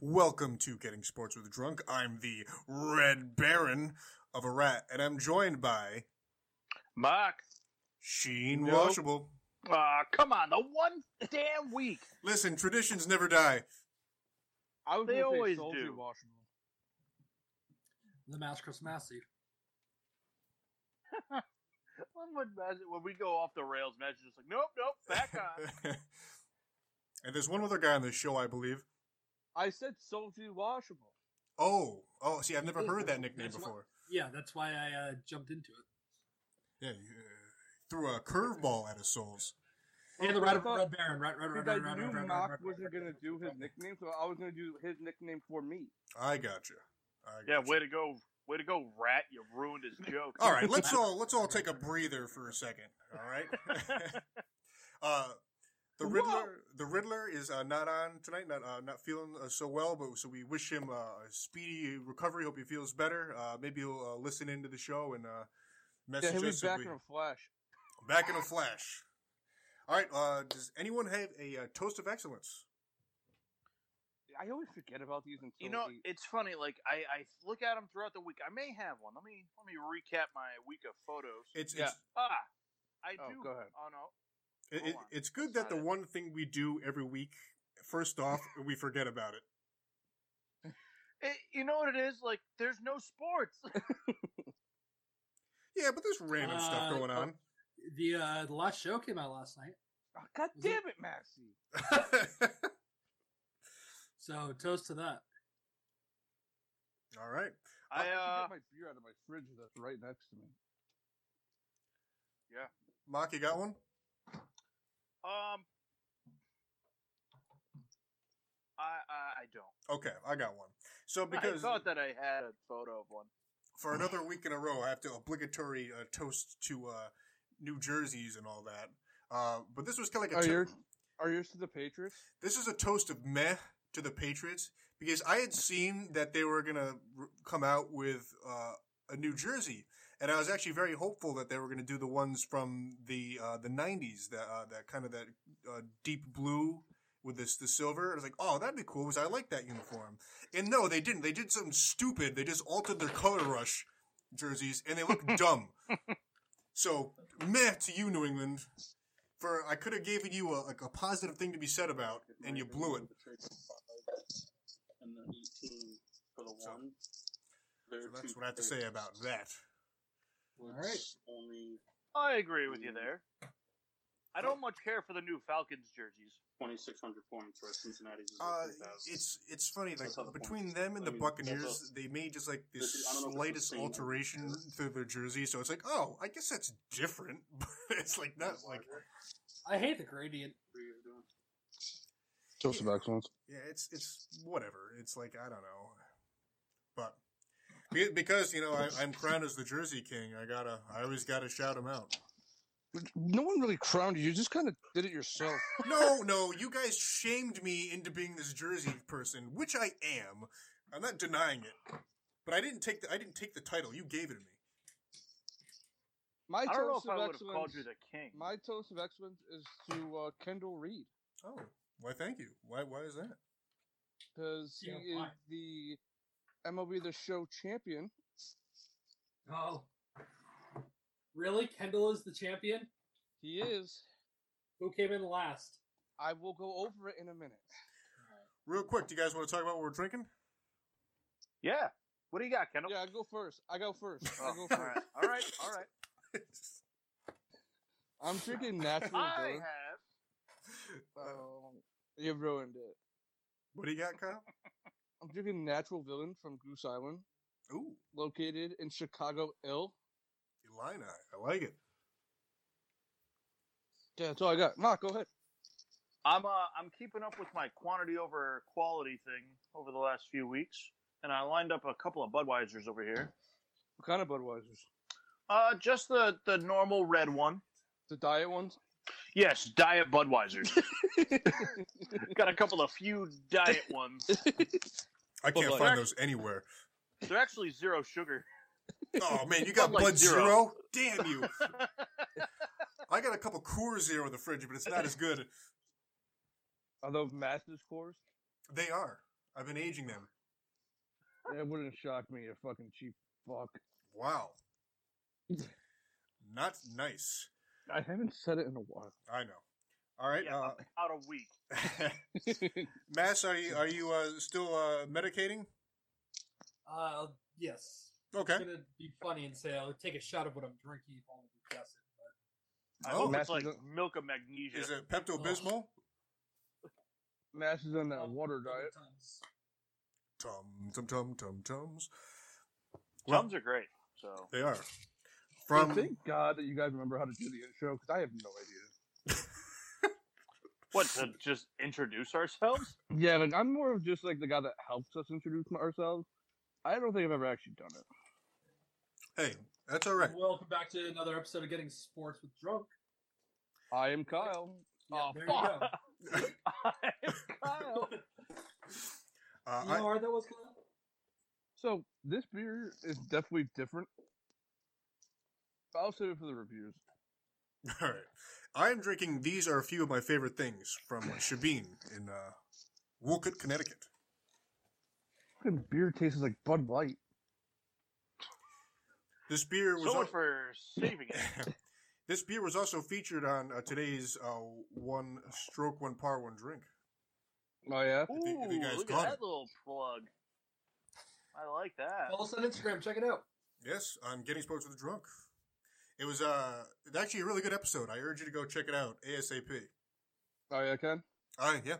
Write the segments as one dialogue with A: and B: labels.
A: Welcome to Getting Sports with Drunk. I'm the Red Baron of a Rat, and I'm joined by
B: Mark,
A: Sheen
B: Nope.
A: Washable.
B: ah, come on, the one damn week.
A: Listen, traditions never die.
C: I was
B: They
C: gonna say
B: always
C: Soldier
B: do.
C: Washington.
D: The Mask of Massey.
B: One would imagine when we go off the rails, imagine just like, nope, nope, back on.
A: and there's one other guy on this show, I believe.
C: I said Soldier Washable.
A: Oh, oh, see, I've never heard that nickname
D: That's what-
A: before.
D: Yeah, that's why I uh, jumped into it.
A: Yeah, you, uh, threw a curveball at his souls.
D: Yeah, the
C: I
D: Red,
C: thought-
D: Red Baron. Red, Red, Red,
C: Because
D: Red,
C: I
D: Red, Red,
C: knew
D: Red,
C: Mark
D: Red,
C: wasn't
D: Red,
C: gonna do his nickname, so I was gonna do his nickname for me.
A: I gotcha. I
B: Yeah,
A: gotcha.
B: way to go, way to go, rat! You ruined his joke.
A: All right, let's all let's all take a breather for a second. All right. uh, the
C: Whoa.
A: Riddler, the Riddler is uh, not on tonight. Not uh, not feeling uh, so well, but so we wish him uh, a speedy recovery. Hope he feels better. Uh, maybe he'll uh, listen into the show and uh,
C: Yeah,
A: message
C: he'll be
A: us. if
C: back
A: we-
C: in a flash.
A: back in a flash. All right. Uh, does anyone have a uh, toast of excellence?
C: I always forget about these until
B: You know,
C: the-
B: it's funny. Like I, I look at him throughout the week. I may have one. Let me let me recap my week of photos.
A: It's
C: Yeah.
B: Ah, I
C: Oh,
B: do.
C: go ahead.
B: Oh no,
A: it's, it,
B: Hold
A: it,
B: on.
A: it's good that
B: Not
A: the
B: it.
A: one thing we do every week. First off, we forget about it.
B: it, you know what it is? Like there's no sports.
A: Yeah, but there's random stuff
D: Uh,
A: going on.
D: The uh, the last show came out last night,
C: Oh, God
D: Was it-
C: damn it, Massey!
D: so toast to that.
A: All right.
B: I
C: I, I
B: uh,
C: should get my beer out of my fridge that's right next to me.
A: Mark, you got one?
B: um, I I, I don't.
A: Okay, I got one. So because
B: I thought that I had a photo of one.
A: for another week in a row, I have to obligatory uh, toast to uh, New Jerseys and all that. Uh, but this was kind of like
C: Are
A: a to-
C: yours? Are yours to the Patriots?
A: this is a toast of meh to the Patriots because I had seen that they were gonna r- come out with uh, a New Jersey, and I was actually very hopeful that they were gonna do the ones from the uh, the '90s, that uh, that kind of that uh, deep blue with this the silver. I was like, oh, that'd be cool because I like that uniform. And no, they didn't. They did something stupid. They just altered their color rush jerseys, and they look dumb. So meh to you, New England. For I could have given you a, like a positive thing to be said about, and you blew it.
E: and then 18 for the
A: So-
E: one. There
A: So
E: are
A: that's
E: two
A: what I have to say
E: players,
A: about that.
E: which
D: Alright.
E: Only
B: I agree with you
E: Mm.
B: there. I don't much care for the new Falcons jerseys.
E: 2,600 points, whereas Cincinnati's is
A: Uh,
E: 3,000.
A: it's it's funny like
E: That's not the
A: between
E: point.
A: them and
E: I
A: the
E: mean,
A: Buccaneers,
E: that's
A: they made just like the
E: This- I don't know if it's the
A: slightest
E: same.
A: alteration to their jersey, so it's like, oh, I guess that's different, but it's like not like
D: I hate the gradient.
A: Toast of
F: excellence.
A: yeah, it's it's whatever. It's like I don't know, but be- because you know I, I'm crowned as the Jersey King, I gotta I always gotta shout him out.
C: No one really crowned you. You just kind of did it yourself.
A: No, no, you guys shamed me into being this Jersey person, which I am. I'm not denying it, but I didn't take the I didn't take the title. You gave it to me.
C: My
B: I don't know if
C: toast
B: I
C: of
B: would have called
C: excellence.
B: you the king.
C: My toast of excellence is to uh, Kendall Reed.
A: Oh, why? Thank you. Why? Why is that?
C: because he
D: Yeah,
C: is
D: why?
C: the MLB The Show champion.
D: Oh, really? Kendall is the champion.
C: He is.
D: Who came in last?
C: I will go over it in a minute.
A: Real quick, do you guys want to talk about what we're drinking?
B: Yeah. What do you got, Kendall?
C: Yeah, I go first. I go first. I go
B: Oh, all
C: first.
B: right. All right. All right.
C: I'm drinking natural
B: I
C: beer.
B: have.
C: So you ruined it.
A: What do you got, Kyle?
C: I'm drinking Natural Villain from Goose Island,
A: Ooh,
C: located in Chicago, Ill.
A: Illini. I like it.
C: Yeah, that's all I got. Mark, go ahead.
B: I'm uh, I'm keeping up with my quantity over quality thing over the last few weeks, and I lined up a couple of Budweisers over here.
C: What kind of Budweisers?
B: Uh, just the the normal red one.
C: The diet ones?
B: Yes, diet Budweisers. Got a couple of few diet ones.
A: I can't
C: Bud Light.
A: find those anywhere.
B: They're actually zero sugar.
A: Oh man, you got
B: Bud Light
A: Bud
B: Zero.
A: Zero? Damn you! I got a couple Coors Zero in the fridge, but it's not as good.
C: Are those Masters cores?
A: They are. I've been aging them.
C: That wouldn't shock me. A fucking cheap fuck.
A: Wow. Not nice.
C: I haven't said it in a while.
A: I know. All right.
B: Yeah, about a week.
A: Uh, Mass, are you are you uh, still uh, medicating?
D: Uh, yes.
A: Okay.
D: I'm gonna be funny and say I'll take a shot of what I'm drinking if I'll guess it. But
B: I
A: Oh.
B: hope it's like
C: Matthew-
B: milk of magnesia.
A: Is it Pepto Bismol?
C: Masters on that
D: Oh.
C: water diet.
D: sometimes-
A: Tum tum tum tum tums. Well,
B: Tums are great. So
A: they are
C: From...
A: from.
C: Thank God that you guys remember how to do the intro because I have no idea.
B: what to just introduce ourselves?
C: Yeah, like I'm more of just like the guy that helps us introduce m- ourselves. I don't think I've ever actually done it.
A: Hey, that's all right.
D: Welcome back to another episode of Getting Sports with Drunk.
C: I am Kyle.
D: Yeah,
C: Oh,
D: there
C: fuck.
B: I'm Kyle.
D: you
A: Uh,
D: go. you know how
A: I,
D: hard that was, Kyle?
C: So this beer is definitely different. But I'll save it for the reviews.
A: all right. I am drinking. These are a few of my favorite things from Shabin in uh, Woolcott, Connecticut.
C: Fucking beer tastes like Bud Light.
A: This beer was
B: So much
A: al-
B: for saving it.
A: this beer was also featured on uh, today's uh, one stroke, one par, one drink.
C: Oh yeah.
B: Ooh,
A: If you- if you guys
B: look
A: caught
B: at that
A: it.
B: little plug. I like that.
D: Follow us on Instagram. Check it out.
A: Yes, on Getting Sports with the Drunk. It was uh, it's actually a really good episode. I urge you to go check it out ASAP.
C: Oh yeah, Ken.
A: Uh, yeah.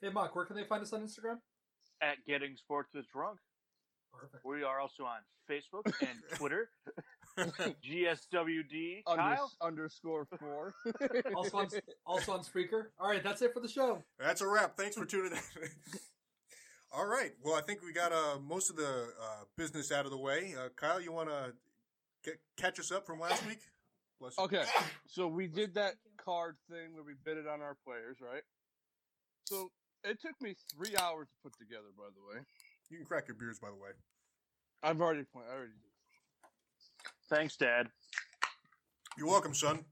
D: Hey, Mock, where can they find us on Instagram?
B: At Getting Sports with Drunk.
D: Perfect.
B: We are also on Facebook and Twitter. GSWD.
C: Under,
B: Kyle?
C: underscore four.
D: Also on, also on Spreaker. All right, that's it for the show.
A: That's a wrap. Thanks for tuning in. All right. Well, I think we got uh, most of the uh, business out of the way. Uh, Kyle, you want to get, catch us up from last week? Bless you.
C: Okay, so we did that card thing where we bidded on our players, right? So it took me three hours to put together. By the way,
A: You can crack your beers, by the way.
C: I've already played. I already. Did.
B: Thanks, Dad.
A: You're welcome, son.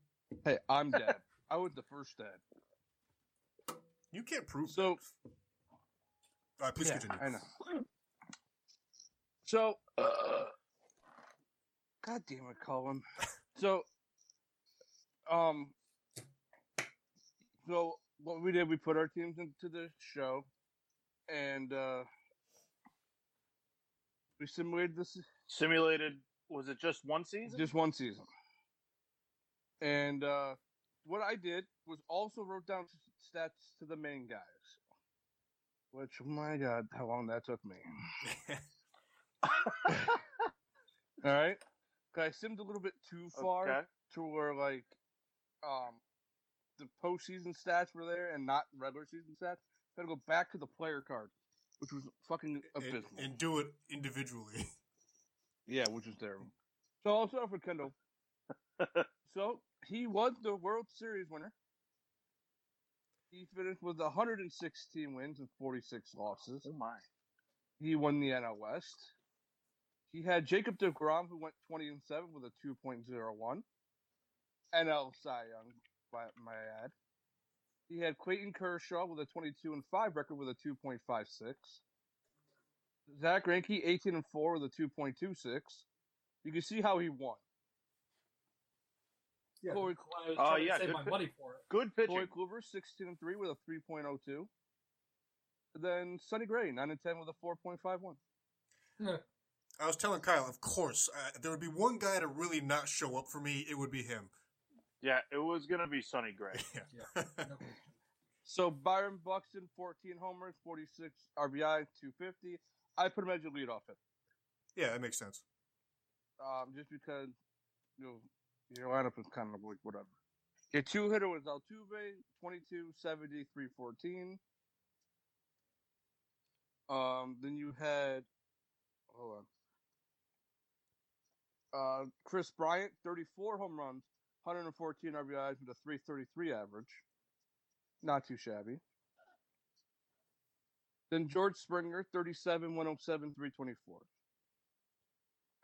C: Hey, I'm dad. I was the first dad.
A: You can't prove.
C: So
A: All right, please
C: yeah,
A: continue.
C: I know. So, uh, God damn it, Colin. So, um, so what we did, we put our teams into the show, and uh, we simulated this
B: Simulated, was it just one season?
C: just one season. And uh, what I did was also wrote down s- stats to the main guys, which my God, how long that took me. All right, 'Cause I simmed a little bit too far
B: Okay.
C: to where like um the postseason stats were there and not regular season stats. Gotta go back to the player card, which was fucking
A: And,
C: abysmal.
A: and do it individually.
C: Yeah, which is terrible. So I'll start off with Kendall. so he was the World Series winner. He finished with 116 wins and 46 losses.
B: Oh, my.
C: He won the NL West. He had Jacob DeGrom, who went 20 and 7 with a 2.01 NL Cy Young, by my ad. He had Clayton Kershaw with a 22 and 5 record with a 2.56. Zach Greinke 18 and 4 with a 2.26. You can see how he won.
D: Yeah.
C: Corey-
D: I was
B: Oh,
D: trying to
B: yeah,
D: save
B: good
D: my
B: pick.
D: money for it.
B: Good pitching.
C: Corey Kluber 16 and 3 with a 3.02. Then Sonny Gray 9 and 10 with a 4.51.
A: I was telling Kyle, of course, uh, if there would be one guy to really not show up for me. It would be him.
B: Yeah, it was going to be Sonny Gray.
D: No.
C: So Byron Buxton, 14 homers, 46 RBI, 250. I put him as your leadoff hitter,
A: yeah, that makes sense.
C: um, just because you know your lineup is kind of like whatever. Your two hitter was Altuve, 22, 70, 314. Um, then you had, hold on, uh, Chris Bryant, 34 home runs, 114 RBIs with a 333 average. Not too shabby. Then George Springer, oh 37, 107, 324.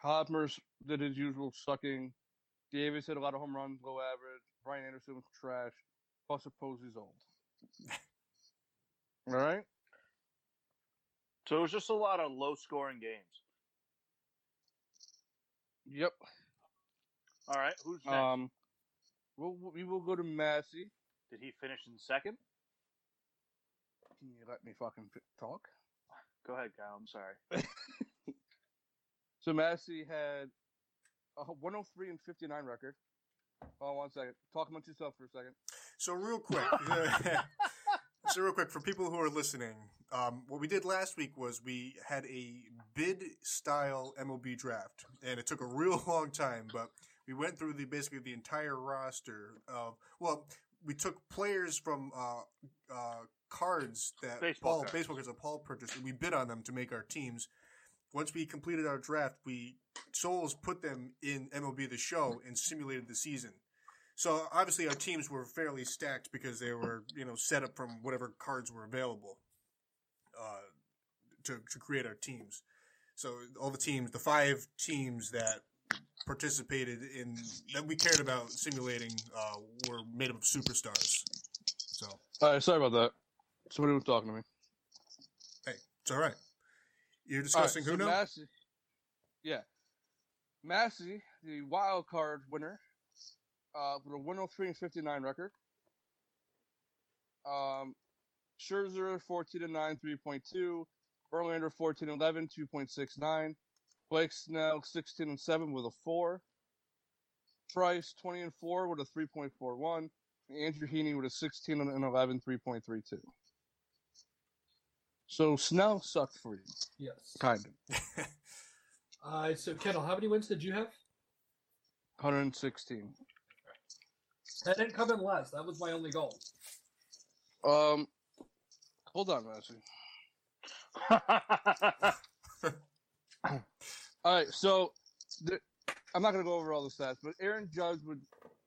C: Hosmer's did his usual sucking. Davis hit a lot of home runs, low average. Brian Anderson was trash. Buster Posey's old. All right.
B: So it was just a lot of low scoring games.
C: Yep.
B: All right, who's next?
C: Um, we'll, we will go to Massey.
B: Did he finish in second?
C: Can you let me fucking p- talk?
B: Go ahead, Kyle. I'm sorry.
C: So Massey had a 103 and 59 record. Hold on one second. Talk amongst yourself for a second.
A: So real quick, so real quick for people who are listening, um, what we did last week was we had a bid style MLB draft, and it took a real long time, but we went through the basically the entire roster of well, we took players from uh, uh, cards that
B: Baseball
A: Paul
B: cards.
A: baseball cards that Paul purchased, and we bid on them to make our teams. Once we completed our draft, we souls put them in MLB the Show and simulated the season. So obviously our teams were fairly stacked because they were you know set up from whatever cards were available uh, to to create our teams. So all the teams, the five teams that participated in that we cared about simulating, uh, were made up of superstars. So
C: All right. Sorry about that. Somebody was talking to me.
A: it's all right. You're
C: All right,
A: discussing who
C: so
A: now?
C: Massey, yeah, Massey, the wild card winner, uh, with a 103 and 59 record. Um, Scherzer 14 and 9, 3.2. Verlander 14 and 11, 2.69. Blake Snell 16 and 7 with a 4. Price 20 and 4 with a 3.41. And Andrew Heaney with a 16 and 11, 3.32. So Snell sucked for you,
D: Yes.
C: kind of.
D: Uh, so Kendall, how many wins did you have?
C: 116.
D: That didn't come in last. That was my only goal.
C: Um, hold on, Massey. All right, so the, I'm not going to go over all the stats, but Aaron Judge was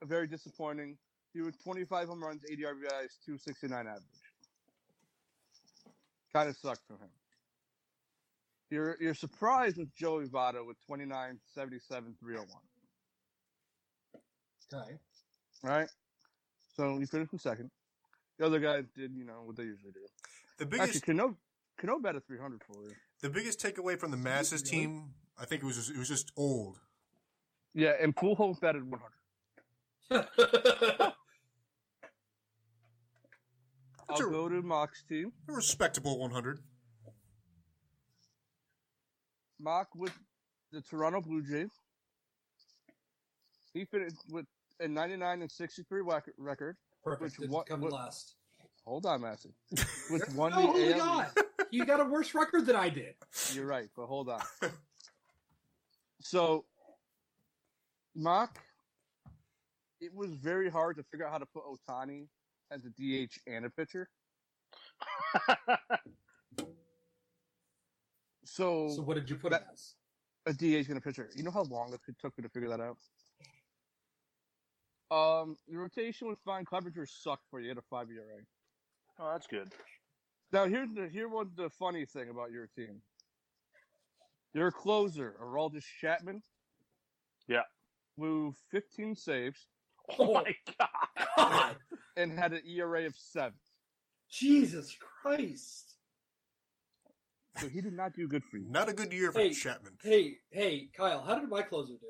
C: very disappointing. He was 25 home runs, 80 RBIs, 269 average. Kind of sucked for him. You're you're surprised with Joey Votto with 29, 77, 301,
D: Okay.
C: right? So he finished in second. The other guys did, you know, what they usually do.
A: The biggest
C: Actually, Cano Cano batted 300 for you.
A: the biggest takeaway from the masses
D: Really?
A: team, I think it was just, it was just old.
C: Yeah, and Pujols batted 100. I'll
A: That's a-
C: go to Mock's team.
A: A respectable 100.
C: Mock with the Toronto Blue Jays. He finished with a 99 and 63 wac- record.
D: Perfect.
C: Which
D: Didn't
C: what-
D: come
C: what-
D: last.
C: Hold on, Massey. With one
D: No,
C: the
D: hold
C: AL
D: on. You got a worse record than I did.
C: East- You're right, but hold on. So, Mock, it was very hard to figure out how to put Otani as a DH and a pitcher. So,
D: So what did you put it as?
C: a DH and a pitcher. You know how long it took me to figure that out? Um, the rotation with Vine Clevenger sucked for you. He had a five ERA.
B: oh, that's good.
C: Now here's the here was the funny thing about your team. Your closer, Araldis Chapman.
B: Yeah.
C: Blew 15 saves
B: Oh my god.
D: God,
C: and had an ERA of seven.
D: Jesus Christ!
C: So he did not do good for you.
A: Not a good year for
D: Hey.
A: Chapman.
D: Hey, hey, Kyle, how did my closer do?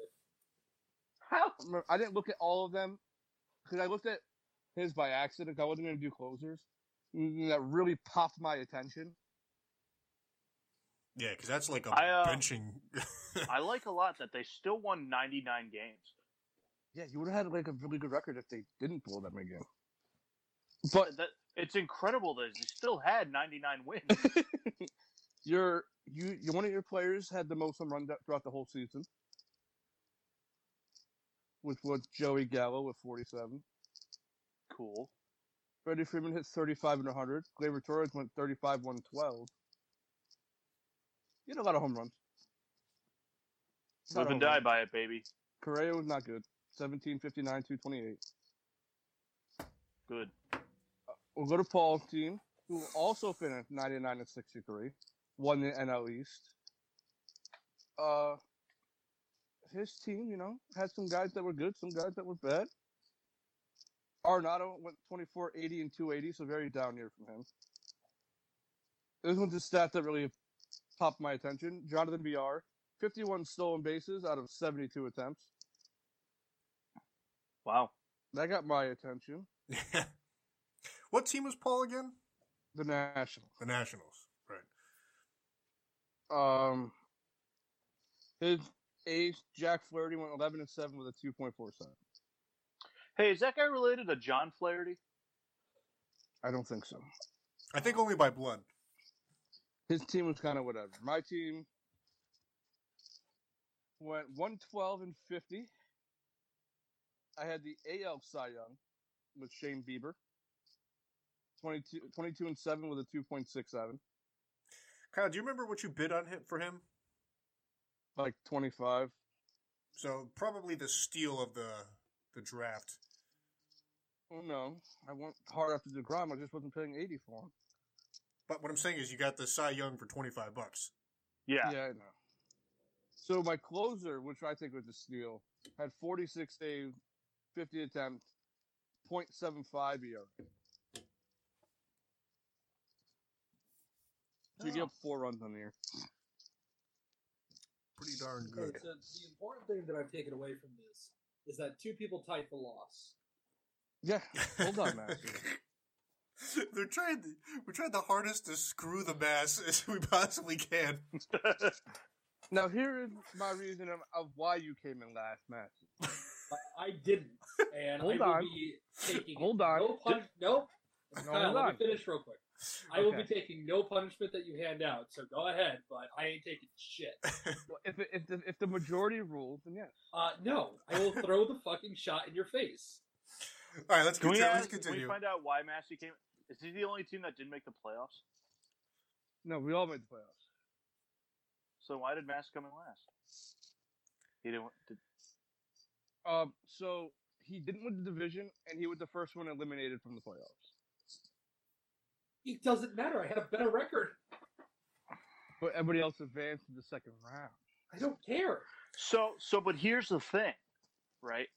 B: How?
C: Remember, I didn't look at all of them because I looked at his by accident. I wasn't going to do closers. And that really popped my attention.
A: Yeah, because that's like a
B: I, uh,
A: benching.
B: I like a lot that they still won 99 games.
C: Yeah, you would have had like a really good record if they didn't blow them again. But
B: That it's incredible that they still had 99 wins.
C: your you you one of your players had the most home runs throughout the whole season, which was Joey Gallo with forty seven.
B: cool.
C: Freddie Freeman hit 35 and 100. Glaber Torres went 35 112. He had a lot of home runs.
B: Live and die by it, baby.
C: Correa was not good. 17 59 228.
B: Good.
C: We'll go to Paul's team, who also finished 99 and 63, won the NL East. Uh, his team, you know, had some guys that were good, some guys that were bad. Arnado went 24 80 and 280, so very down year from him. This one's a stat that really popped my attention. Jonathan VR, 51 stolen bases out of 72 attempts.
B: Wow.
C: That got my attention.
A: what team was Paul again?
C: The Nationals.
A: The Nationals. Right.
C: Um, his ace Jack Flaherty went eleven and seven with a two point four seven.
B: Hey, is that guy related to John Flaherty?
C: I don't think so.
A: I think only by blood.
C: His team was kind of whatever. My team went one twelve and fifty. I had the AL Cy Young with Shane Bieber. 22, 22 and 7 with a 2.67
A: Kyle, do you remember what you bid on him for him?
C: like 25
A: So probably the steal of the the draft.
C: oh no i went hard after DeGrom. i just wasn't paying 80 for him
A: But what I'm saying is, you got the Cy Young for 25 bucks.
B: Yeah.
C: I know. So my closer, which I think was a steal, had 46 save, 50 attempt, 0.75 ERA. So you get up four runs on the year.
A: Pretty darn
D: Okay,
A: good.
D: so the important thing that I've taken away from this is that two people tied for loss.
C: Yeah, hold on, man.
A: They're trying. To, we're trying the hardest to screw the mass as we possibly can.
C: now here is my reason of, of why you came in last match.
D: I- I didn't, and
C: Hold
D: I will
C: on.
D: be taking
C: Hold on.
D: no pun. Nope.
C: No,
D: Kyle,
C: hold
D: let
C: on.
D: me finish real quick. I will be
C: Okay.
D: taking no punishment that you hand out, so go ahead. But I ain't taking shit.
C: Well, If, it- if, the, if the majority rules, then yes.
D: Uh, no, I will throw the fucking shot in your face.
A: All right, let's
B: Can we,
A: continue. Let's
B: ask- can we
A: continue.
B: find out why Massey came? Is he the only team that didn't make the playoffs?
C: No, we all made the playoffs.
B: So why did Massey come in last? He didn't. Did,
C: Um, so he didn't win the division, and he was the first one eliminated from the playoffs.
D: It doesn't matter. I had a better record.
C: But everybody else advanced to the second round.
D: I don't care.
B: So, so, but here's the thing, right?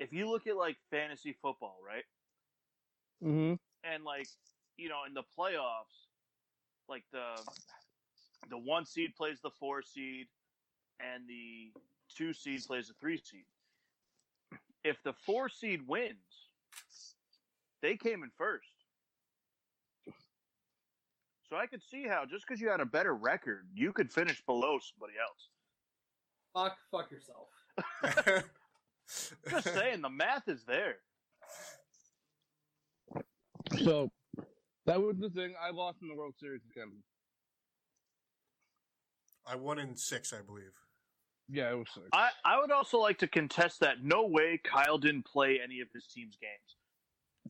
B: If you look at like fantasy football, right,
C: Mm-hmm.
B: and like you know in the playoffs, like the the one seed plays the four seed, and the two seed plays the three seed. If the four seed wins, they came in first. So I could see how just because you had a better record, you could finish below somebody else.
D: Fuck, fuck yourself.
B: Just saying, the math is there.
C: So that was the thing I lost in the World Series again.
A: I won in six, I believe.
C: Yeah, it was sick.
B: I, I would also like to contest that no way Kyle didn't play any of his team's games.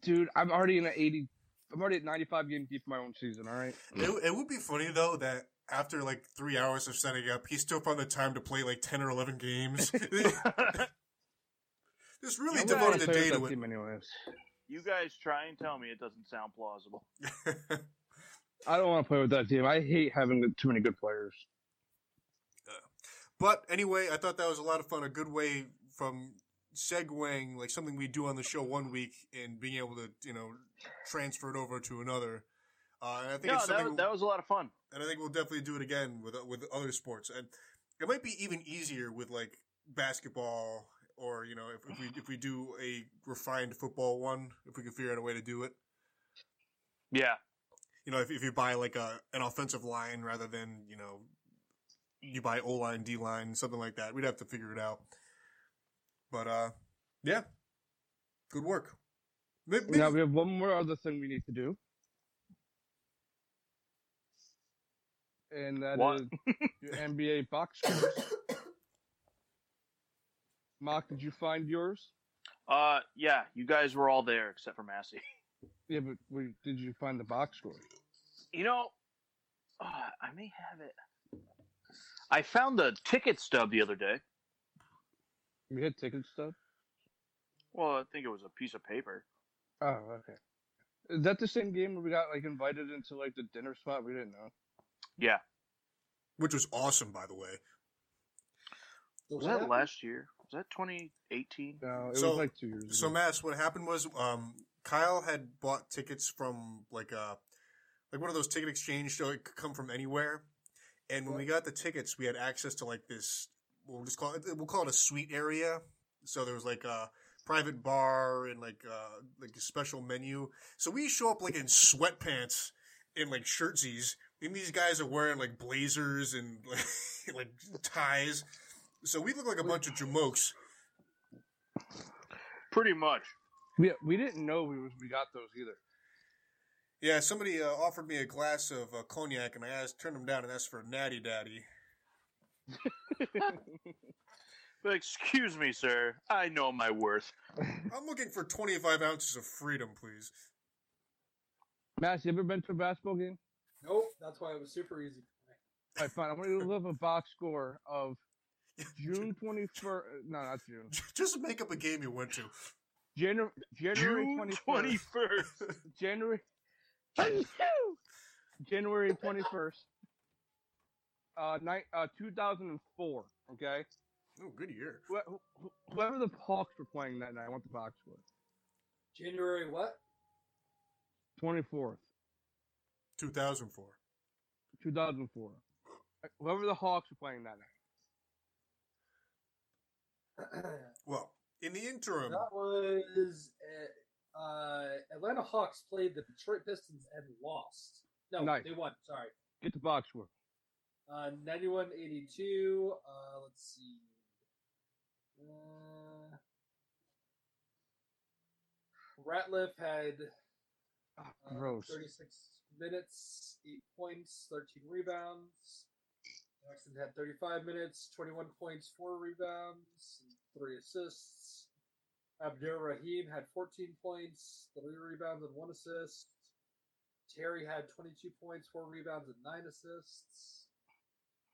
C: Dude, I'm already in an 80. I'm already at 95 game deep in my own season. All right.
A: It, it would be funny though that after like three hours of setting up, he still found the time to play like ten or eleven games. Just really
C: I'm gonna
A: devoted a
C: play with
A: day
C: that
A: to it.
C: team anyways.
B: You guys try and tell me it doesn't sound plausible.
C: I don't want to play with that team. I hate having too many good players.
A: But anyway, I thought that was a lot of fun. A good way from segueing like something we do on the show one week and being able to you know transfer it over to another. Uh, and I think
B: No,
A: it's
B: that,
A: something
B: was- that was a lot of fun.
A: and I think we'll definitely do it again with with other sports, and it might be even easier with like basketball or you know if, if we if we do a refined football one, if we can figure out a way to do it.
B: Yeah.
A: You know, if, if you buy like a an offensive line rather than you know you buy O line, D line, something like that, we'd have to figure it out. But uh, yeah, good work. May- maybe-
C: Now we have one more other thing we need to do, and that is
B: What?
C: your NBA box scores. Mark, did you find yours?
B: Uh, yeah, you guys were all there except for Massey.
C: Yeah, but we, did you find the box score?
B: You know, uh, I may have it. I found the ticket stub the other day.
C: We had ticket stub.
B: Well, I think it was a piece of paper.
C: Oh, okay. Is that the same game where we got like invited into like the dinner spot? We didn't know.
B: Yeah,
A: which was awesome, by the way.
D: So
B: was
D: what
B: that
D: happened?
B: last year? Was that 2018?
C: No, it
A: So-
C: was like two years ago.
A: So, Mass, what happened was um, Kyle had bought tickets from like a like one of those ticket exchange so it could come from anywhere. And when we got the tickets, we had access to like this. We'll just call it. We'll call it a suite area. So there was like a private bar and like uh, like a special menu. So we show up like in sweatpants and like shirtsies. And these guys are wearing like blazers and like, like ties. So we look like a bunch of jamokes.
B: Pretty much.
C: we, we didn't know we was, we got those either.
A: Yeah, somebody uh, offered me a glass of uh, cognac, and I asked, turned him down and asked for a natty daddy.
B: But excuse me, sir. I know my worth.
A: I'm looking for 25 ounces of freedom, please.
C: Matt, you ever been to a basketball game?
D: Nope, that's why it was super easy.
C: All right, fine. I want you to live a box score of June twenty first. No, not June.
A: Just make up a game you went to.
C: January January
B: June
C: twenty first.
B: 21st.
C: January January twenty first. Uh, nine, uh, 2004. Okay,
A: Oh, good year.
C: Wh- wh- wh- whoever the Hawks were playing that night, I want the box score.
D: January what?
C: 24th,
A: 2004.
C: 2004. Whoever the Hawks were playing that night.
D: that
A: Well, in the interim,
D: was uh, uh, Atlanta Hawks played the Detroit Pistons and lost. No,
C: Nice.
D: they won. Sorry.
C: Get the box score.
D: Uh, 9182. Uh, let's see. Uh, Ratliff had
C: Ah,
D: uh,
C: gross.
D: 36 minutes, 8 points, 13 rebounds. Jackson had 35 minutes, 21 points, 4 rebounds, and 3 assists. Abdur Rahim had 14 points, 3 rebounds, and 1 assist. Terry had 22 points, 4 rebounds, and 9 assists.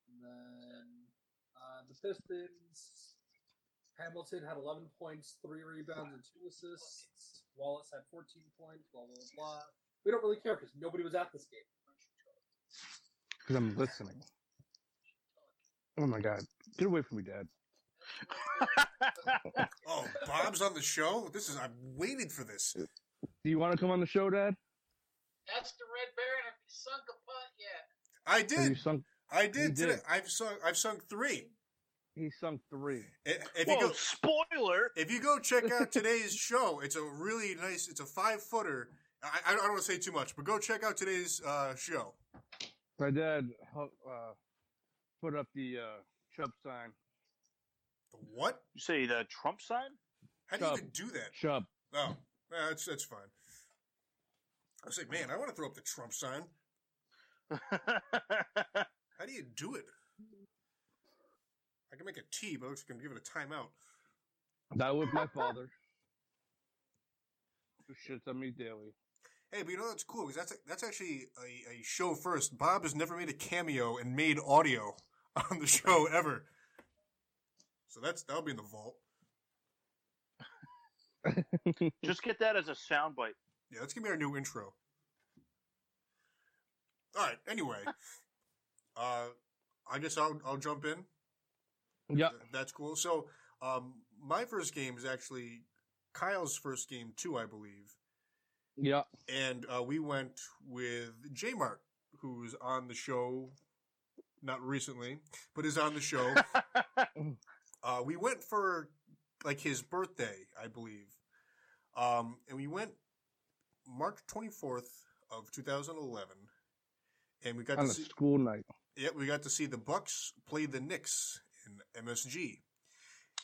D: And then uh, the Pistons. Hamilton had 11 points, 3 rebounds, and 2 assists. Wallace had 14 points, blah, blah, blah. We don't really care because nobody was at this game.
C: Because I'm listening. Oh my God. Get away from me, Dad.
A: oh, Bob's on the show. This is I've waited for this.
C: Uh, Do you want to come on the show, Dad?
F: That's the Red Baron. Have you sunk a punt yet?
A: I
C: Or you
A: did.
C: sunk,
A: I
C: You
A: did
C: did.
A: today. I've sung. I've sung three.
C: he sunk three.
A: I- If you
B: Whoa,
A: go,
B: spoiler!
A: if you go check out today's show, it's a really nice. It's a five footer. I, I don't want to say too much, but go check out today's uh, show.
C: My dad hu- uh, put up the uh, Chubb sign.
A: The what?
B: You say the Trump sign?
A: How do you
C: Chubb.
A: even do that?
C: Chubb.
A: Oh, nah, that's that's fine. I was like, man, I want to throw up the Trump sign. How do you do it? I can make a T, but I'm just gonna give it a timeout.
C: That was my father. Who shits on me daily.
A: Hey, but you know that's cool because that's that's actually a, a show first. Bob has never made a cameo and made audio on the show ever. So that's that'll be in the vault.
B: Just get that as a soundbite.
A: Yeah, that's gonna be our new intro. All right. Anyway, uh, I guess I'll I'll jump in.
C: Yeah.
A: Th- That's cool. So, um, my first game is actually Kyle's first game too, I believe.
C: Yeah.
A: And uh, we went with J Mart, who's on the show, not recently, but is on the show. uh, we went for like his birthday, I believe. Um, and we went March 24th of 2011. And we got
C: On
A: to
C: a
A: see,
C: school night.
A: Yep, we got to see the Bucks play the Knicks in MSG,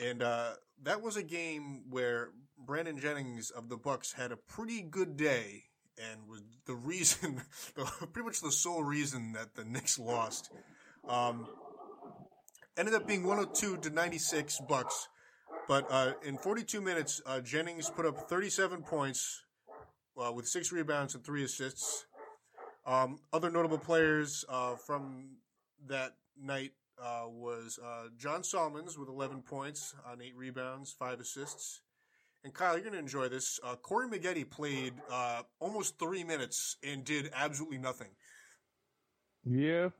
A: and uh, that was a game where Brandon Jennings of the Bucks had a pretty good day, and was the reason, the, pretty much the sole reason that the Knicks oh lost. Um, ended up being 102 to 96 Bucks. But uh, in 42 minutes, uh, Jennings put up 37 points uh, with six rebounds and three assists. Um, other notable players uh, from that night uh, was uh, John Salmons with 11 points on eight rebounds, five assists. And Kyle, you're going to enjoy this. Uh, Corey Maggette played uh, almost three minutes and did absolutely nothing.
C: Yeah.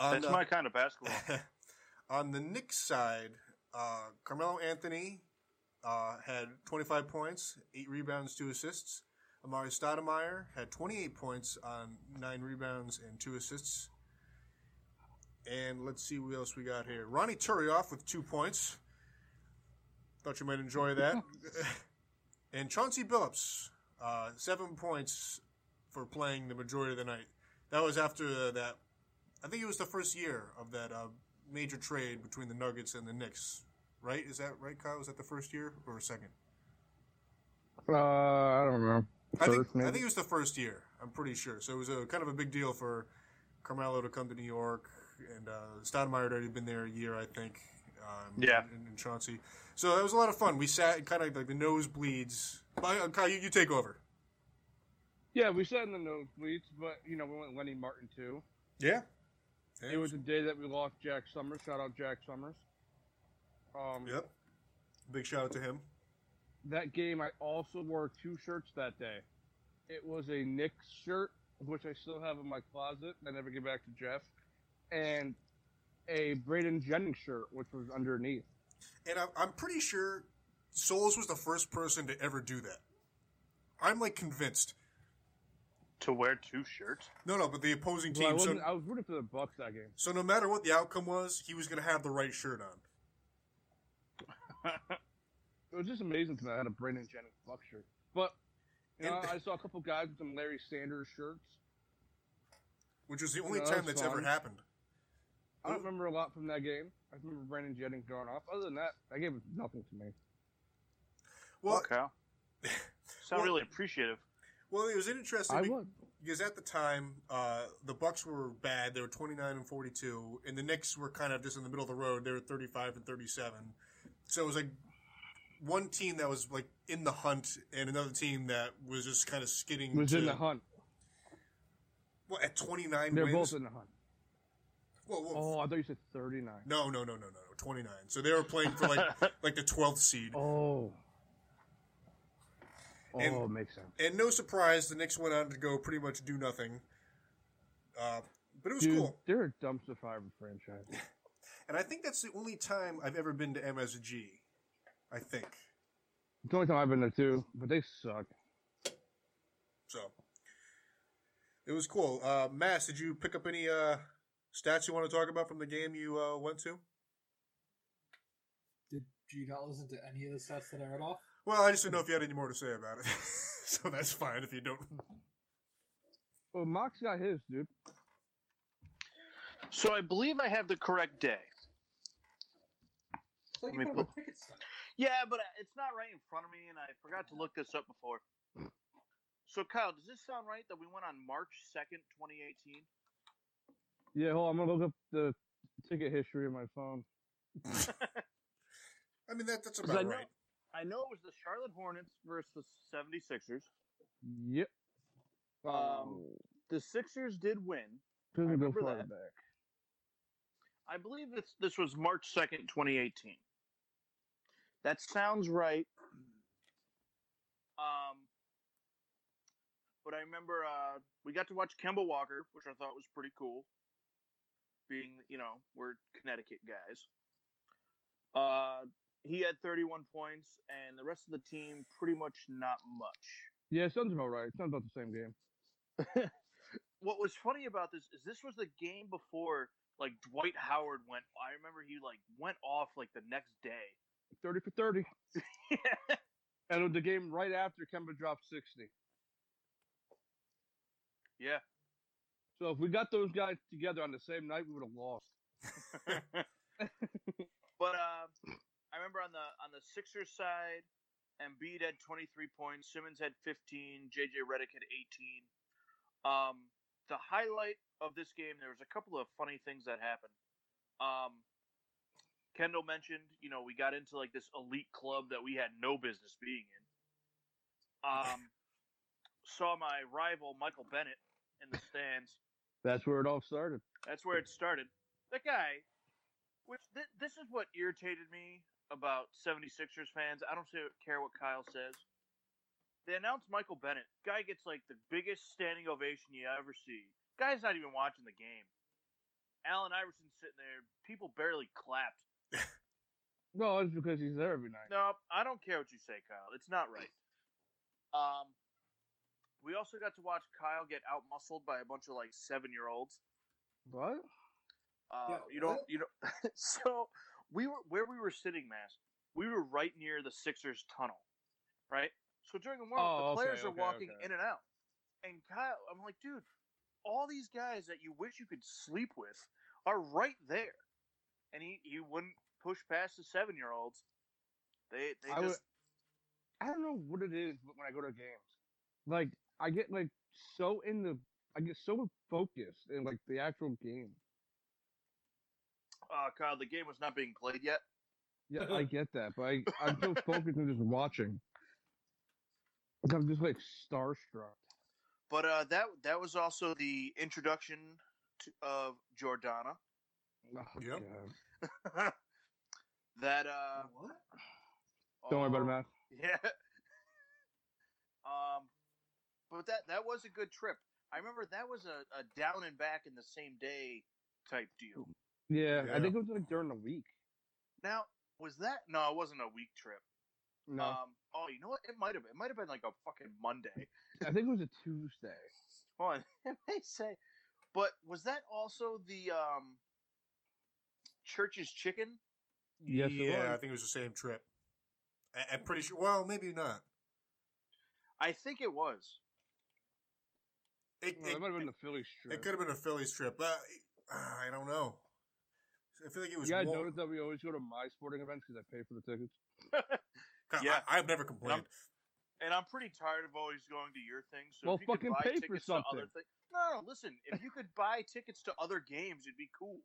A: On,
B: That's
A: uh,
B: my kind of basketball.
A: on the Knicks side, uh, Carmelo Anthony uh, had 25 points, eight rebounds, two assists. Amari Stoudemire had 28 points on nine rebounds and two assists. And let's see what else we got here. Ronnie Turioff with two points. Thought you might enjoy that. and Chauncey Billups, uh, seven points for playing the majority of the night. That was after uh, that I think it was the first year of that uh, major trade between the Nuggets and the Knicks, right? Is that right, Kyle? Was that the first year or second?
C: Uh, I don't remember.
A: I think
C: First, maybe?
A: I think it was the first year. I'm pretty sure. So it was a kind of a big deal for Carmelo to come to New York, and uh, Stoudemire had already been there a year, I think. Um,
B: Yeah.
A: And, and Chauncey. So that was a lot of fun. We sat kind of like the nosebleeds. Uh, Kyle, you, you take over.
C: Yeah, we sat in the nosebleeds, but you know we went Lenny Martin too.
A: Yeah.
C: It was the day that we lost Jack Summers. Shout out Jack Summers. Um,
A: Yep. Big shout out to him.
C: That game, I also wore two shirts that day. It was a Knicks shirt, which I still have in my closet. I never get back to Jeff, and a Braden Jennings shirt, which was underneath.
A: And I'm, I'm pretty sure Souls was the first person to ever do that. I'm like convinced.
B: to wear two shirts?
A: No, no, but the opposing
C: Well, I,
A: team. so,
C: wasn't- I was rooting for the Bucks that game.
A: so no matter what the outcome was, he was going to have the right shirt on.
C: It was just amazing to me. I had a Brandon Jennings Bucks shirt, but you know,
A: And-
C: I saw a couple guys with some Larry Sanders shirts.
A: Which was the only
C: No,
A: time
C: that's
A: that's ever
C: fine.
A: happened.
C: I don't remember a lot from that game. I remember Brandon Jennings going off. Other than that, that game was nothing to me.
A: Well,
B: okay. Sound
A: Well-
B: really appreciative.
A: well, it was interesting.
C: I
A: be-
C: would.
A: because at the time uh, the Bucks were bad. They were twenty nine and forty two, and the Knicks were kind of just in the middle of the road. They were thirty five and thirty seven. So it was like one team that was like in the hunt, and another team that was just kind of skidding.
C: Was
A: to,
C: in the hunt.
A: Well, at twenty nine
C: They're
A: wins.
C: both in the hunt.
A: Whoa, whoa.
C: Oh, I thought you said 39.
A: No, no, no, no, no, no. Twenty nine. So they were playing for like like the twelfth seed.
C: Oh. Oh,
A: And-
C: it makes sense.
A: And no surprise, the Knicks went on to go pretty much do nothing. Uh, but it was
C: Dude,
A: cool.
C: they're a dumpster fire franchise.
A: And I think that's the only time I've ever been to MSG. I think.
C: It's the only time I've been there too, but they suck.
A: So it was cool. Uh, Mass, did you pick up any uh, stats you want to talk about from the game you uh, went to?
D: Did you not listen to any of the stats that I read off?
A: Well, I just didn't know if you had any more to say about it. so that's fine if you don't.
C: Well, Mox got his, dude.
B: So I believe I have the correct day.
D: It's
B: Let
D: like you
B: me
D: put up
B: pull-
D: a ticket stub.
B: Yeah, but I- it's not right in front of me, and I forgot to look this up before. So, Kyle, does this sound right that we went on March 2nd, 2018?
C: Yeah, hold on. I'm going to look up the ticket history of my phone.
A: I mean, that, that's
B: 'Cause
A: about
B: I know-
A: right.
B: I know it was the Charlotte Hornets versus the 76ers.
C: Yep.
B: Um,
D: Oh.
B: the Sixers did win.
C: physical
B: remember
C: quarterback.
B: that. I believe this, this was March 2nd, 2018. That sounds right. Um, but I remember uh, we got to watch Kemba Walker, which I thought was pretty cool. Being, you know, we're Connecticut guys. Uh, he had 31 points, and the rest of the team pretty much not much.
C: Yeah, sounds about right. Sounds about the same game.
B: what was funny about this is this was the game before like Dwight Howard went. I remember he like went off like the next day.
C: 30 for 30. And it was the game right after Kemba dropped 60.
B: Yeah.
C: So if we got those guys together on the same night, we would have lost.
B: but uh, I remember on the on the Sixers side, Embiid had 23 points, Simmons had 15, JJ Redick had 18. Um, the highlight of this game, there was a couple of funny things that happened. Um, Kendall mentioned, you know, we got into like this elite club that we had no business being in. Um, saw my rival Michael Bennett in the stands.
C: That's where it all started.
B: That's where it started. That guy, which th- this is what irritated me about 76ers fans. I don't say- care what Kyle says. They announced Michael Bennett. Guy gets like the biggest standing ovation you ever see. Guy's not even watching the game. Allen Iverson sitting there. People barely clapped.
C: No, it's because he's there every night.
B: No, I don't care what you say, Kyle. It's not right. Um, we also got to watch Kyle get out muscled by a bunch of like seven year olds.
C: What?
B: Uh,
D: Yeah,
B: you don't, you don't. so we were where we were sitting, Mass. We were right near the Sixers tunnel, right? So during the warm up,
C: Oh,
B: the
C: okay,
B: players are
C: okay,
B: walking
C: okay.
B: in and out, and Kyle, I'm like, dude, all these guys that you wish you could sleep with are right there, and he he wouldn't push past the seven year olds. They they
C: I
B: just
C: would- I don't know what it is, but when I go to games, like I get like so in the, I get so focused in like the actual game.
B: uh, Kyle, the game was not being played yet.
C: Yeah, I get that, but I, I'm so focused on just watching. Like, I'm just like starstruck.
B: But uh, that that was also the introduction to, of Jordana.
C: Oh,
A: Yep.
C: God.
B: that uh,
D: what?
C: Don't worry about it,
A: Um,
B: oh,
C: Matt.
B: Yeah. um, but that that was a good trip. I remember that was a, a down and back in the same day type deal.
C: Yeah, I
A: Yeah.
C: think it was like during the week.
B: Now was that? No, it wasn't a week trip.
A: Uh,
C: No,
B: Um, oh, you know what? It might have been. It might have been like a fucking Monday.
C: I think it was a Tuesday.
B: Hold on, it may say. But was that also the um, Church's Chicken?
C: Yes, it
A: yeah, I
C: was.
A: think it was the same trip. I, I'm pretty sure. Well, maybe not.
B: I think it was.
A: It,
C: No, that might have been
A: it,
C: the Phillies
A: it
C: trip.
A: could have been a Phillies trip, but uh, I don't know. I feel like it was.
C: You guys
A: more-
C: notice that we always go to my sporting events because I pay for the tickets.
A: God,
B: Yeah.
A: I, I've never complained.
B: And I'm pretty tired of always going to your things. So
C: Well,
B: if you could
C: fucking
B: buy
C: pay for
B: tickets to other
C: something.
B: things. No, no, listen. If you could buy tickets to other games, it'd be cool.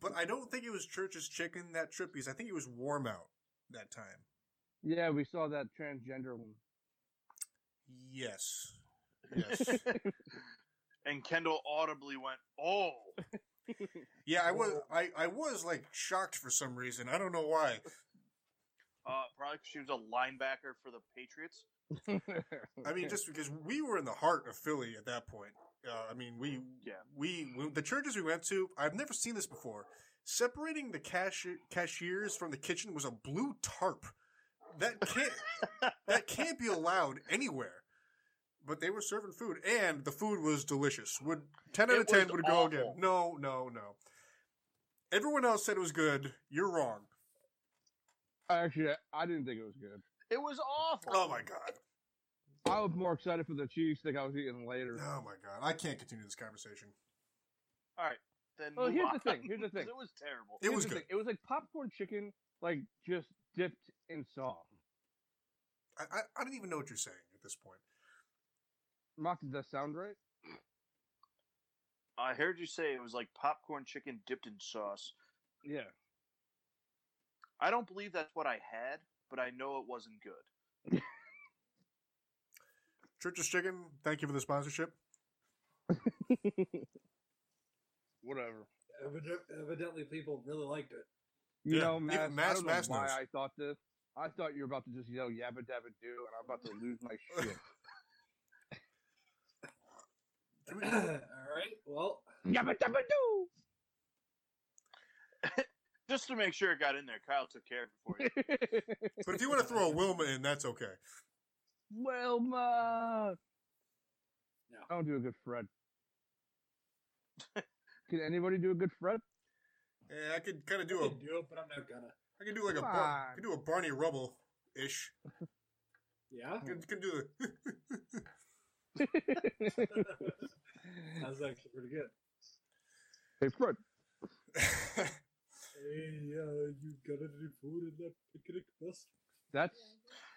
A: But I don't think it was Church's chicken that trip because I think it was warm out that time.
C: Yeah, we saw that transgender one.
A: Yes. Yes.
B: And Kendall audibly went, "Oh,
A: yeah, I was I, I was like shocked for some reason. I don't know why.
B: uh, probably 'cause she was a linebacker for the Patriots."
C: Oh,
A: I mean, just because we were in the heart of Philly at that point. Uh, I mean, we
B: Yeah.
A: we, we the churches we went to. I've never seen this before. Separating the cash cashiers from the kitchen was a blue tarp. That can't that can't be allowed anywhere. But they were serving food, and the food was delicious. Would ten out
B: It
A: of ten
B: was
A: would go
B: awful.
A: again? No, no, no. Everyone else said it was good. You're wrong.
C: Actually, I didn't think it was good.
B: It was awful.
A: Oh my god.
C: I was more excited for the cheesesteak I was eating later.
A: Oh my god. I can't continue this conversation.
B: Then
C: Well,
B: move
C: here's
B: on,
C: the thing, here's the
B: 'cause
C: thing.
B: It was terrible.
A: It
C: Here's
A: was
C: the
A: good.
C: thing, It was like popcorn chicken, like just dipped in sauce.
A: I, I I don't even know what you're saying at this point.
C: Mock, does that sound right?
B: I heard you say it was like popcorn chicken dipped in sauce.
C: Yeah.
B: I don't believe that's what I had, but I know it wasn't good.
A: Church's Chicken, thank you for the sponsorship.
C: Whatever.
D: Evide- evidently, people really liked it.
C: You
A: Yeah,
C: know,
A: even
C: Mass, I
A: Mass-
C: don't know
A: Mass
C: why
A: knows.
C: I thought this. I thought you were about to just yell yabba dabba do, and I'm about to lose my shit.
A: Can
D: All
A: we-
D: right. Well,
C: yabba dabba do.
B: Just to make sure it got in there, Kyle took care of it for you.
A: but if you want to throw a Wilma in, that's okay.
C: Wilma.
D: No.
C: I don't do a good Fred. Can anybody do a good Fred?
A: Yeah, I could kind of do
D: I
A: a
D: can do it, but I'm not gonna.
A: I could do like a
C: Come
A: bar, I
C: on.
A: could do a Barney Rubble ish.
D: Yeah.
A: Could, could do the
D: that was actually pretty good.
C: Hey Fred.
D: Hey, uh, you got any food in that picnic basket?
C: That's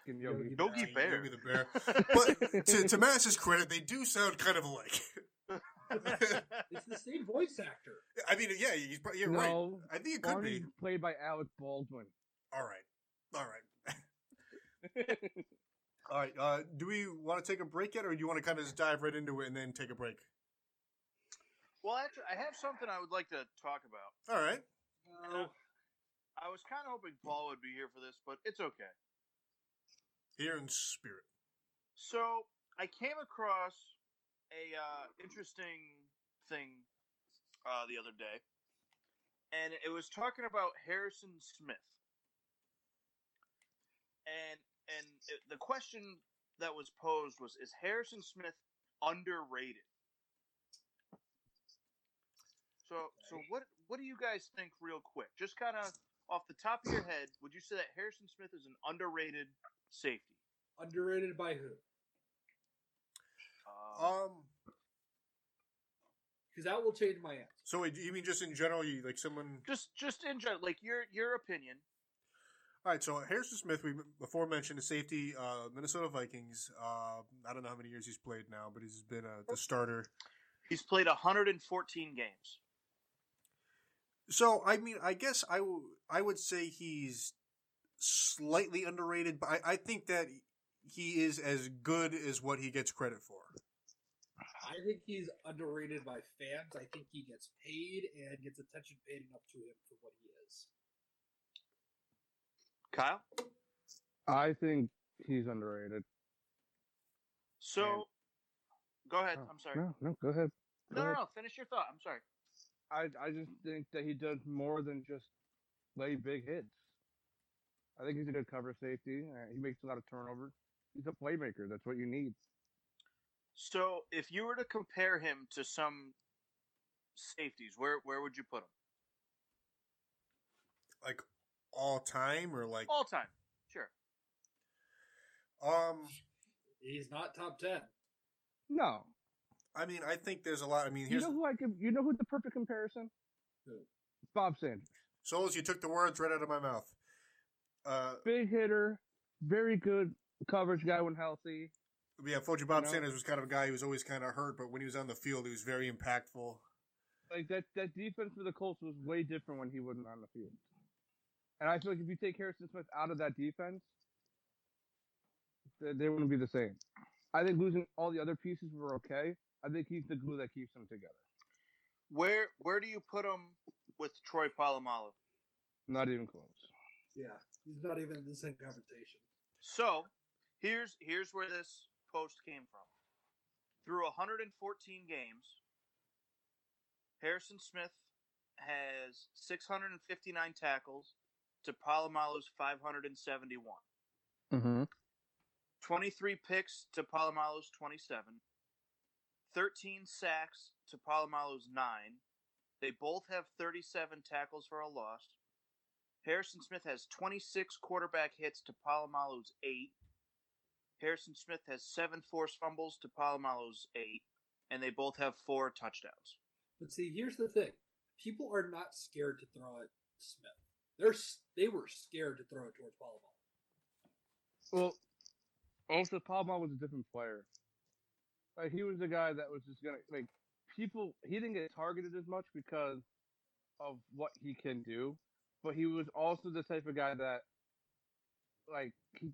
C: fucking yogi.
B: Yogi
D: Yogi
A: Yogi
B: Bear.
A: the bear. But to, to Mass's credit, they do sound kind of alike.
D: It's the same voice actor.
A: I mean, yeah, he's pro- you're right.
C: no,
A: I think it could
C: Barney's
A: be.
C: played by Alec Baldwin.
A: All right, all right, all right. Uh, do we want to take a break yet, or do you want to kind of just dive right into it and then take a break?
B: well, actually, I have something I would like to talk about.
A: All right.
D: No,
B: I was kind of hoping Paul would be here for this, but it's okay.
A: Here in spirit.
B: So I came across a uh, interesting thing uh, the other day, and it was talking about Harrison Smith, and and it, the question that was posed was: Is Harrison Smith underrated? So so what what do you guys think, real quick? Just kind of off the top of your head, would you say that Harrison Smith is an underrated safety?
D: underrated by who?
B: Uh,
A: Um.
D: Because that will change my answer.
A: So wait, you mean just in general? You like someone?
B: just just in general, like your your opinion.
A: All right. So Harrison Smith, we before mentioned, a safety, uh, Minnesota Vikings. Uh, I don't know how many years he's played now, but he's been a, the starter.
B: He's played 114 games.
A: So I mean, I guess I w- I would say he's slightly underrated, but I, I think that he is as good as what he gets credit for.
D: I think he's underrated by fans. I think he gets paid and gets attention paid enough to him for what he is.
B: Kyle.
C: I think he's underrated.
B: So, go ahead.
C: Oh,
B: I'm sorry.
C: No, no, go ahead.
B: No, no,
C: ahead.
B: no. Finish your thought. I'm sorry.
C: I I just think that he does more than just lay big hits. I think he's a good cover safety. Uh, he makes a lot of turnovers. He's a playmaker. That's what you need.
B: So, if you were to compare him to some safeties, where where would you put him?
A: Like all time or like
B: All time. Sure.
A: um.
D: He's not top ten.
C: No,
A: I mean, I think there's a lot. I mean,
C: you
A: here's
C: know who I could. You know who's the perfect comparison?
D: Who?
C: Bob Sanders.
A: Souls. You took the words right out of my mouth. Uh,
C: Big hitter, very good coverage guy when healthy.
A: yeah, Foji Bob
C: You know?
A: Sanders was kind of a guy who was always kind of hurt, but when he was on the field, he was very impactful.
C: Like that that defense for the Colts was way different when he wasn't on the field. And I feel like if you take Harrison Smith out of that defense, they, they wouldn't be the same. I think losing all the other pieces were okay. I think he's the glue that keeps them together.
B: Where where do you put him with Troy Polamalu?
C: Not even close.
D: Yeah, he's not even in the same conversation.
B: So, here's here's where this post came from. Through 114 games, Harrison Smith has 659 tackles to Palomalu's 571.
C: Mm-hmm.
B: 23 picks to Palomalu's 27. 13 sacks to Palomalu's 9. They both have 37 tackles for a loss. Harrison Smith has 26 quarterback hits to Palomalu's 8. Harrison Smith has 7 forced fumbles to Palomalu's 8. And they both have 4 touchdowns.
D: But see, here's the thing: people are not scared to throw at Smith. They're s- they were scared to throw it towards Polamalu.
C: Well, also Palma was a different player. Like he was the guy that was just gonna like people. He didn't get targeted as much because of what he can do, but he was also the type of guy that like he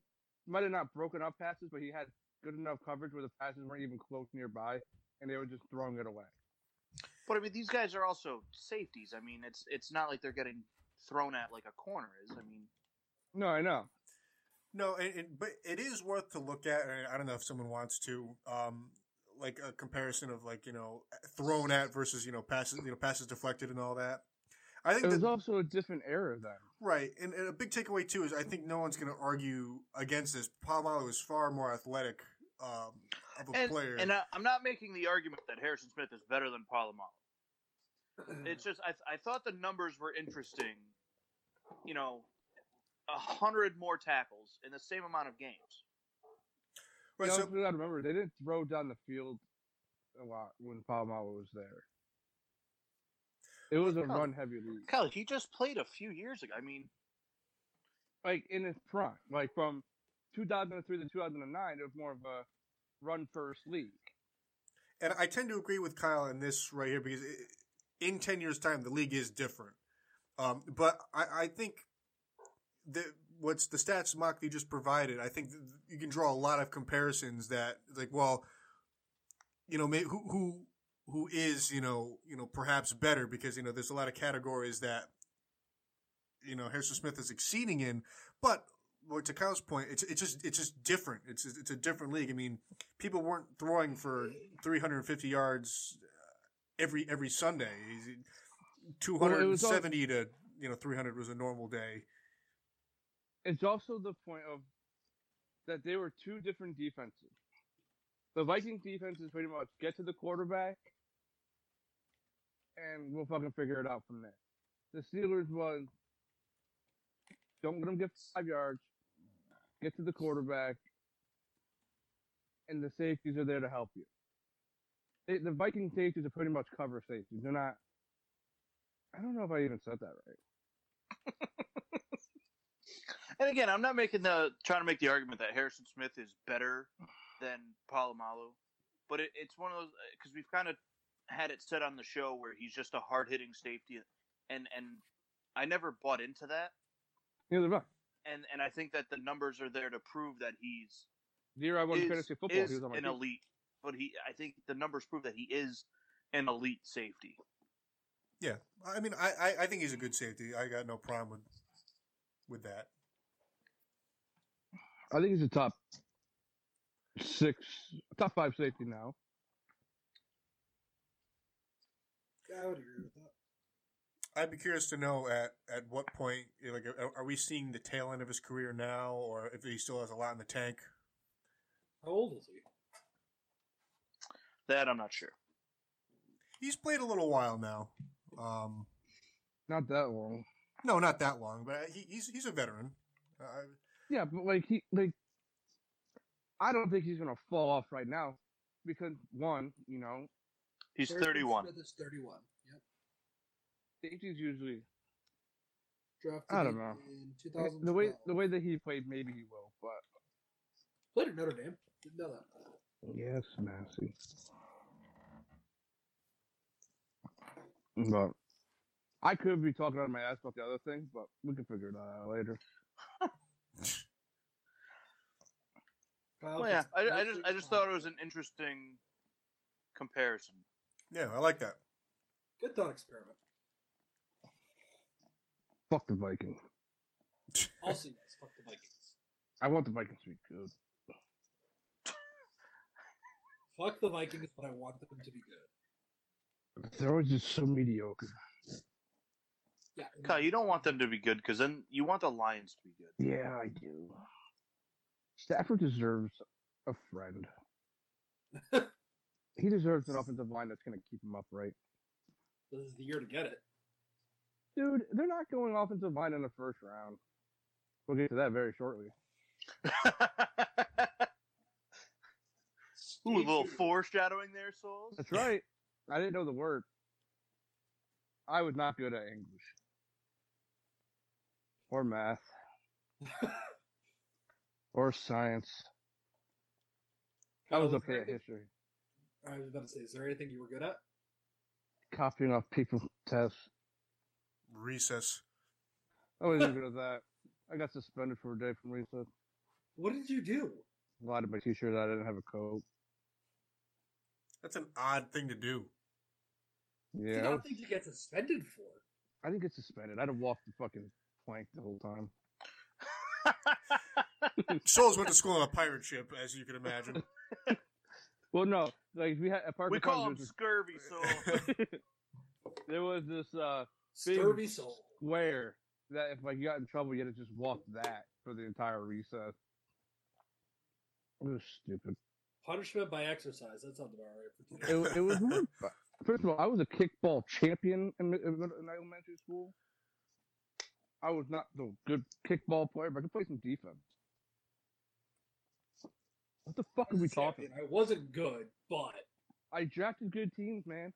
C: might have not broken up passes, but he had good enough coverage where the passes weren't even close nearby, and they were just throwing it away.
B: But I mean, these guys are also safeties. I mean, it's it's not like they're getting thrown at like a corner is. I mean,
C: No, I know.
A: No, and, and but it is worth to look at. And I don't know if someone wants to, um, like a comparison of like you know thrown at versus you know passes, you know passes deflected and all that. I think
C: It was
A: that,
C: also a different era then.
A: right, and, and a big takeaway too is I think no one's going to argue against this. Palomalo is far more athletic um, of a
B: and,
A: player.
B: and I, I'm not making the argument that Harrison Smith is better than Palomalu. It's just I, I thought the numbers were interesting. You know, a hundred more tackles in the same amount of games.
A: right,
C: you
A: so-
C: know, you gotta remember they didn't throw down the field a lot when Palma was there. It was a
B: No.
C: run heavy league,
B: Kyle, he just played a few years ago. I mean,
C: like in its prime, like from 2003 to 2009, it was more of a run first league.
A: and I tend to agree with Kyle in this right here because it, in ten years' time, the league is different. Um, but I, I think that what's the stats Mockley just provided, I think th- you can draw a lot of comparisons that like, well, you know, may, who who who is you know you know perhaps better because you know there's a lot of categories that you know Harrison Smith is exceeding in, but well, to Kyle's point, it's it's just it's just different. It's it's a different league. I mean, people weren't throwing for 350 yards uh, every every Sunday. He's- 270 to you know 300 was a normal day.
C: It's also the point of that they were two different defenses. The Vikings defense is pretty much get to the quarterback, and we'll fucking figure it out from there. The Steelers was don't let them get five yards, get to the quarterback, and the safeties are there to help you. They, the Viking safeties are pretty much cover safeties. They're not. I don't know if I even said that right.
B: And again, I'm not making the trying to make the argument that Harrison Smith is better than Palomalu, but it, it's one of those because we've kind of had it set on the show where he's just a hard hitting safety, and and I never bought into that,
C: Neither have
B: and and I think that the numbers are there to prove that he's
C: I. The year I won
B: is,
C: fantasy football,
B: is
C: he was on my
B: an
C: team.
B: elite, but he I think the numbers prove that he is an elite safety.
A: Yeah, I mean, I, I I think he's a good safety. I got no problem with with that.
C: I think he's a top six, top five safety now.
D: Yeah, I would agree with that.
A: I'd be curious to know at at what point you know, like are, are we seeing the tail end of his career now, or if he still has a lot in the tank?
D: How old is he?
B: That I'm not sure.
A: He's played a little while now. Um,
C: Not that long.
A: no, not that long, but he, he's he's a veteran. Uh,
C: Yeah, but like he, like, I don't think he's gonna fall off right now because one, you know,
B: He's
D: Harrison
B: 31.
D: Smith is 31. Yep.
C: safety's usually
D: Drafted
C: I don't know.
D: in 2012.
C: the way the way that he played. Maybe he will, but
D: Played at Notre Dame. Didn't know that.
C: yes, Massey. But I could be talking out of my ass about the other thing, but we can figure that out later.
D: Kyle
B: Well, yeah,
D: gets
B: I, I just I
D: no
B: just
D: free time.
B: thought it was an interesting comparison.
A: yeah, I like that.
D: good thought experiment.
C: Fuck the Vikings.
D: Also, yes, fuck the Vikings.
C: I want the Vikings to be good.
D: Fuck the Vikings, but I want them to be good.
C: They're always just so mediocre.
D: Yeah.
B: Kyle, you don't want them to be good because then you want the Lions to be good.
C: Yeah, I do. Stafford deserves a friend. he deserves an offensive line that's going to keep him upright.
D: This is the year to get it.
C: Dude, they're not going offensive line in the first round. We'll get to that very shortly.
B: Ooh, a little foreshadowing there, Souls.
C: That's right. I didn't know the word. I was not good at English or math or science. I was okay at history.
D: I was about to say, is there anything you were good at?
C: Copying off people's tests.
A: Recess.
C: I wasn't good at that. I got suspended for a day from recess.
D: What did you do?
C: lied to my teacher that I didn't have a coat.
A: That's an odd thing to do.
D: Dude, I
C: Yeah, I,
D: don't think you get suspended for.
C: I didn't get suspended. I had to walk the fucking plank the whole time.
A: Souls went to school on a pirate ship, as you can imagine.
C: Well, no, like we had at Parker
B: we call
C: Farms,
B: him scurvy, Souls.
C: there was this- there was this uh,
D: Scurvy soul.
C: square that if like you got in trouble, you had to just walk that for the entire recess. It was stupid.
D: Punishment by exercise. That sounds about right for today.
C: It, wa- it was more. First of all, I was a kickball champion in, mi- in mid- in elementary school. I was not the good kickball player, but I could play some defense. What the fuck are we talking?
D: I wasn't good, but
C: I drafted good teams, man.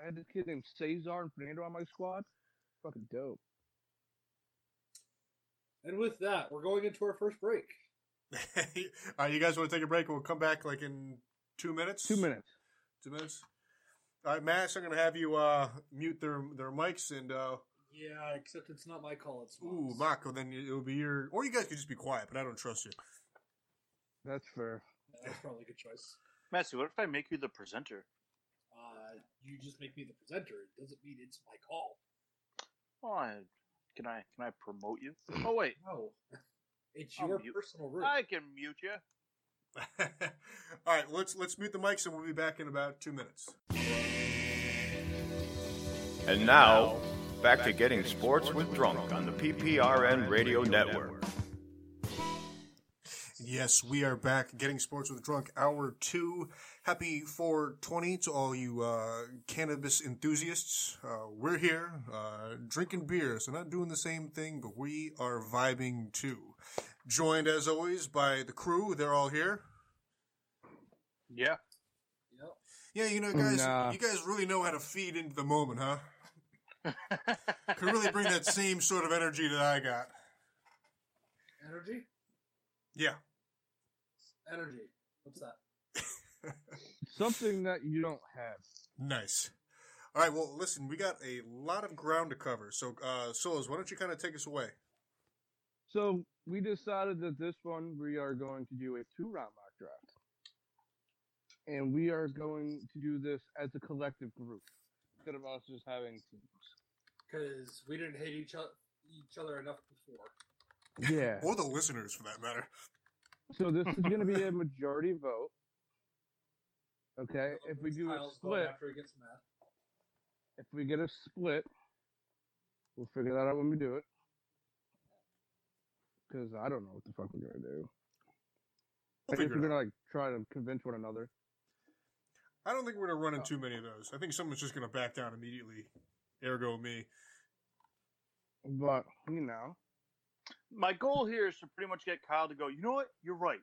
C: I had this kid named Cesar and Fernando on my squad. Fucking dope.
D: and with that, we're going into our first break.
A: All right, you guys want to take a break? We'll come back like in Two minutes.
C: Two minutes.
A: Two minutes. All right, Max. I'm going to have you uh, mute their their mics and. Uh,
D: Yeah, except it's not my call. It's
A: ooh,
D: Mom's.
A: Mako. Then it'll be your. Or you guys could just be quiet, but I don't trust you.
C: That's fair.
D: Yeah, That's probably a good choice.
B: Massey, what if I make you the presenter?
D: Uh, you just make me the presenter. It doesn't mean it's my call.
B: Oh, I, can I can I promote you? Oh wait,
D: No, it's
B: I'll
D: your
B: mute.
D: personal room.
B: I can mute you.
A: All right, let's let's mute the mics and we'll be back in about two minutes.
G: And now, back to getting sports with Drunk on the PPRN Radio Network.
A: Yes, we are back. Getting sports with drunk hour two. Happy 420 to all you uh, cannabis enthusiasts. Uh, we're here uh, drinking beer, so not doing the same thing, but we are vibing too. Joined as always by the crew. They're all here.
C: Yeah.
D: Yep.
A: Yeah, you know, guys,
C: Nah.
A: you guys really know how to feed into the moment, huh? Can really bring that same sort of energy that I got.
D: Energy,
A: Yeah.
D: energy. What's that?
C: Something that you don't have.
A: Nice. All right. Well, listen, we got a lot of ground to cover. So, uh, Solos, why don't you kind of take us away?
C: So we decided that this one we are going to do a two round mock draft. And we are going to do this as a collective group instead of us just having teams.
D: Because we didn't hate each other each other enough before.
C: Yeah.
A: Or the listeners, for that matter.
C: So this is going to be a majority vote. Okay. If we do a
D: Kyle's going
C: split,
D: after he gets mad.
C: if we get a split, we'll figure that out when we do it. Because I don't know what the fuck we're going to do.
A: We'll
C: I guess
A: figure
C: we're
A: it
C: going
A: out.
C: to like try to convince one another.
A: I don't think we're going to run in too many of those. I think someone's just going to back down immediately. Ergo, me.
C: But, you know,
B: My goal here is to pretty much get Kyle to go. You know what? You're right.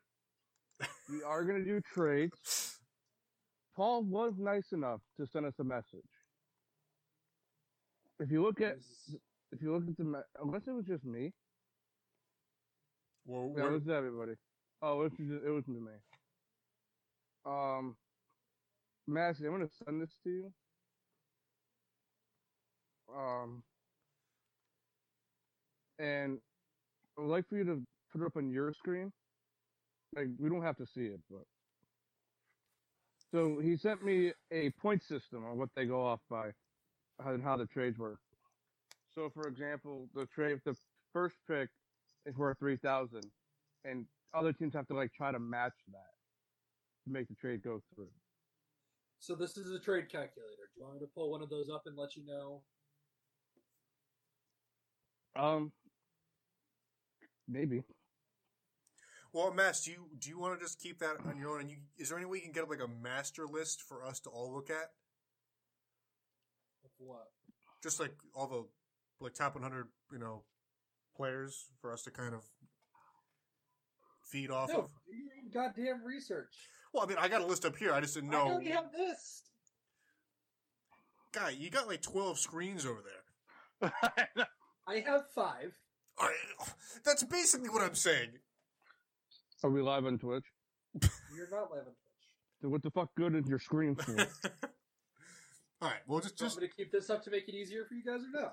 C: we are going to do trades. Paul was nice enough to send us a message. If you look at
D: This is-
C: if you look at the me- unless it was just me,
A: Well,
C: yeah, it
A: we're-
C: was everybody. Oh, it was just, it was me. Um, Massey, I'm gonna send this to you. Um, and I would like for you to put it up on your screen. Like we don't have to see it, but so he sent me a point system on what they go off by and how the trades work. So, for example, the trade if the first pick is worth three thousand, and other teams have to like try to match that to make the trade go through.
D: So this is a trade calculator. Do you want me to pull one of those up and let you know?
C: Um, maybe.
A: well, Mass, do you do you want to just keep that on your own? And you, is there any way you can get up like a master list for us to all look at?
D: Of what?
A: Just like all the like top 100, you know, players for us to kind of feed off
D: No,
A: of.
D: do your own goddamn research.
A: Well, I mean, I got a list up here. I just didn't
D: I
A: know.
D: already have this.
A: Guy, you got like 12 screens over there.
D: I have five.
A: I, that's basically what I'm saying.
C: Are we live on Twitch?
D: You're not live on Twitch.
C: So what the fuck good is your screen
A: All
C: for?
A: right. Well, just
D: Do you want
A: just
D: me to keep this up to make it easier for you guys or no?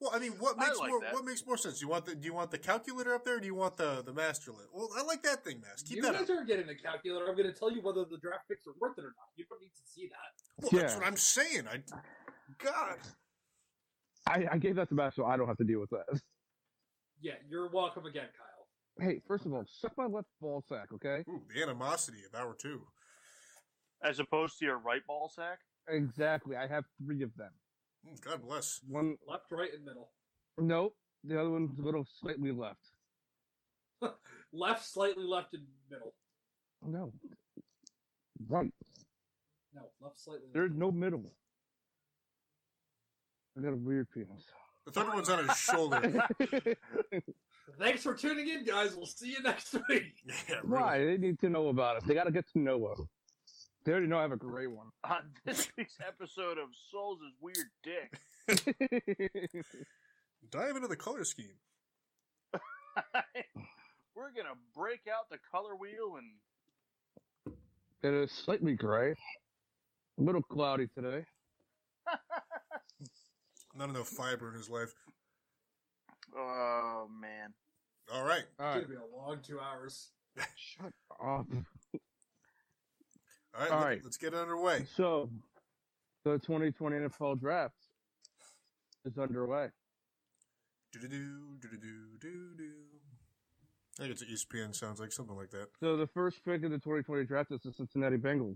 A: well. I mean, what
B: I
A: makes
B: like
A: more
B: that.
A: what makes more sense? Do you want the do you want the calculator up there? or Do you want the the master list? Well, I like that thing, Mass. Keep
D: you
A: that
D: guys
A: up.
D: are getting a calculator. I'm going to tell you whether the draft picks are worth it or not. You don't need to see that.
A: Well, that's
C: Yeah.
A: what I'm saying. I God.
C: I, I gave that to Matt, so I don't have to deal with that.
D: Yeah, you're welcome again, Kyle.
C: Hey, first of all, suck my left ball sack, okay?
A: Ooh, the animosity of hour two.
B: As opposed to your right ball sack.
C: Exactly. I have three of them.
A: Mm, God bless.
C: One,
D: Left, right, and middle.
C: nope. The other one's a little slightly left.
D: Left, slightly left, and middle.
C: No. Right.
D: No, left, slightly left.
C: There's no middle. I got a weird penis.
A: The third one's on his shoulder.
D: Thanks for tuning in, guys. We'll see you next week.
A: Yeah, really.
C: Why? They need to know about us. They got to get to know us. They already know I have a great one.
B: On this week's episode of Souls is Weird Dick.
A: Dive into the color scheme.
B: We're gonna break out the color wheel and
C: It is slightly gray, a little cloudy today.
A: Not enough fiber in his life.
B: Oh man.
A: All right.
C: All right,
D: It's gonna be a long two hours.
C: shut up.
A: All right.
C: All
A: let-
C: right.
A: Let's get underway.
C: So, the 2020 NFL draft is underway.
A: Do-do-do, do-do-do, do-do. I think it's E ESPN sounds like something like that.
C: So the first pick of the 2020 draft is the Cincinnati Bengals.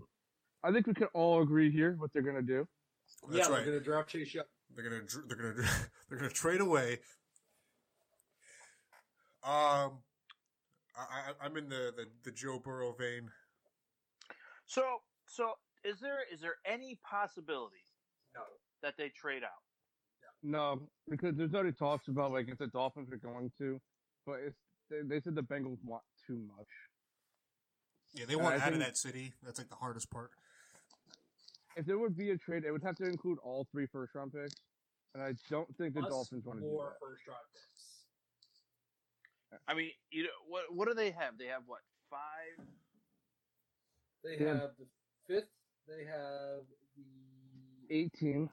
C: I think we can all agree here what they're going to do.
A: That's
D: yeah,
A: right.
D: we're gonna drop Chase Young.
A: They're gonna dr- they're gonna they're gonna trade away. Um, I, I I'm in the, the the Joe Burrow vein.
B: So so is there is there any possibility
D: No.
B: that they trade out?
C: No, because there's already talks about like if the Dolphins are going to, but it's they, they said the Bengals want too much.
A: Yeah, they
C: And
A: want
C: I
A: out of
C: think-
A: that city. That's like the hardest part.
C: If there would be a trade, it would have to include all three first round picks, and I don't think the
D: Plus
C: Dolphins want to do
D: four
C: that.
D: first round picks.
B: I mean, you know what what do they have? They have what five?
D: They
C: Yeah.
D: have the fifth. They have the
C: 18
D: 18th,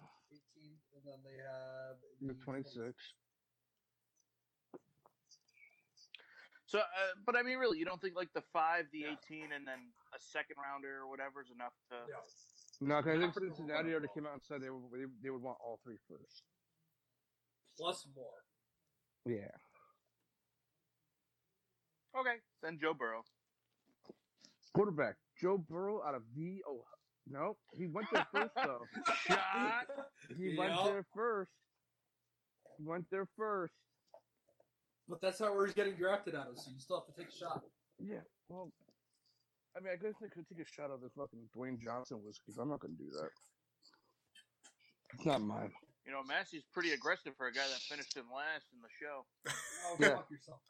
D: and then they have
C: to 26.
B: So, uh, but I mean, really, you don't think like the five, the eighteen, and then a second rounder or whatever is enough to?
D: No.
C: No, 'cause I think
D: That's the
C: Cincinnati
D: whole
C: already
D: world.
C: came out and said they would they, they would want all three first.
D: plus more.
C: Yeah.
B: Okay, then Joe Burrow.
C: Quarterback Joe Burrow out of the oh no, he went there first though.
B: Shot.
C: He
D: Yeah.
C: went there first. He went there first.
D: But that's not where he's getting drafted out of, so you still have to take a shot.
C: Yeah. Well, I mean, I guess they could take a shot of the fucking Dwayne Johnson whiskey. but I'm not going to do that. It's not mine.
B: You know, Massey's pretty aggressive for a guy that finished in last in the show.
D: Oh,
C: Yeah.
D: fuck yourself.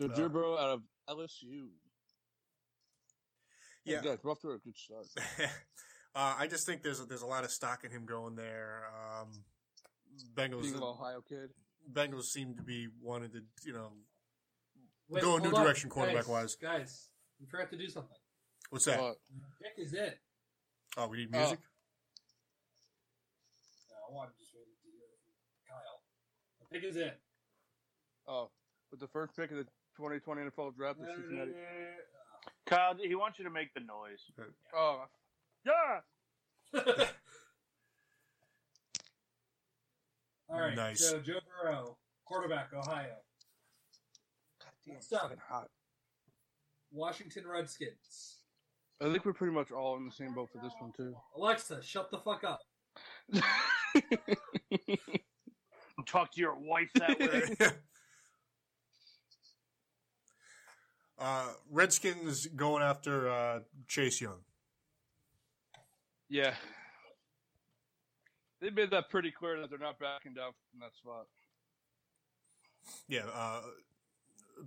C: So
A: Uh,
C: Joe Burrow out of LSU.
A: Yeah.
C: Good. We're off to a good start.
A: uh, I just think there's a, there's a lot of stock in him going there. Um, Bengals
C: Being an Ohio kid.
A: Bengals seem to be wanting to you know
D: Wait,
A: Go a new
D: hold on.
A: direction quarterback-wise.
D: Guys, guys, we forgot to do something.
A: what's that?
C: But
D: Nick is in.
A: oh, we need music.
D: No, I want him just waiting to hear from Kyle. Nick is in.
C: oh, with the first pick of the 2020 NFL draft, the
D: No, no, no,
C: Cincinnati.
D: no, no,
B: Kyle, he wants you to make the noise.
C: Oh, yeah.
D: no. All right,
A: Nice.
D: so Joe Burrow, quarterback, Ohio.
C: Goddamn, it's
D: What's up?
C: fucking hot.
D: Washington Redskins.
C: I think we're pretty much all in the same boat for this one too.
D: Alexa, shut the fuck up.
B: Talk to your wife that way.
A: uh, Redskins going after uh, Chase Young.
C: yeah. They made that pretty clear that they're not backing down from that spot.
A: Yeah, uh,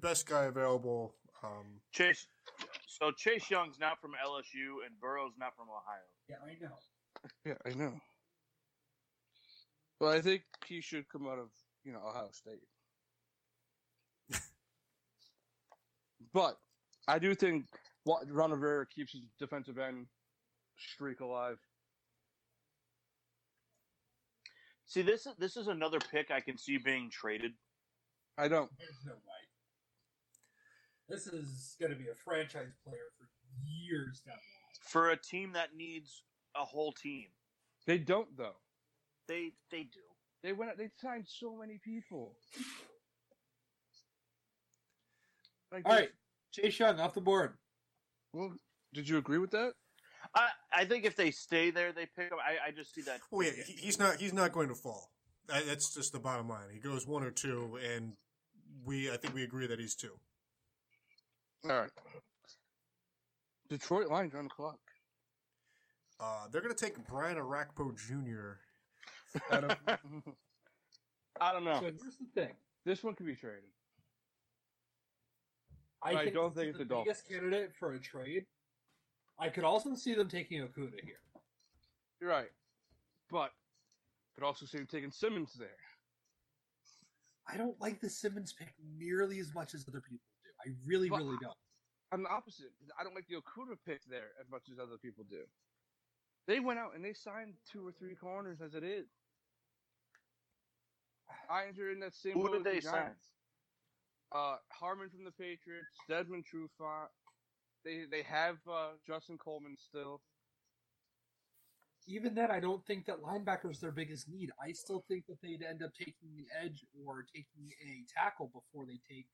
A: best guy available. Um,
B: Chase. So Chase Young's not from LSU and Burrow's not from Ohio.
D: Yeah, I know.
C: Yeah, I know. Well, I think he should come out of you know Ohio State. but I do think Wa- Ron Rivera keeps his defensive end streak alive.
B: See, this is this is another pick I can see being traded.
C: I don't.
D: There's no way. This is going to be a franchise player for years down the line.
B: for a team that needs a whole team.
C: They don't though.
B: They they do.
C: They went. out- They signed so many people. Like,
D: All right, Chase Young off the board.
C: Well, did you agree with that?
B: I I think if they stay there, they pick up. I, I just see that.
A: well, yeah, he, he's not he's not going to fall. Uh, That's just the bottom line. He goes one or two, and we I think we agree that he's two.
C: All right. Detroit Lions are on the clock.
A: Uh, they're going to take Brian Arakpo Jr. out of
C: I don't know.
D: So here's the thing.
C: This one could be traded.
D: I,
C: I
D: think
C: don't
D: this
C: think
D: is
C: it's the
D: biggest candidate for a trade. I could also see them taking Okuda here.
C: You're right. But could also see him taking Simmons there.
D: I don't like the Simmons pick nearly as much as other people do. I really,
C: Well,
D: really don't.
C: I'm the opposite. 'cause I don't like the Okuda pick there as much as other people do. They went out and they signed two or three corners as it is. Irons are in that same.
B: Who
C: boat
B: did
C: as the
B: they sign?
C: Giants. Uh, Harmon from the Patriots, Desmond Trufant. They they have uh, Justin Coleman still.
D: Even then, I don't think that linebacker's their biggest need. I still think that they'd end up taking an edge or taking a tackle before they take.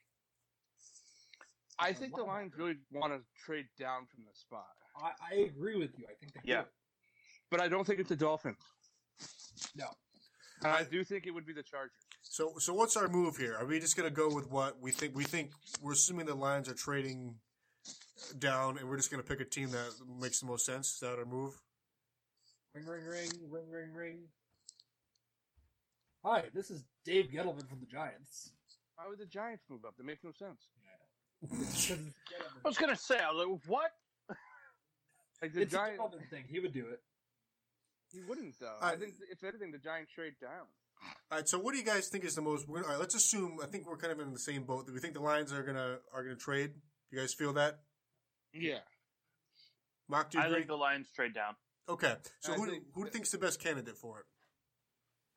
C: I
D: a
C: think the
D: linebacker.
C: Lions really want to trade down from the spot,
D: I, I agree with you. I think they
B: Yeah.
D: do.
C: but I don't think it's the Dolphins.
D: No.
C: And I
A: I-
C: do think it would be the Chargers.
A: So so what's our move here? Are we just gonna go with what we think? We think we're assuming the Lions are trading down, and we're just gonna pick a team that makes the most sense. Is that our move?
D: Ring, ring, ring, ring, ring, ring. Hi, this is Dave Gettleman from the Giants.
C: Why would the Giants move up? That makes no sense.
D: Because it's
B: I
D: Gettleman.
B: was gonna say, I was like, what?
C: Like the
D: It's a
C: Giants,
D: Gettleman thing. He would do it.
C: you wouldn't though.
A: I-
C: I think if anything, the Giants trade down.
A: All right. So what do you guys think is the most? We're, all right. Let's assume. I think we're kind of in the same boat. Do we think the Lions are gonna are gonna trade? You guys feel that?
C: Yeah.
A: Mock, do you
B: I
A: agree?
B: think the Lions trade down.
A: okay. So
C: I
A: who
C: think-
A: who thinks the best candidate for it?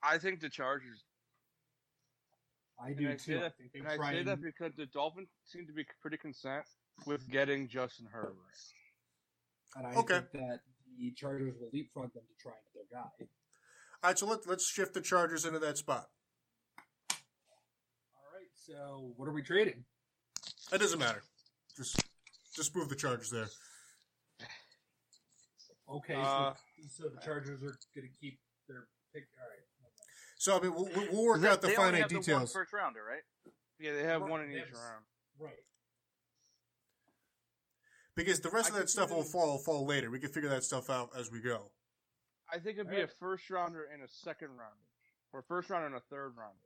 C: I think the Chargers.
D: I do
C: And I say
D: too. I
C: that,
D: think they
C: and I
D: try
C: say
D: and-
C: that because the Dolphins seem to be pretty content with getting Justin Herbert.
D: and I
A: Okay.
D: think that the Chargers will leapfrog them to try and get their guy.
A: All right. So let let's shift the Chargers into that spot.
D: All right, so what are we trading?
A: It doesn't matter. Just just move the Chargers there.
D: Okay,
C: Uh,
D: so, so the Chargers are going to keep their pick. All right.
A: So I mean, we'll, we'll we'll work out the
B: they only
A: finite
B: have The one
A: details.
B: first rounder, right?
C: Yeah, they have
D: Right,
C: one in each
D: yes.
C: round.
D: Right.
A: Because the rest
C: I
A: of
C: can
A: that
C: see
A: stuff will
C: them-
A: fall fall later. We can figure that stuff out as we go.
C: I think it'd be a first rounder and a second rounder, or a first rounder and a third rounder.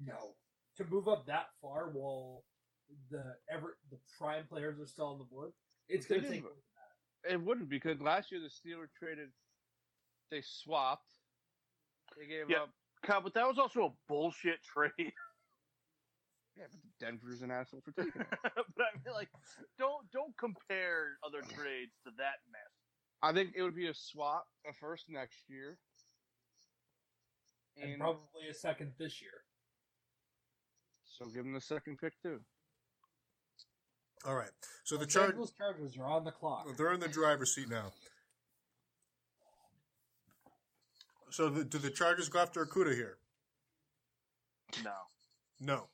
D: No. To move up that far while the ever the prime players are still on the board, it's going to
C: They
D: take.
C: didn't- It wouldn't because last year the Steelers traded, they swapped, they gave
B: Yeah.
C: up.
B: God, but that was also a bullshit trade.
C: Yeah, but Denver's an asshole for taking it.
B: but I mean, like, don't don't compare other trades to that mess.
C: I think it would be a swap, a first next year,
D: And
C: and
D: probably a second this year.
C: so give them the second pick too.
A: All right. So the
D: Los
A: Chargers
D: Angeles Chargers are on the clock.
A: they're in the driver's seat now. So the, do the Chargers go after Okuda here?
B: No,
A: No.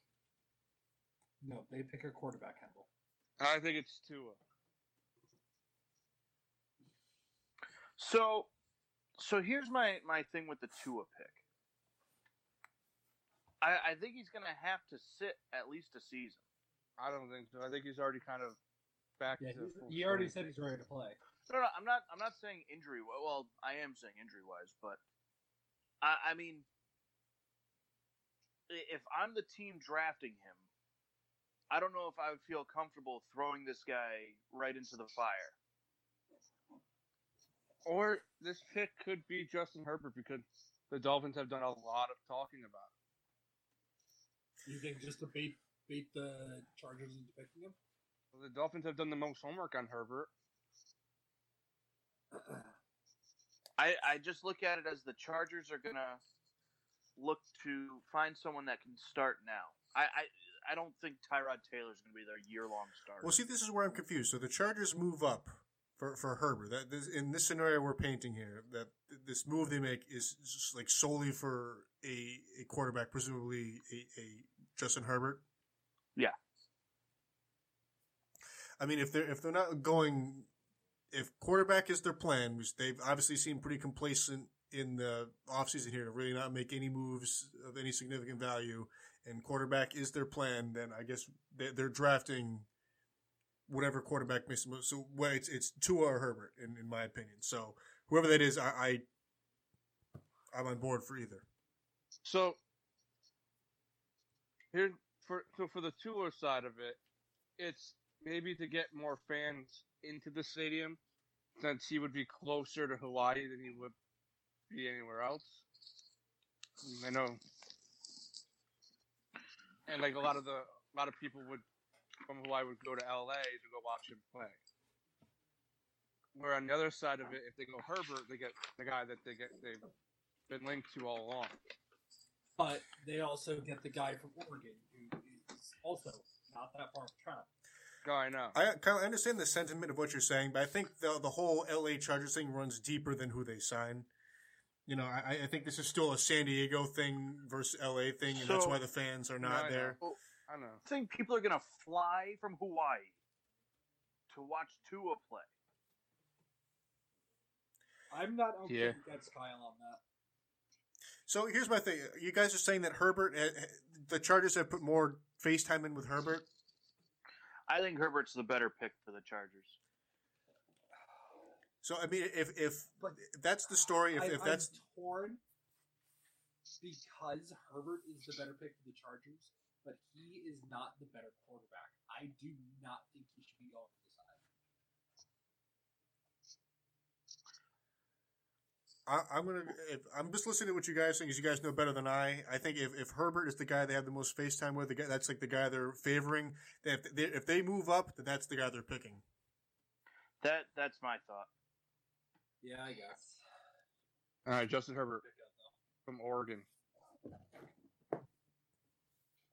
D: No, they pick a quarterback handle.
C: I think it's Tua.
B: so so here's my my thing with the Tua pick. I, I think he's gonna have to sit at least a season.
C: I don't think so. I think he's already kind of back
D: Yeah,
C: to
D: he's-
C: full
D: he already
C: strength.
D: said he's ready to play.
B: No, no, I'm not. I'm not saying injury. wi- Well, I am saying injury wise, but I, I mean, i- if I'm the team drafting him, I don't know if I would feel comfortable throwing this guy right into the fire.
C: Or this pick could be Justin Herbert because the Dolphins have done a lot of talking about it.
D: You think just to bait bait the Chargers into picking him?
C: The Dolphins have done the most homework on Herbert.
B: I, I just look at it as the Chargers are gonna look to find someone that can start now. I I, I don't think Tyrod Taylor's gonna be their year long starter.
A: Well, see, this is where I'm confused. So the Chargers move up for for Herbert. That this, in this scenario we're painting here, that this move they make is just like solely for a, a quarterback, presumably a, a Justin Herbert.
B: Yeah.
A: I mean, if they're if they're not going, if quarterback is their plan, which they've obviously seemed pretty complacent in the offseason here to really not make any moves of any significant value, and quarterback is their plan, then I guess they, they're drafting whatever quarterback makes the most. So well, it's it's Tua or Herbert, in, in my opinion. So whoever that is, I, I I'm on board for either.
C: So here for so for the tour side of it, it's maybe to get more fans into the stadium since he would be closer to Hawaii than he would be anywhere else. I know. And like a lot of the a lot of people would from Hawaii would go to LA to go watch him play. Where on the other side of it, if they go Herbert, they get the guy that they get they've been linked to all along.
D: But they also get the guy from Oregon who is also not that far from travel.
C: Guy, Oh, I know.
A: I kind of understand the sentiment of what you're saying, but I think the the whole L.A. Chargers thing runs deeper than who they sign. You know, I, I think this is still a San Diego thing versus L.A. thing, and that's
B: So-
A: why the fans are
C: No,
A: not
C: I know.
A: there.
B: Oh.
C: I know.
B: think people are gonna fly from Hawaii to watch Tua play.
D: I'm not okay
C: Yeah.
D: against Kyle on that.
A: So here's my thing: you guys are saying that Herbert, eh, eh, the Chargers have put more FaceTime in with Herbert.
B: I think Herbert's the better pick for the Chargers.
A: So I mean, if if
D: But
A: that's the story, if,
D: I,
A: if that's
D: I'm torn because Herbert is the better pick for the Chargers, but he is not the better quarterback. I do not think he should be going for this side.
A: I, I'm gonna. If, I'm just listening to what you guys think, because you guys know better than I. I think if, if Herbert is the guy they have the most FaceTime with, the guy, that's like the guy they're favoring. If they, if they move up, then that's the guy they're picking.
B: That that's my thought.
D: Yeah, I guess.
C: All right, Justin Herbert from Oregon.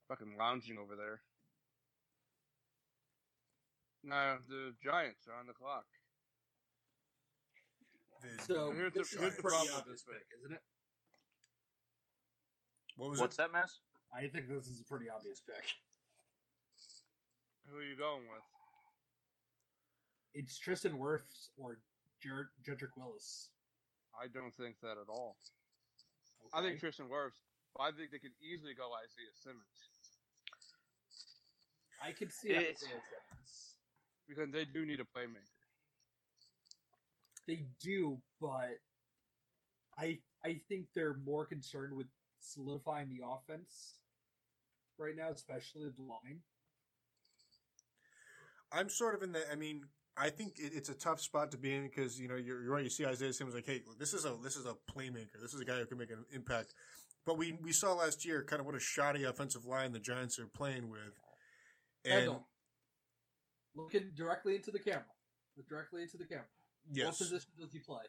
C: Fucking lounging over there. No, the Giants are on the clock.
A: The-
D: So
C: Here's the-
D: this is
C: here's the
D: pretty
C: problem with
D: obvious
C: this pick.
D: pick, isn't it?
A: what was
B: What's that mess?
D: I think this is a pretty obvious pick.
C: Who are you going with?
D: It's Tristan Wirfs or Jer- Jedrick Willis.
C: I don't think that at all. I think Tristan Wirfs. but I think they could easily go Isaiah Simmons
D: I could see that.
B: It's-
C: because they do need a playmaker.
D: They do, but I I think they're more concerned with solidifying the offense right now, especially the
A: it?
D: line.
A: I'm sort of in the. I mean, I think it, it's a tough spot to be in because you know you're, you're right. You see Isaiah Simmons like, hey, look, this is a this is a playmaker. This is a guy who can make an impact. But we we saw last year kind of what a shoddy offensive line the Giants are playing with. And
D: Kendall, looking directly into the camera. Look directly into the camera. What
A: yes,
D: position does he play?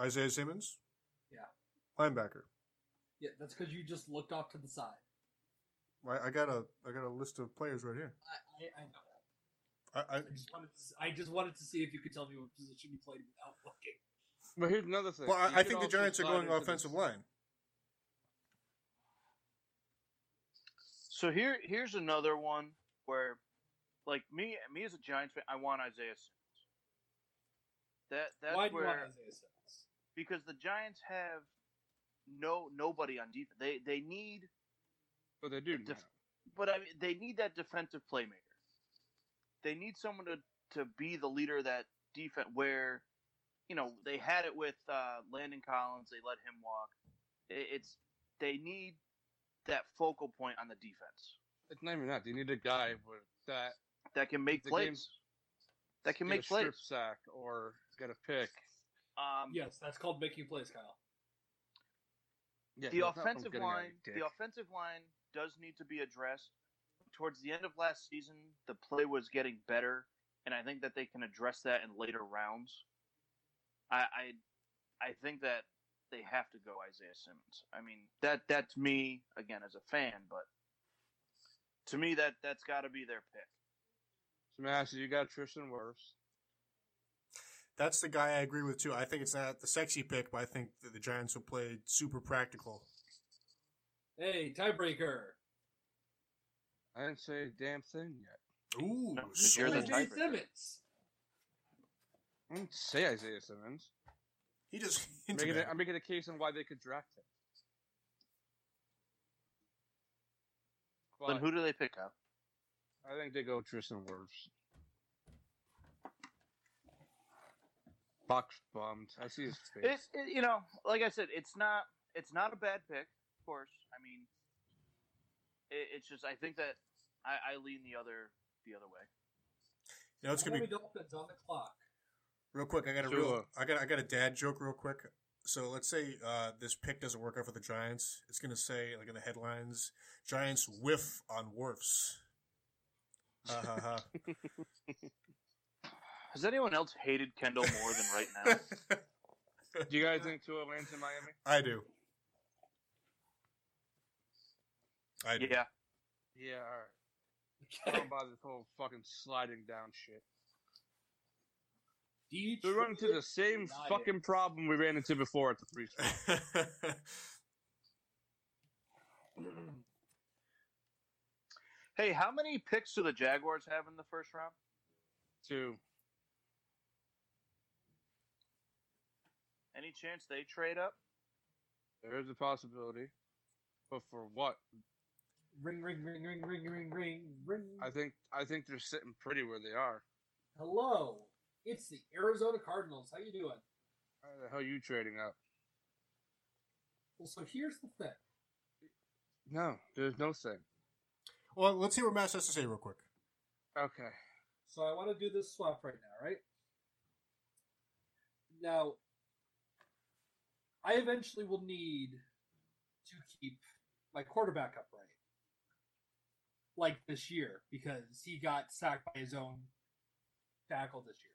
A: Isaiah Simmons.
D: Yeah.
A: linebacker.
D: Yeah, that's because you just looked off to the side.
A: I, I got a I got a list of players right here.
D: I, I, I know.
A: I, I
D: I just wanted to. s- I just wanted to see if you could tell me what position you played without looking.
C: But here's another thing.
A: well,
C: You
A: I, I
C: could
A: think the
C: also
A: Giants are
C: slide
A: going
C: into the-
A: offensive line.
B: So here here's another one where like me me as a Giants fan, I want Isaiah Simmons. That that's
D: Why do
B: where
D: you want Isaiah Simmons?
B: because the Giants have no nobody on defense. They they need
C: But they do.
B: Def-
C: now.
B: but I mean, they need that defensive playmaker. They need someone to, to be the leader of that defense. Where, you know, they had it with uh, Landon Collins. They let him walk. I- It's they need that focal point on the defense
C: It's not even that. They need a guy with that
B: that can make
C: The
B: plays.
C: game's-
B: that can
C: get a
B: make plays.
C: strip sack or get a pick.
B: Um,
D: Yes, that's called making plays, Kyle.
C: Yeah,
B: the
C: that's not from
B: offensive
C: getting out of
B: line,
C: your
B: the
C: dick.
B: offensive line does need to be addressed. Towards the end of last season, the play was getting better, and I think that they can address that in later rounds. I, I, I think that they have to go Isaiah Simmons. I mean, that that's me again as a fan, but to me that that's got to be their pick.
C: So, Mass, you got Tristan Wirfs.
A: That's the guy I agree with too. I think it's not the sexy pick, but I think that the Giants will play super practical.
D: Hey, tiebreaker.
C: I didn't say a damn thing yet.
A: Ooh,
B: No, 'cause you're the
A: sweet.
D: Isaiah
B: tiebreaker.
D: Simmons.
C: I didn't say Isaiah Simmons.
A: he just hinted
C: Making
A: at
C: a,
A: it.
C: I'm making a case on why they could draft him.
B: Then
C: But
B: who do they pick up?
C: I think they go Tristan Wirfs. Bucks bummed. I see his face.
B: It, it, you know, like I said, it's not it's not a bad pick, of course. I mean, it, it's just I think that I, I lean the other the other way.
A: You know, it's gonna be
D: Miami Dolphins on the clock.
A: real quick. I got a
C: Tua.
A: real. I got I got a dad joke real quick. So let's say uh, this pick doesn't work out for the Giants. It's going to say, like in the headlines, Giants whiff on Worfs. Ha ha ha.
B: Has anyone else hated Kendall more than right now?
C: Do you guys think Tua lands in Miami?
A: I do. I do.
B: yeah.
C: Yeah, all right. I don't buy this whole fucking sliding down shit. We run into the same
D: United.
C: fucking problem we ran into before at the three spot.
B: Hey, how many picks do the Jaguars have in the first round?
C: Two.
B: Any chance they trade up?
C: There is a possibility. But for what?
D: Ring, ring, ring, ring, ring, ring, ring, ring.
C: I think I think they're sitting pretty where they are.
D: Hello, it's the Arizona Cardinals. How you doing?
C: How the hell are you trading up?
D: Well, so here's the thing.
C: No, there's no thing.
A: well, let's hear what Mass has to say real quick.
C: Okay.
D: So I want to do this swap right now, right? Now, I eventually will need to keep my quarterback upright, like this year, because he got sacked by his own tackle this year.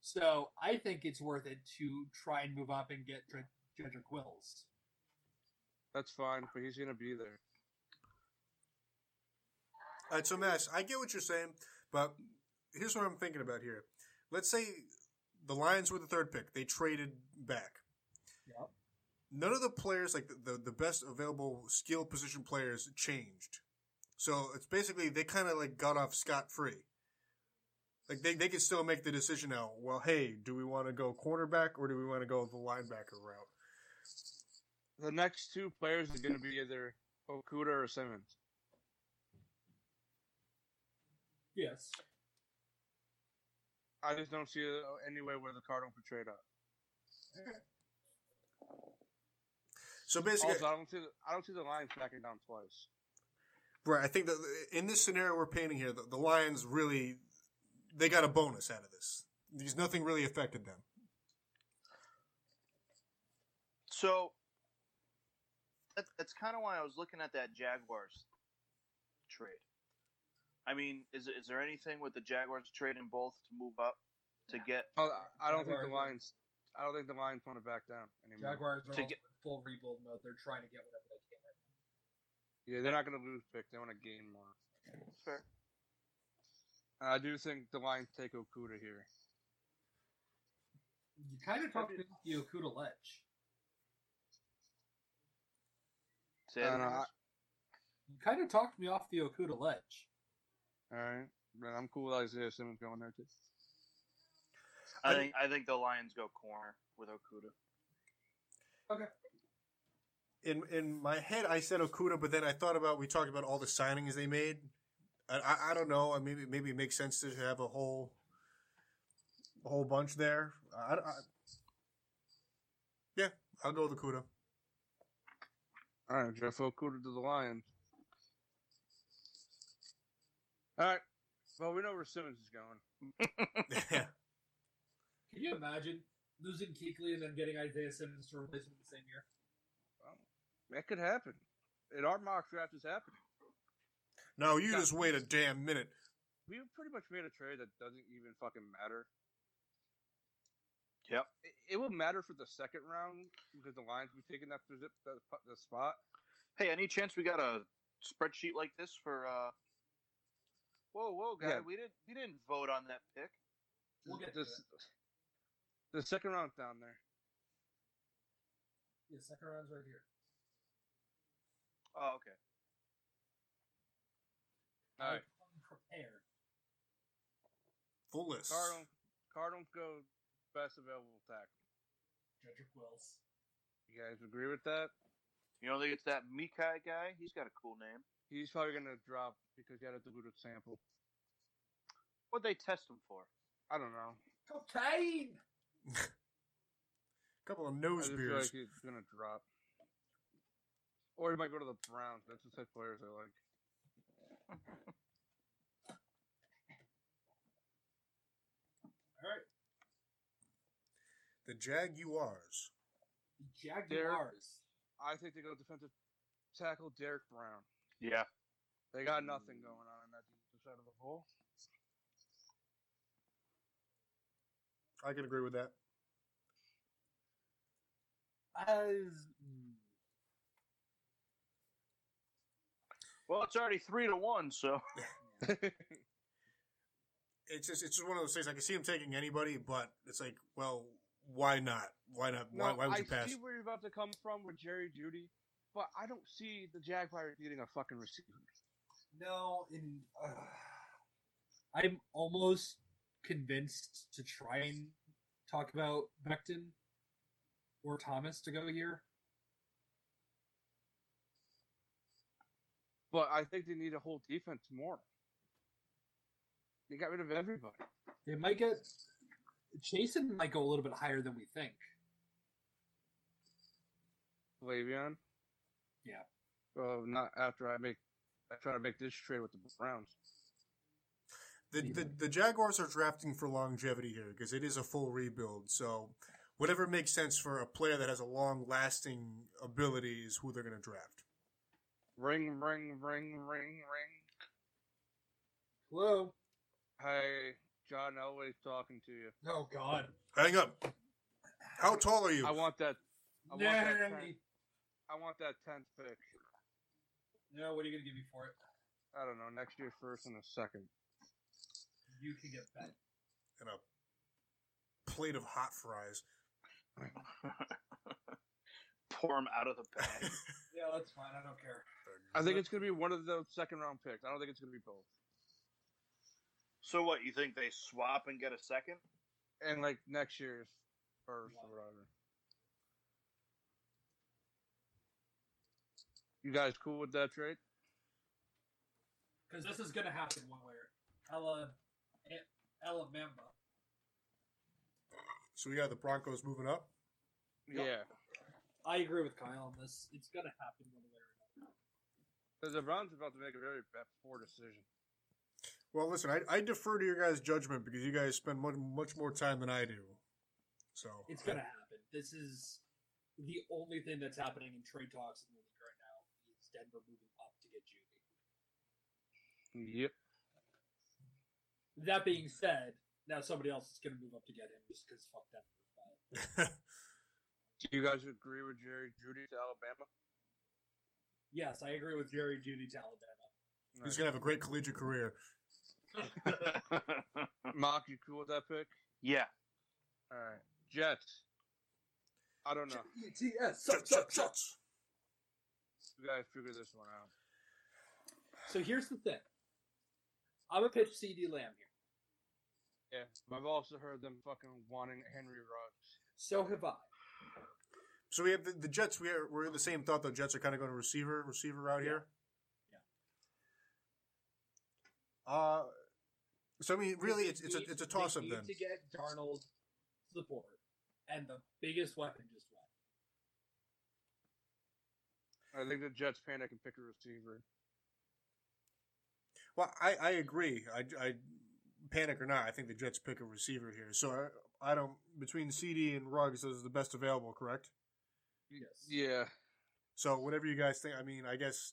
D: So I think it's worth it to try and move up and get Dred- Jedrick Wills.
C: That's fine, but he's gonna be there.
A: All right, so Mass, I get what you're saying, but here's what I'm thinking about here. Let's say the Lions were the third pick; they traded back.
D: Yep.
A: None of the players, like the the, the best available skill position players, changed. So it's basically they kind of like got off scot free. Like they they can still make the decision now. Well, hey, do we want to go cornerback or do we want to go the linebacker route?
C: The next two players are gonna be either Okuda or Simmons.
D: Yes.
C: I just don't see any way where the Cardinals could trade up.
A: So basically,
C: Also, I don't see the, I don't see the Lions backing down twice.
A: Right. I think that in this scenario we're painting here, the, the Lions really they got a bonus out of this because nothing really affected them.
B: So that, that's kind of why I was looking at that Jaguars trade. I mean, is is there anything with the Jaguars trading both to move up to get
C: Oh, I I don't think
D: Jaguars.
C: the Lions. I don't think the Lions want to back down anymore.
D: Jaguars are
B: Mm-hmm. To
D: all
B: get-
D: full rebuild mode. They're trying to get whatever they can.
C: Yeah, they're not going to lose pick. They want to gain more.
B: Fair.
C: And I do think the Lions take Okuda here.
D: You kind of talked about the Okuda ledge.
B: say that
C: I don't know,
B: again?
C: I-
D: You kind of talked me off the Okuda ledge.
C: All right, but I'm cool with Isaiah Simmons going there too.
B: I think I think the Lions go corner with Okuda.
A: In in my head, I said Okuda, but then I thought about we talked about all the signings they made. I, I, I don't know. I maybe maybe it makes sense to have a whole a whole bunch there. I, I- yeah, I'll go with Okuda.
C: All right, Jeff Okuda to the Lions. All right. Well, we know where Simmons is going.
A: yeah.
D: Can you imagine losing Keekly and then getting Isaiah Simmons to replace him the same year?
C: That could happen. In our mock draft is happening.
A: No, you just wait a damn minute.
C: We pretty much made a trade that doesn't even fucking matter.
B: Yep.
C: It, it will matter for the second round because the Lions will be taking that, posi- that, that spot.
B: Hey, any chance we got a spreadsheet like this for? uh Whoa, whoa, guy!
C: Yeah.
B: We didn't we didn't vote on that pick.
D: We'll get to
C: this, the second round down there.
D: Yeah, second round's right here.
B: Oh, okay.
C: All right.
D: I'm prepared.
A: Full list.
C: Cardinals, Cardinals go best available tackle.
D: Jedrick Wills.
C: You guys agree with that?
B: You know, it's that Mikai guy. He's got a cool name.
C: He's probably going to drop because he had a diluted sample.
B: What'd they test him for?
C: I don't know.
D: Cocaine!
A: couple of
C: I
A: nose
C: just feel
A: beers.
C: like he's going to drop. Or he might go to the Browns. That's the type of players I like.
D: All right.
A: The Jaguars.
D: Jaguars.
C: I think they go defensive tackle Derek Brown.
B: Yeah.
C: They got nothing
D: Hmm.
C: going on on that defensive side of the ball.
A: I can agree with that.
D: As
B: Well, it's already three to one, so
A: It's just it's just one of those things. I can see him taking anybody, but it's like, well, why not? Why not? why,
C: Now,
A: why would
C: I
A: you pass?
C: see where you're about to come from with Jerry Judy, but I don't see the Jaguars needing a fucking receiver.
D: no, in uh, I'm almost convinced to try and talk about Becton or Thomas to go here.
C: But I think they need a whole defense more. They got rid of everybody.
D: They might get Jason might go a little bit higher than we think.
C: Le'Veon.
D: Yeah.
C: Well, not after I make. I try to make this trade with the Browns.
A: The, the the Jaguars are drafting for longevity here because it is a full rebuild. So whatever makes sense for a player that has a long lasting ability is who they're going to draft.
C: Ring, ring, ring, ring, ring.
D: Hello.
C: Hey, John Elway's talking to you.
D: Oh God.
A: Hang up. How tall are you?
C: I want that. I want
D: No,
C: that
D: no, no,
C: tank. I want that tenth pick.
D: no, what are you gonna give me for it?
C: I don't know next year first and a second.
D: You can get that.
A: and a plate of hot fries.
B: pour him out of the bag.
D: Yeah, that's fine. I don't care.
C: I think it's gonna be one of those second round picks. I don't think it's gonna be both.
B: so what? You think they swap and get a second?
C: And like next year's first or whatever. You guys cool with that trade?
D: Because this is gonna happen one way or Ella, eh, Ella Mamba.
A: So we got the Broncos moving up.
C: Yeah.
D: I agree with Kyle on this. It's gonna happen one way or another.
C: Because the Browns are about to make a very bad, poor decision.
A: Well, listen, I, I defer to your guys' judgment because you guys spend much, much more time than I do. So
D: It's gonna happen. This is the only thing that's happening in trade talks in the league right now is Denver moving up to get Judy.
C: Yep.
D: That being said, now somebody else is gonna move up to get him just because fuck Denver. But
C: Do you guys agree with Jerry Judy to Alabama?
D: yes, I agree with Jerry Judy to Alabama.
A: he's gonna have a great collegiate career.
C: Mark, you cool with that pick?
B: yeah.
C: All right. Jets. I don't know.
D: E-T-S,
A: Shots, shots, shots.
C: You guys figure this one out.
D: So here's the thing. I'm gonna pitch CD Lamb here.
C: Yeah. I've also heard them fucking wanting Henry Ruggs.
D: So have I.
A: So we have the, the Jets. We are we're in the same thought though. Jets are kind of going to receiver receiver out here. Yeah. Uh, so I mean, really,
D: They
A: it's it's a
D: need-
A: it's a
D: they
A: toss up
D: need
A: then.
D: To get Darnold to the board, and the biggest weapon just went.
C: I think the Jets panic and pick a receiver.
A: Well, I, I agree. I, I panic or not, I think the Jets pick a receiver here. So I, I don't between CD and Ruggs, those are the best available, correct?
D: Yes.
C: Yeah.
A: So whatever you guys think, I mean, I guess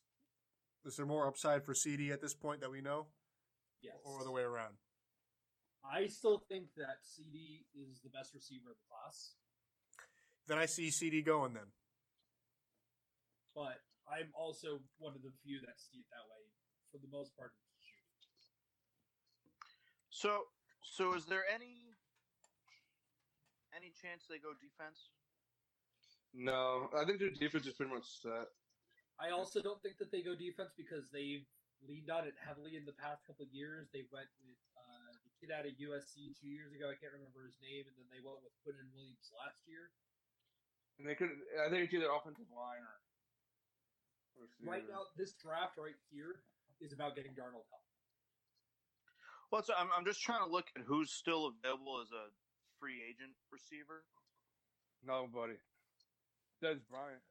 A: is there more upside for CD at this point that we know,
D: Yes.
A: or the way around?
D: I still think that CD is the best receiver in the class,
A: Then I see CD going. Then
D: but I'm also one of the few that see it that way. For the most part, it's Judy.
B: So so is there any any chance they go defense?
C: No, I think their defense is pretty much set.
D: I also don't think that they go defense because they've leaned on it heavily in the past couple of years. They went with uh, the kid out of USC two years ago. I can't remember his name, and then they went with Quinton Williams last year.
C: And they could. I think it's either offensive line or. receiver.
D: Right now, this draft right here is about getting Darnold help.
B: Well, so I'm I'm just trying to look at who's still available as a free agent receiver.
C: Nobody. That's Bryant.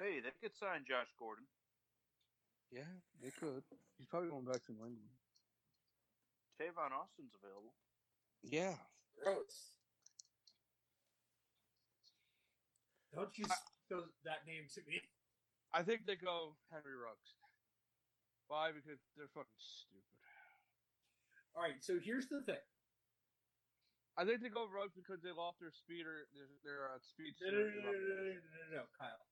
B: Hey, they could sign Josh Gordon.
C: Yeah, they could. He's probably going back to New England.
B: Tavon Austin's available.
C: Yeah.
D: Gross. Don't you spell that name to me.
C: I think they go Henry Ruggs. Why? Because they're fucking stupid.
D: All right, so here's the thing.
C: I think they go Ruggs because they lost their speeder, their, their uh, speed.
D: No, no, no, no, no, no, no, no, no, Kyle.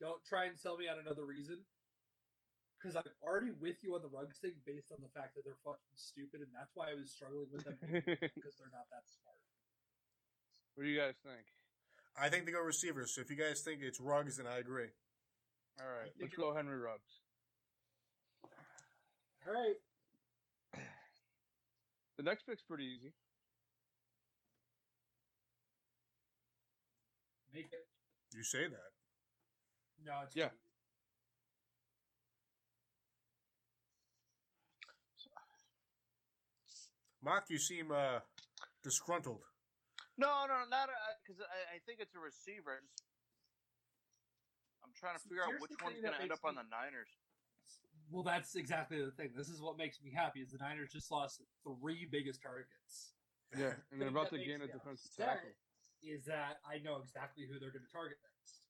D: Don't try and sell me on another reason. Because I'm already with you on the rugs thing based on the fact that they're fucking stupid, and that's why I was struggling with them because they're not that smart.
C: what do you guys think?
A: I think they go receivers. So if you guys think it's Ruggs, then I agree.
C: All right, let's go Henry Ruggs.
D: All right.
C: The next pick's pretty easy.
D: Make it.
A: You say that.
D: No, it's
C: Yeah.
D: good.
A: Mock, you seem uh, disgruntled.
B: No, no, not because I, I think it's a receiver. I just, I'm trying to
D: See,
B: figure out
D: here's
B: which
D: the
B: one's
D: thing
B: going to
D: that
B: end up
D: makes
B: on
D: me-
B: the Niners.
D: Well, that's exactly the thing. This is what makes me happy is the Niners just lost three biggest targets.
C: Yeah, and they're
D: Thing
C: about to
D: that makes
C: gain a
D: me
C: defensive
D: upset
C: tackle.
D: Is that I know exactly who they're going to target next.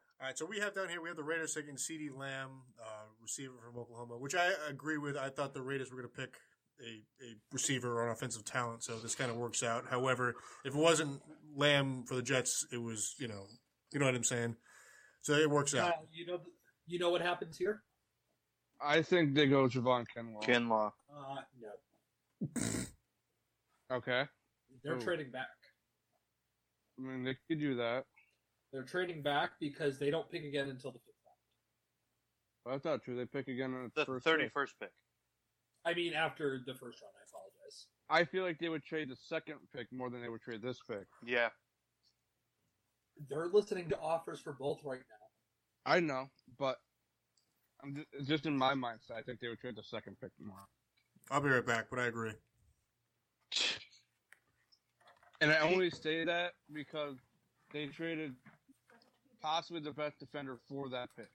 A: All right, so we have down here, we have the Raiders taking C.D. Lamb, uh, receiver from Oklahoma, which I agree with. I thought the Raiders were going to pick a, a receiver or an offensive talent, so this kind of works out. However, if it wasn't Lamb for the Jets, it was, you know, you know what I'm saying? So it works out.
D: Kyle, Uh, you know, you know what happens here?
C: I think they go Javon Kenwell.
B: Kinlaw.
D: Uh, no,
C: okay,
D: they're
C: Who?
D: trading back.
C: I mean they could do that.
D: They're trading back because they don't pick again until the fifth
C: Well, that's not true. They pick again on
B: The
C: first.
B: thirty
C: pick.
B: first pick.
D: round. I mean, after the first round. I apologize.
C: I feel like they would trade the second pick more than they would trade this pick.
B: Yeah.
D: They're listening to offers for both right now.
C: I know, but I'm just, it's just in my mindset. I think they would trade the second pick more.
A: I'll be right back, but I agree.
C: And I only say that because they traded possibly the best defender for that pick.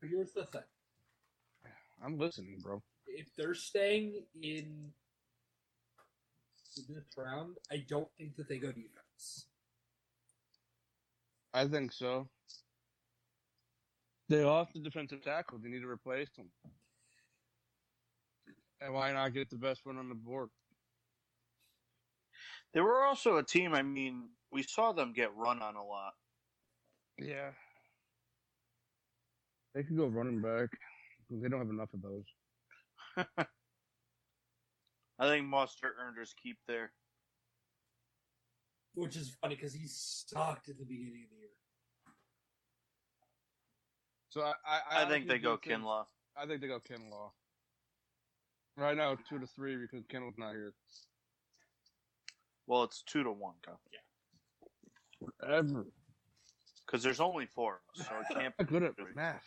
D: But here's the thing:
C: I'm listening, bro.
D: if they're staying in this round, I don't think that they go defense.
C: I think so. They lost the defensive tackle. They need to replace him. And why not get the best one on the board?
B: They were also a team. I mean, we saw them get run on a lot.
C: Yeah. They could go running back. They don't have enough of those.
B: I think Monster earned his keep there.
D: Which is funny because he sucked at the beginning of the year.
C: So I, I,
B: I, think
C: honestly
B: they
C: do
B: go Kinlaw.
C: I think they go Kinlaw. Right now, two to three because Kinlaw's not here.
B: Well, it's two to one, Kyle.
C: Ever
B: Because there's only four of us, so it can't be
C: good at
B: three.
C: math.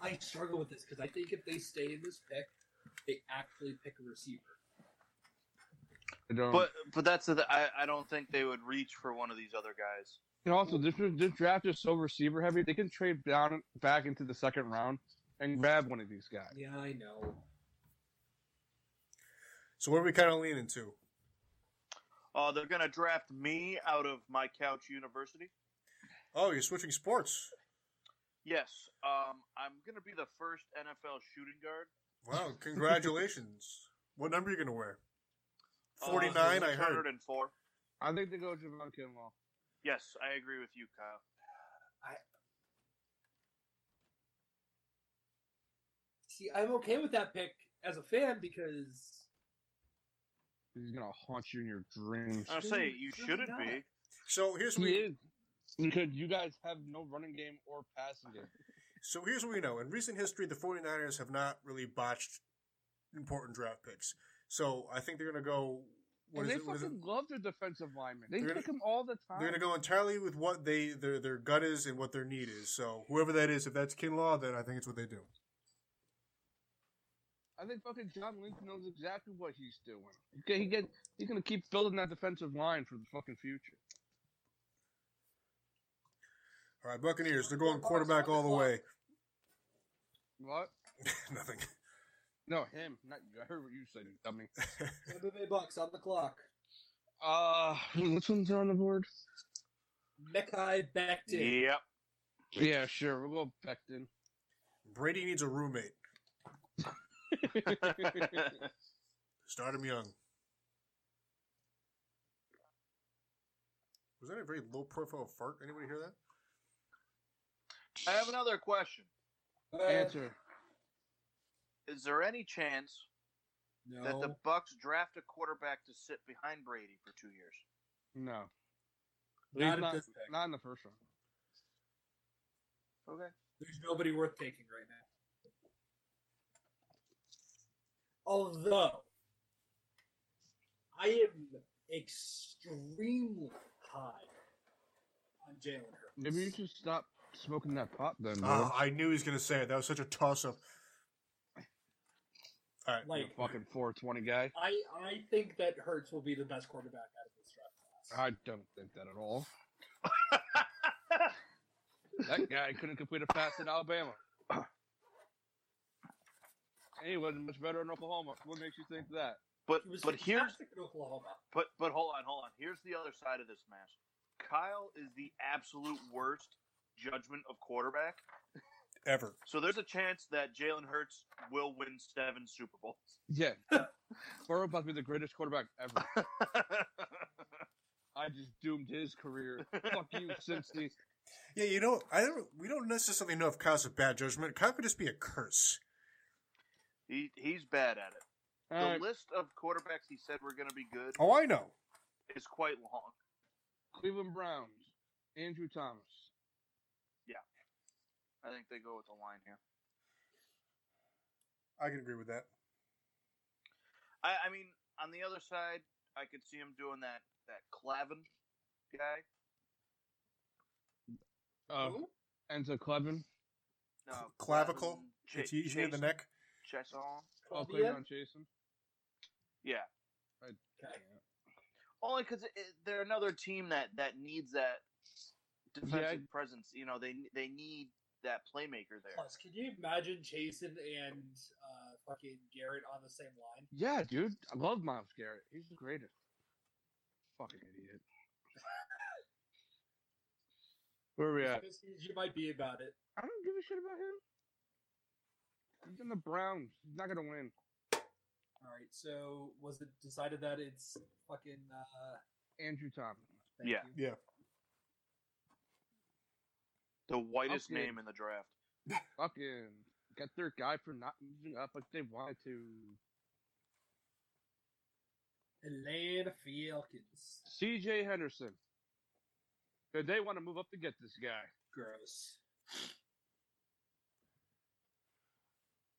D: I struggle with this because I think if they stay in this pick, they actually pick a receiver.
C: I don't.
B: But but that's the, I I don't think they would reach for one of these other guys.
C: and also, this, this draft is so receiver heavy. They can trade down back into the second round and grab one of these guys.
D: Yeah, I know.
A: So what are we kind of leaning to?
B: Oh, they're gonna draft me out of my couch university.
A: Oh, you're switching sports.
B: Yes, um, I'm gonna be the first NFL shooting guard.
A: Wow, congratulations. what number are you going to wear?
B: Uh,
A: 49, I heard.
B: 604.
C: I think they go Javon Kinlaw.
B: Yes, I agree with you, Kyle.
D: See, I'm okay with that pick as a fan because
C: He's gonna haunt you in your dreams.
B: I'll say you shouldn't be.
A: So here's
C: He
A: what we,
C: is because you guys have no running game or passing game.
A: So here's what we know. In recent history, the 49ers have not really botched important draft picks. So I think they're going to go. What
C: And
A: is
C: they
A: it? What is it?
C: fucking love their defensive linemen. They
A: They're
C: pick
A: gonna-
C: them all the time.
A: They're going to go entirely with what they their their gut is and what their need is. So whoever that is, if that's Kinlaw, then I think it's what they do.
C: I think fucking John Lynch knows exactly what he's doing. He get, he get, he's gonna keep building that defensive line for the fucking future.
A: All right, Buccaneers. They're going quarterback all the way.
C: What?
A: Nothing.
C: No, him, not you. I heard what you said, you dummy.
D: MMA Bucks on the clock.
C: Uh, which one's on the board?
D: Mekai Becton.
B: Yep.
C: Yeah, sure. We'll go Becton.
A: Brady needs a roommate. Start him young. Was that a very low profile fart? Anybody hear that?
B: I have another question.
D: Uh,
C: Answer.
B: Is there any chance that
D: No.
B: the Bucks draft a quarterback to sit behind Brady for two years?
C: No.
D: Not
C: He's
D: at
C: not,
D: this pick.
C: not in the first round.
B: Okay.
D: There's nobody worth taking right now. Although, I am extremely high on Jalen Hurts.
C: Maybe you should stop smoking that pot then, bro.
A: Ah, I knew he was going to say it. That was such a toss up. All right.
C: You
D: Like,
C: fucking 420 guy.
D: I, I think that Hurts will be the best quarterback out of this draft class.
C: I don't think that at all. that guy couldn't complete a pass in Alabama. And he wasn't much better in Oklahoma. What makes you think that?
B: But
D: He was
B: but here's
D: fantastic in Oklahoma.
B: but but hold on, hold on. Here's the other side of this match. Kyle is the absolute worst judgment of quarterback.
A: Ever.
B: So there's a chance that Jalen Hurts will win seven Super Bowls.
C: Yeah. Burrow about to be the greatest quarterback ever. I just doomed his career. Fuck you, Cincy.
A: Yeah, you know, I don't. We don't necessarily know if Kyle's a bad judgment. Kyle could just be a curse.
B: he he's bad at it. The
C: All right,
B: list of quarterbacks he said were going to be good
A: Oh, I know.
B: is quite long.
C: Cleveland Browns. Andrew Thomas.
B: I think they go with the line here.
A: I can agree with that.
B: I, I mean, on the other side, I could see him doing that that Clavin guy.
C: Uh, Enzo Clevin.
B: No,
A: Clavicle?
B: Uh, Clavin, Ch-
A: It's usually in the
B: Chase-
A: neck.
B: Chesson.
C: Oh,
D: Clavin?
C: Cleveland Jason.
B: Yeah,
D: Okay.
B: only because they're another team that that needs that defensive presence. You know, they they need that playmaker there.
D: Plus, can you imagine Jason and uh, fucking Garrett on the same line?
C: Yeah, dude. I love Miles Garrett. He's the greatest. Fucking idiot. Where are we at?
D: As pissed as you might be about it.
C: I don't give a shit about him. He's in the Browns. He's not gonna win.
D: All right, so was it decided that it's fucking? Uh,
C: Andrew Thomas.
D: thank
B: Yeah.
D: you.
A: Yeah.
B: The whitest
C: Okay.
B: name in the draft.
C: Fucking get their guy for not moving up like they wanted to.
D: Atlanta Falcons.
C: C.J. Henderson. Did they want to move up to get this guy?
D: Gross.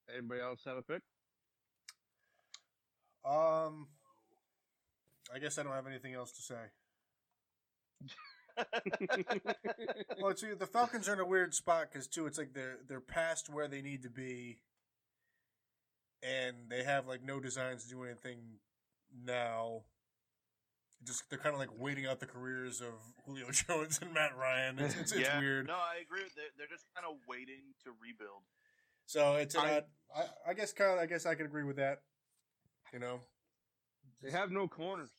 C: Anybody else have a pick?
A: Um, I guess I don't have anything else to say. well, it's, the Falcons are in a weird spot because too, it's like they're they're past where they need to be, and they have like no designs to do anything now. Just they're kind of like waiting out the careers of Julio Jones and Matt Ryan. It's, it's, it's weird.
B: No, I agree. with that. They're just kind of waiting to rebuild.
A: So it's an
C: I-
A: odd. I, I guess Kyle. I guess I can agree with that. You know.
C: They have no corners.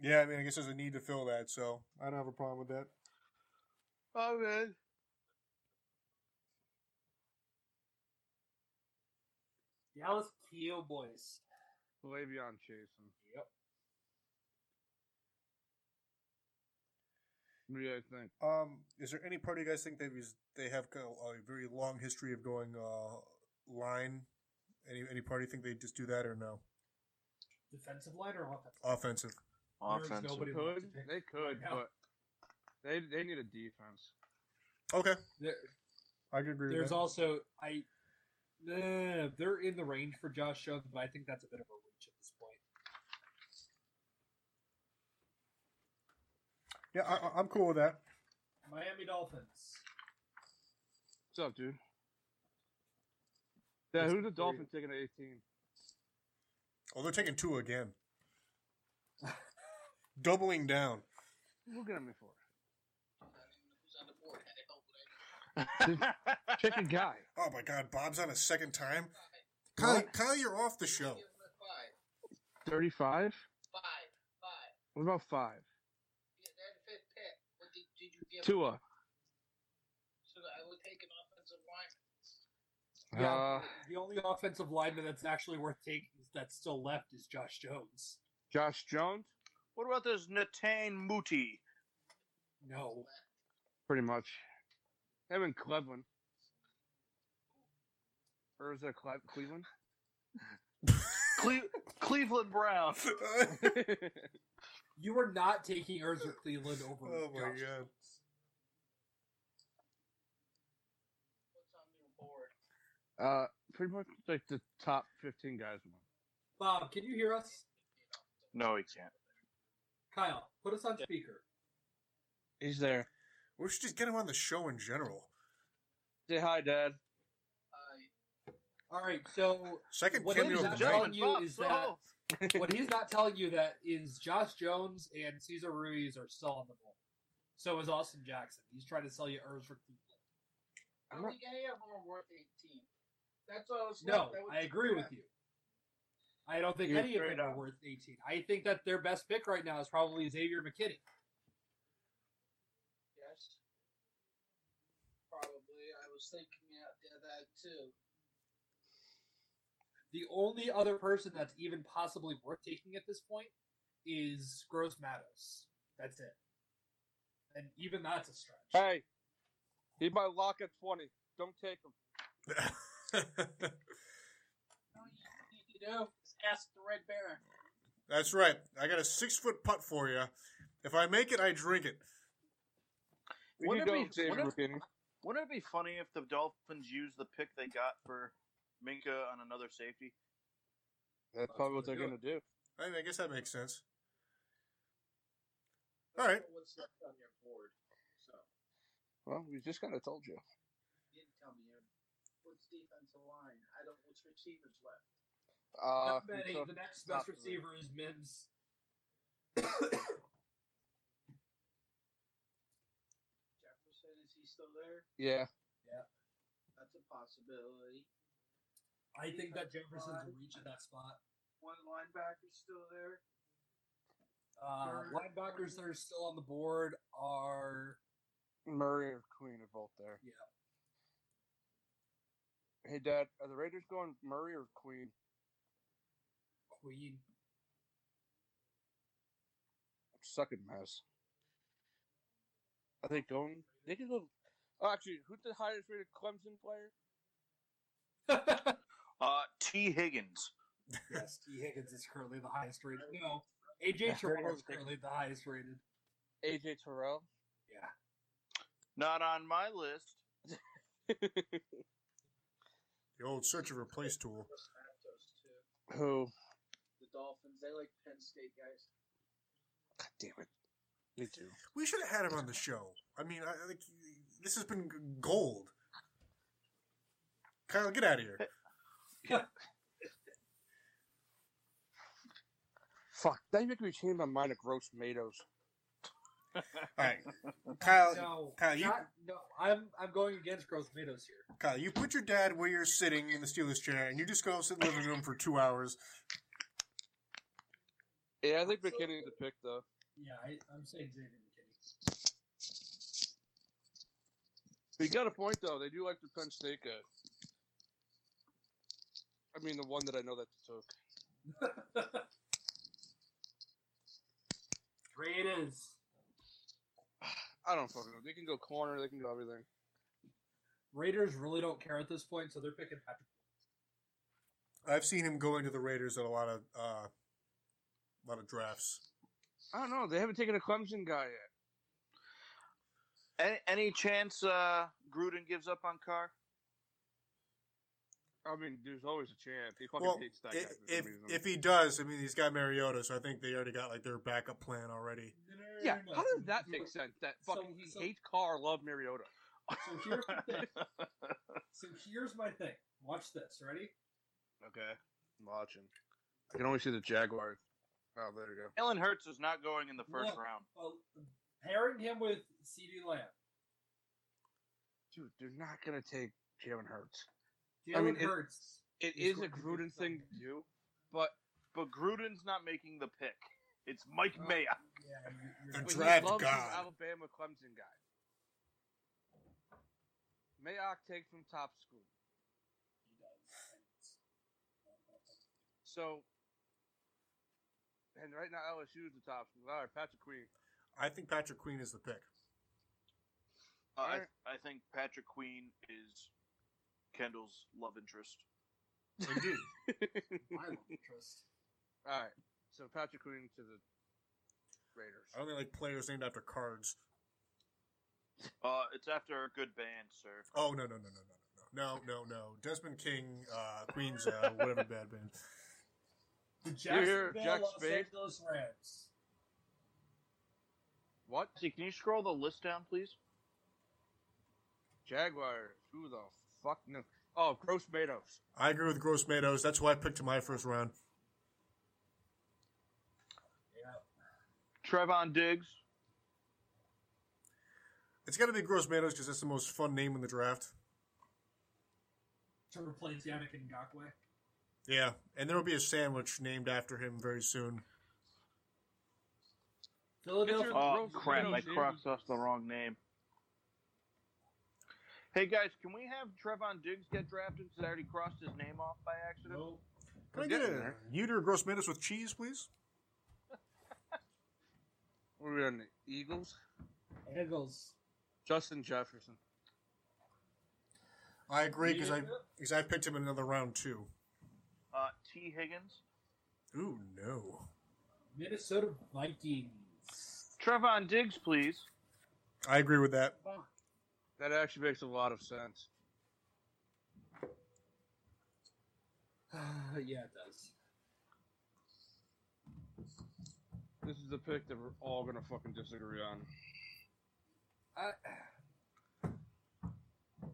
A: Yeah, I mean, I guess there's a need to fill that, so I don't have a problem with that.
C: Oh man.
D: Dallas Cowboys.
C: Le'Veon Chase.
D: Yep.
C: What do you guys think?
A: Um, is there any part you guys think that is, they have a, a very long history of going uh, line? Any any part you think they just do that or no?
D: Defensive line or offensive?
A: Offensive.
D: There's nobody left
C: Could
D: to pick.
C: they could,
D: Yeah.
C: but they they need a defense.
A: Okay,
D: There-
A: I can agree with
D: there's
A: that.
D: also I. Uh, they're in the range for Josh Jones, but I think that's a bit of a reach at this point.
A: yeah, I, I- I'm cool with that.
D: Miami Dolphins.
C: What's up, dude? Yeah,
D: It's
C: who's the
D: pretty-
C: Dolphins taking at eighteen?
A: Oh, they're taking two again, doubling down.
C: Look at me for
F: I don't even know who's on the board. How the hell would I know?
C: Pick a guy.
A: Oh my God, Bob's on a second time. Kyle,
C: What?
A: Kyle, you're off the show.
F: Give him a five.
C: 35?
F: Five. Five.
C: What about 5?
F: Yeah, that fifth pick. What did, did you give him?
C: Tua.
F: So I would take an offensive lineman.
D: Yeah,
C: Uh,
D: the only offensive lineman that's actually worth taking that's still left is Josh Jones.
C: Josh Jones?
B: What about this Natane Muti?
D: No,
C: Pretty much. Him and Cleveland. Or is that Cle- Cleveland?
B: Cle- Cleveland Browns.
D: you were not taking Urza Cleveland over.
A: oh my
D: Josh.
A: god.
F: What's on your board?
C: uh, pretty much like the top 15 guys.
D: Bob, can you hear us?
B: No, he can't.
D: Kyle, put us on speaker.
C: He's there.
A: We should just get him on the show in general.
C: Say hi, Dad.
F: Uh,
D: All right, so
A: Second
D: What
A: cameo
D: is
A: of
D: that
A: the
D: All
A: night.
D: gentleman? you is
B: Oh,
D: that- what he's not telling you that is Josh Jones and Cesar Ruiz are still on the board. So is Austin Jackson. He's trying to sell you Urza Cleveland.
F: I don't think any of them are worth 18. That's all it's
D: No, I agree with you. I don't think
C: You're
D: any of
C: straight
D: them are
C: up.
D: worth 18. I think that their best pick right now is probably Xavier McKinney.
F: Yes. Probably. I was thinking out there that too.
D: The only other person that's even possibly worth taking at this point is Gross Matos. That's it. And even that's a stretch.
C: Hey, he might lock at 20. Don't take him.
F: No, you, you know, just ask the Red Baron.
A: That's right. I got a six foot putt for you. If I make it, I drink it.
C: You
B: Wouldn't it
C: don't,
B: be-
C: Xavier
B: wouldn't-
C: McKinney.
B: Wouldn't it be funny if the Dolphins used the pick they got for Minka on another safety?
C: That's probably what they're
A: they're
C: going to do.
A: I, mean, I guess that makes sense. All right.
F: What's left on your board? So,
C: Well, we just kind of told you.
F: you didn't tell me. your- What's defensive line? I don't. What's receivers left?
C: Uh,
D: Not many.
C: so-
D: the next
C: not
D: best
C: three.
D: receiver is Mims.
F: Jefferson is he still there?
C: yeah.
F: That's a possibility.
D: I think that Jefferson's reaching that spot.
F: One linebacker still there.
D: Uh,
F: Sure.
D: linebackers that are still on the board are
C: Murray or Queen are both there.
D: Yeah.
C: Hey, Dad, are the Raiders going Murray or Queen?
D: Queen.
C: I'm sucking mess. Are they going? They could go. Oh, actually, who's the highest rated Clemson player?
B: Uh, T. Higgins.
D: yes, T. Higgins is currently the highest rated. No, AJ Terrell is currently the highest rated.
C: AJ Terrell.
D: Yeah.
B: Not on my list.
A: The old search and replace tool.
F: Let's add those two.
C: Who?
F: The Dolphins. They like Penn State guys.
C: God damn it. Me too.
A: We should have had him on the show. I mean, I, I think this has been g- gold. Kyle, get out of here.
C: Fuck. That make me change my mind to gross Matos.
A: All right, Kyle.
D: No,
A: Kyle, you-
D: not- no. I'm I'm going against Gross Matos here.
A: Kyle, you put your dad where you're sitting in the Steelers chair, and you just go sit in the living room for two hours.
C: Yeah, I think McKinney's the pick though.
D: Yeah, I, I'm saying Xavier McKinney.
C: But you got a point though. They do like the Penn State guy. I mean, the one that I know that took.
D: Raiders.
C: I don't fucking know. They can go corner. They can go everything.
D: Raiders really don't care at this point, so they're picking Patrick.
A: I've seen him going to the Raiders at a lot of uh, a lot of drafts.
C: I don't know. They haven't taken a Clemson guy yet.
B: Any, any chance uh, Gruden gives up on Carr?
C: I mean, there's always a chance. He fucking
A: Well,
C: hates that
A: i-
C: guy for some
A: if
C: reason.
A: if he does, I mean, he's got Mariota, so I think they already got like their backup plan already.
C: yeah, how does that make sense? That
D: So-
C: fucking he
D: so-
C: hates Carr, love Mariota.
D: So here's the thing. So here's my thing. Watch this. Ready?
C: Okay, I'm watching. I can only see the Jaguars. Oh, there you go.
B: Jalen Hurts is not going in the first
D: No.
B: round.
D: Well, pairing him with C.D. Lamb.
C: Dude, they're not gonna take Jalen Hurts. I
D: Jalen
C: mean, it-
D: Hurts
C: It
D: He's
C: is a
D: got-
C: Gruden thing to do, but
B: But Gruden's not making the pick. It's Mike
D: Oh.
B: Maya.
D: Yeah, you-
A: They're
D: you're
C: but he
A: Draft
C: loves his
A: God.
C: Alabama Clemson guy. Mayock takes from top school. So, and right now LSU is the top school. All right, Patrick Queen.
A: I think Patrick Queen is the pick.
B: Uh, I,
C: Alright.
B: I think Patrick Queen is Kendall's love interest.
A: Indeed.
D: my love interest.
C: All right, so Patrick Queen to the Raiders.
A: I don't think like players named after cards.
B: Uh, it's after a good band, sir.
A: Oh no no no no no no no no no. Desmond King, uh, Queen's uh, whatever bad band.
D: The
C: You hear
D: Jacksonville
C: Jack
D: Los
C: Spade?
D: Angeles Rams.
C: What?
B: See, can you scroll the list down, please?
C: Jaguars? Who the fuck? No. Oh, Gross Matos.
A: I agree with Gross Matos. That's why I picked him my first round.
B: Trevon Diggs.
A: It's got to be Gross Matos because that's the most fun name in the draft.
D: To replace Yannick Ngakwe.
A: Yeah, and there will be a sandwich named after him very soon.
D: Philadelphia.
C: It's your-
B: Oh,
C: Gross
B: crap. I
C: Matos, dude.
B: crossed off the wrong name. Hey, guys, can we have Trevon Diggs get drafted? Because I already crossed his name off by accident.
D: Nope.
A: Can I
C: We're
A: get
C: getting
A: a
C: there.
A: Uter Gross Matos with cheese, please?
C: We're on the Eagles.
D: Eagles.
C: Justin Jefferson.
A: I agree because I
D: Yeah.
A: because I picked him in another round too.
B: Uh, T. Higgins.
A: Ooh no!
D: Minnesota Vikings.
B: Trevon Diggs, please.
A: I agree with that.
D: Fuck.
C: That actually makes a lot of sense.
D: yeah, it does.
C: This is the pick that we're all gonna fucking disagree on.
D: I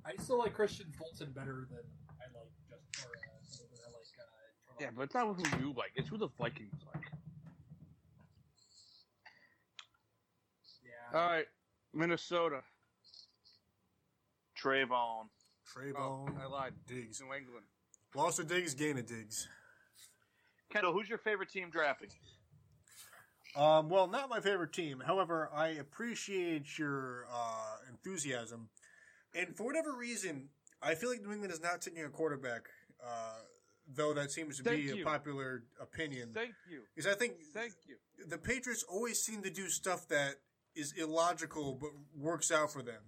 D: I still like Christian Fulton better than I like just or uh, than I like. Uh,
C: Yeah, but it's not who you like. It's who the Vikings like.
D: yeah.
A: uh,
C: All right, Minnesota.
B: Trayvon.
C: Oh,
A: Trayvon
C: I lied. It's
A: Diggs
C: New England.
A: lost a Diggs, gain a Diggs.
B: Kendall, who's your favorite team drafting?
A: Um, well, not my favorite team. However, I appreciate your uh, enthusiasm. And for whatever reason, I feel like New England is not taking a quarterback, uh, though that seems to
C: Thank
A: be
C: you.
A: a popular opinion.
C: Thank you.
A: Because I think
C: Thank you.
A: the Patriots always seem to do stuff that is illogical but works out for them.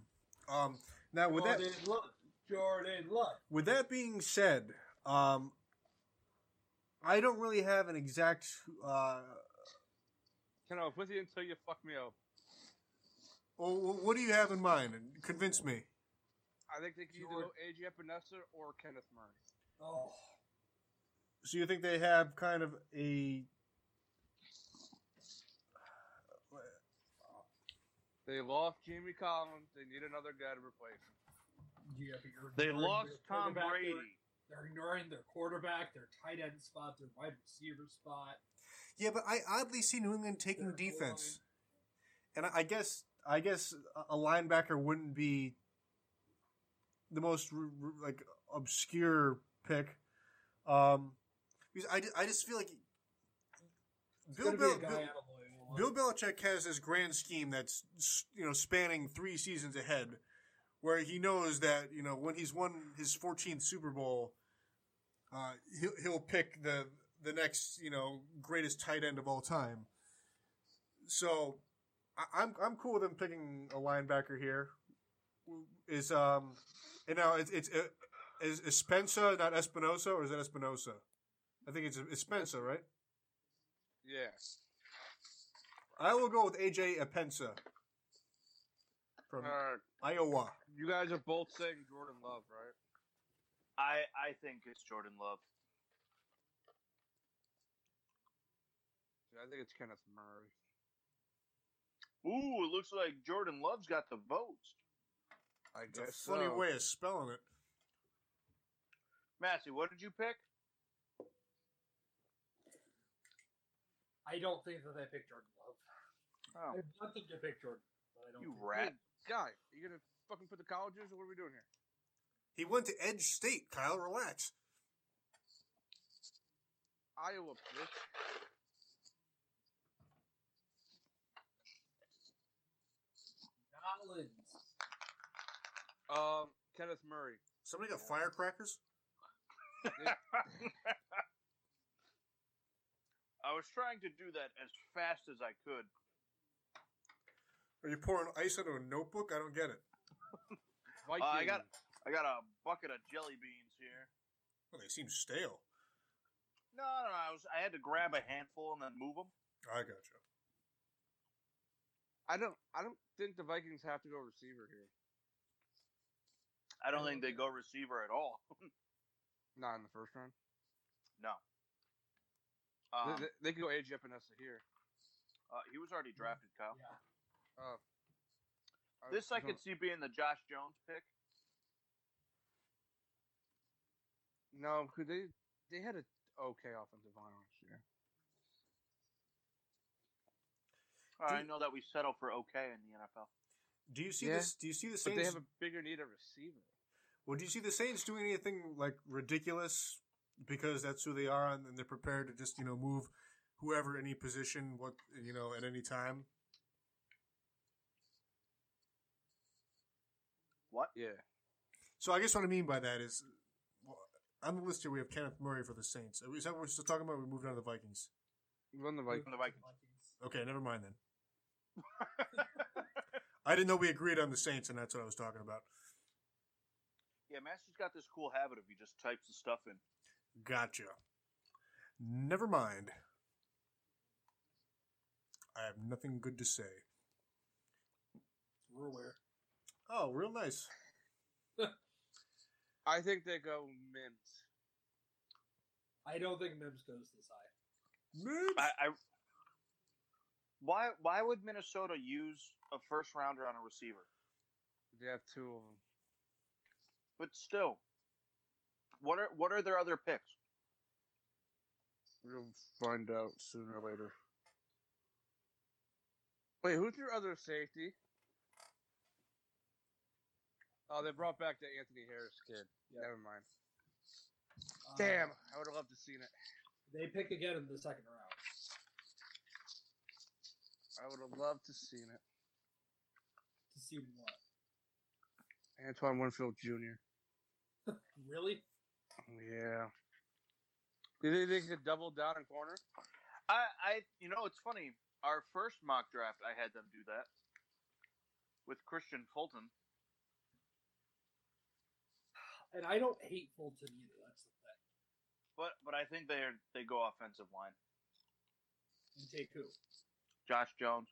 A: Um, now, with that,
D: Jordan Love. Jordan Love.
A: with that being said, um, I don't really have an exact. Uh,
C: Can I was with you until you fuck me up?
A: Well, oh, wh- what do you have in mind? Convince me.
C: I think they can either go AJ Epinesa or Kenneth Murray.
D: Oh,
A: So you think they have kind of a
C: They lost Jamie Collins. They need another guy to replace him.
D: yeah, but you're
B: They
D: ignoring
B: lost
D: their
B: Tom
D: quarterback,
B: Brady.
D: They're, they're ignoring their quarterback, their tight end spot, their wide receiver spot.
A: yeah? But I oddly see New England taking
D: They're
A: defense, and I I guess I guess a- a linebacker wouldn't be the most r- r- like obscure pick, um, because I, ju- I just feel like
D: It's
A: Bill
D: gonna be a
A: Bel-
D: guy
A: Bill-
D: out of Loyola.
A: Bill Belichick has this grand scheme that's you know spanning three seasons ahead, where he knows that you know when he's won his 14th Super Bowl, uh, he'll he'll pick the the next you know greatest tight end of all time. So, I, I'm I'm cool with them picking a linebacker here. Is um, you know it's it's uh, is Espensa not Espinosa or is that Espinosa? I think it's Espensa, right?
C: Yeah.
A: I will go with AJ Epensa
C: All
A: from
C: right.
A: Iowa.
C: You guys are both saying Jordan Love, right?
B: I, I think it's Jordan Love.
C: Yeah, I think it's Kenneth Murray.
B: Ooh, it looks like Jordan Love's got the votes.
C: I
A: It's a
C: guess
A: funny
C: so.
A: way of spelling it.
B: Massey, what did you pick?
D: I don't think that they picked Jordan Love.
B: Oh,
D: I don't think they picked Jordan. But I don't.
B: you rat.
D: think-
C: Guy, you gonna fucking put the colleges? Or what are we doing here?
A: He went to Edge State, Kyle. Relax.
C: Iowa prick.
D: Scotland.
C: Um, Kenneth Murray.
A: Somebody got firecrackers?
B: I was trying to do that as fast as I could.
A: Are you pouring ice into a notebook? I don't get it.
C: Vikings.
B: Uh, I got I got a bucket of jelly beans here.
A: Well, they seem stale.
B: No, no, I was I had to grab a handful and then move them.
A: I got you.
C: I don't. I don't think the Vikings have to go receiver here.
B: I don't think they go receiver at all.
C: Not in the first round.
B: no.
C: They-
B: Um,
C: they, they could go AJ Epinesa here.
B: uh, he was already drafted, Kyle.
D: Yeah.
C: Oh. I-
B: This I
C: don't-
B: could see being the Josh Jones pick.
C: No, could they? They had a okay offensive line last year.
B: I know that we settle for okay in the NFL.
A: Do you see
C: Yeah.
A: this? Do you see the
C: But they
A: Saints?
C: have a bigger need at receiver.
A: well, do you see the Saints doing anything like ridiculous because that's who they are and they're prepared to just you know move whoever any position what you know at any time?
C: Yeah.
A: So I guess what I mean by that is, well, on the list here we have Kenneth Murray for the Saints. Is that what we're still talking about? We moved on to the Vikings.
C: Run the Vikings.
B: From the Vikings.
A: Okay, never mind then. I didn't know we agreed on the Saints, and that's what I was talking about.
B: Yeah, Master's got this cool habit of he just types the stuff in.
A: Gotcha. Never mind. I have nothing good to say.
D: We're aware.
A: Oh, real nice.
B: Mm-hmm.
C: I think they go Mims.
D: I don't think Mims goes this high. Uh,
B: I, I why why would Minnesota use a first rounder on a receiver?
C: They have two of them.
B: But still, what are what are their other picks?
C: We'll find out sooner or later. Wait, who's your other safety? Oh, they brought back the Anthony Harris kid.
D: Yeah.
C: Never mind.
D: Uh,
C: Damn, I would have loved to seen it.
D: They pick again in the second round.
C: I would have loved to seen it.
D: To see what?
C: Antoine Winfield Jr.
D: Really?
C: Yeah. Do they think they could double down in corner?
B: I, I you know it's funny. Our first mock draft, I had them do that with Christian Fulton.
D: And I don't hate Fulton either. That's the thing.
B: But but I think they are they go offensive line.
D: And take who?
B: Josh Jones.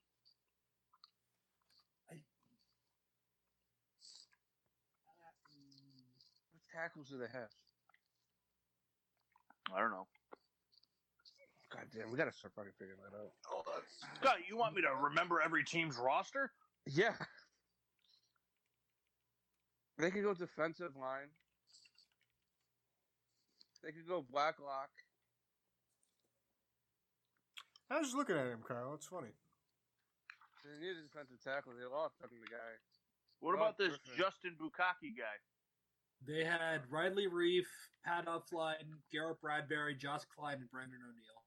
C: What tackles do they have?
B: I don't know.
C: God damn, we gotta start fucking figuring that out.
B: God, you want me to remember every team's roster?
C: Yeah. They could go defensive line. They could go Blacklock.
A: I was just looking at him, Kyle. It's funny.
C: They need a defensive tackle. They lost fucking the guy.
B: What
C: Oh,
B: about this
C: perfect.
B: Justin Bukaki guy?
D: They had Ridley Reef, Pat Upline, Garrett Bradbury, Josh Klein, and Brandon O'Neill,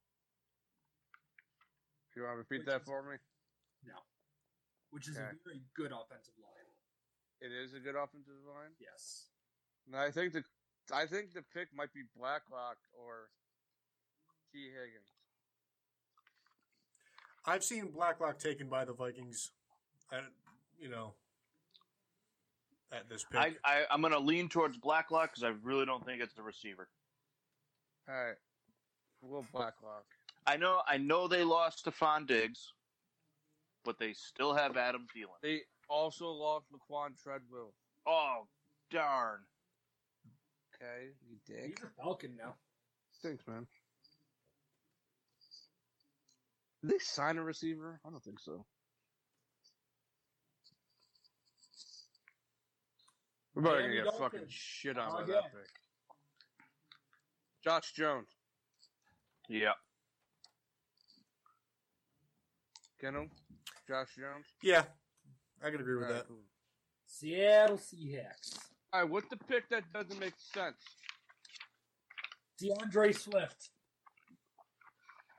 C: You want to
D: Which
C: repeat that
D: is-
C: for me?
D: which is
C: Okay.
D: a very good offensive line.
C: It is a good offensive line.
D: Yes.
C: And I think the I think the pick might be Blacklock or T Higgins.
A: I've seen Blacklock taken by the Vikings. I, you know, at this pick.
B: I, I I'm gonna lean towards Blacklock because I really don't think it's the receiver.
C: All right, we'll Blacklock.
B: I know I know they lost Stephon Diggs, but they still have Adam Thielen.
C: They also lost Laquan Treadwell.
B: Oh darn!
C: Okay, you dick.
D: He's a Falcon now.
C: Thanks, man. Did they sign a receiver? I don't think so. We're probably
D: Miami
C: gonna get fucking
D: Dolphins.
C: shit on by
D: Oh,
C: that
D: yeah.
C: pick. Josh Jones,
B: Yeah,
C: get him. Josh Jones.
A: yeah, I can agree with
C: All right,
A: that.
C: cool.
D: Seattle Seahawks.
C: All right, what's the pick that doesn't make sense?
D: DeAndre Swift.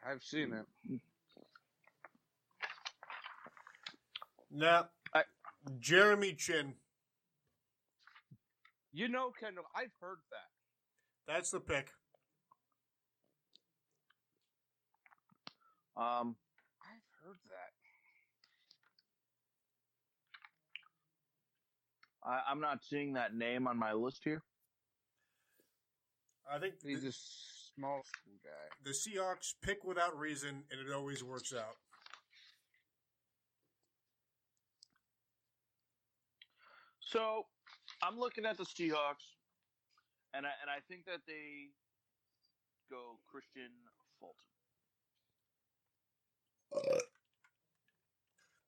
C: I've seen it.
A: Nah.
C: I-
A: Jeremy Chin.
C: You know, Kendall, I've heard that.
A: That's the pick.
B: Um,
C: I've heard that.
B: I, I'm not seeing that name on my list here.
A: I think
C: He's
A: the,
C: a small school guy.
A: the Seahawks pick without reason, and it always works out.
B: So I'm looking at the Seahawks, and I and I think that they go Christian Fulton.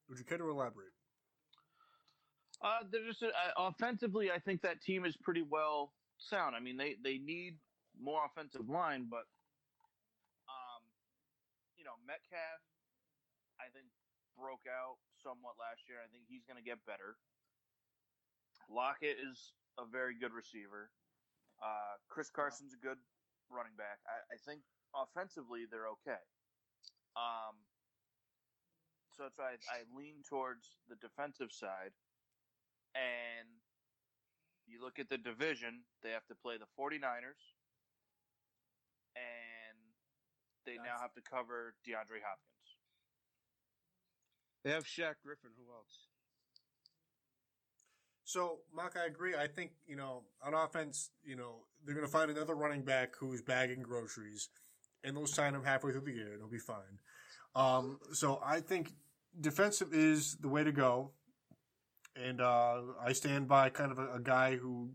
A: Would you care to elaborate?
B: Uh, they're just uh, offensively. I think that team is pretty well sound. I mean, they they need more offensive line, but um, you know, Metcalf, I think broke out somewhat last year. I think he's going to get better. Lockett is a very good receiver. Uh, Chris Carson's a good running back. I, I think offensively they're okay. Um, so that's why I, I lean towards the defensive side and you look at the division, they have to play the 49ers, and they now
A: That's-
B: have to cover DeAndre Hopkins.
C: They have Shaq Griffin. Who else?
A: So, Mark, I agree. I think, you know, on offense, you know, they're going to find another running back who's bagging groceries, and they'll sign him halfway through the year, and he'll be fine. Um, so, I think defensive is the way to go. And uh, I stand by kind of a, a guy who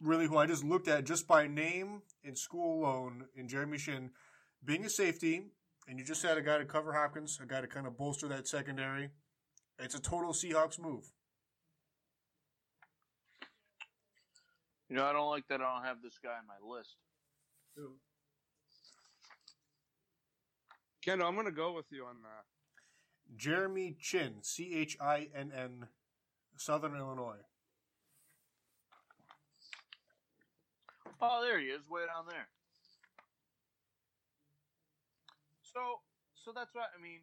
A: really, who I just looked at just by name and school alone in Jeremy Shin being a safety. And you just had a guy to cover Hopkins, a guy to kind of bolster that secondary. It's a total Seahawks move.
B: You know, I don't like that I don't have this guy on my list.
D: Who?
C: Kendall, I'm gonna go with you on that.
A: Jeremy Chin, C H I N N, Southern Illinois.
B: Oh, there he is, way down there. So, so that's what I mean.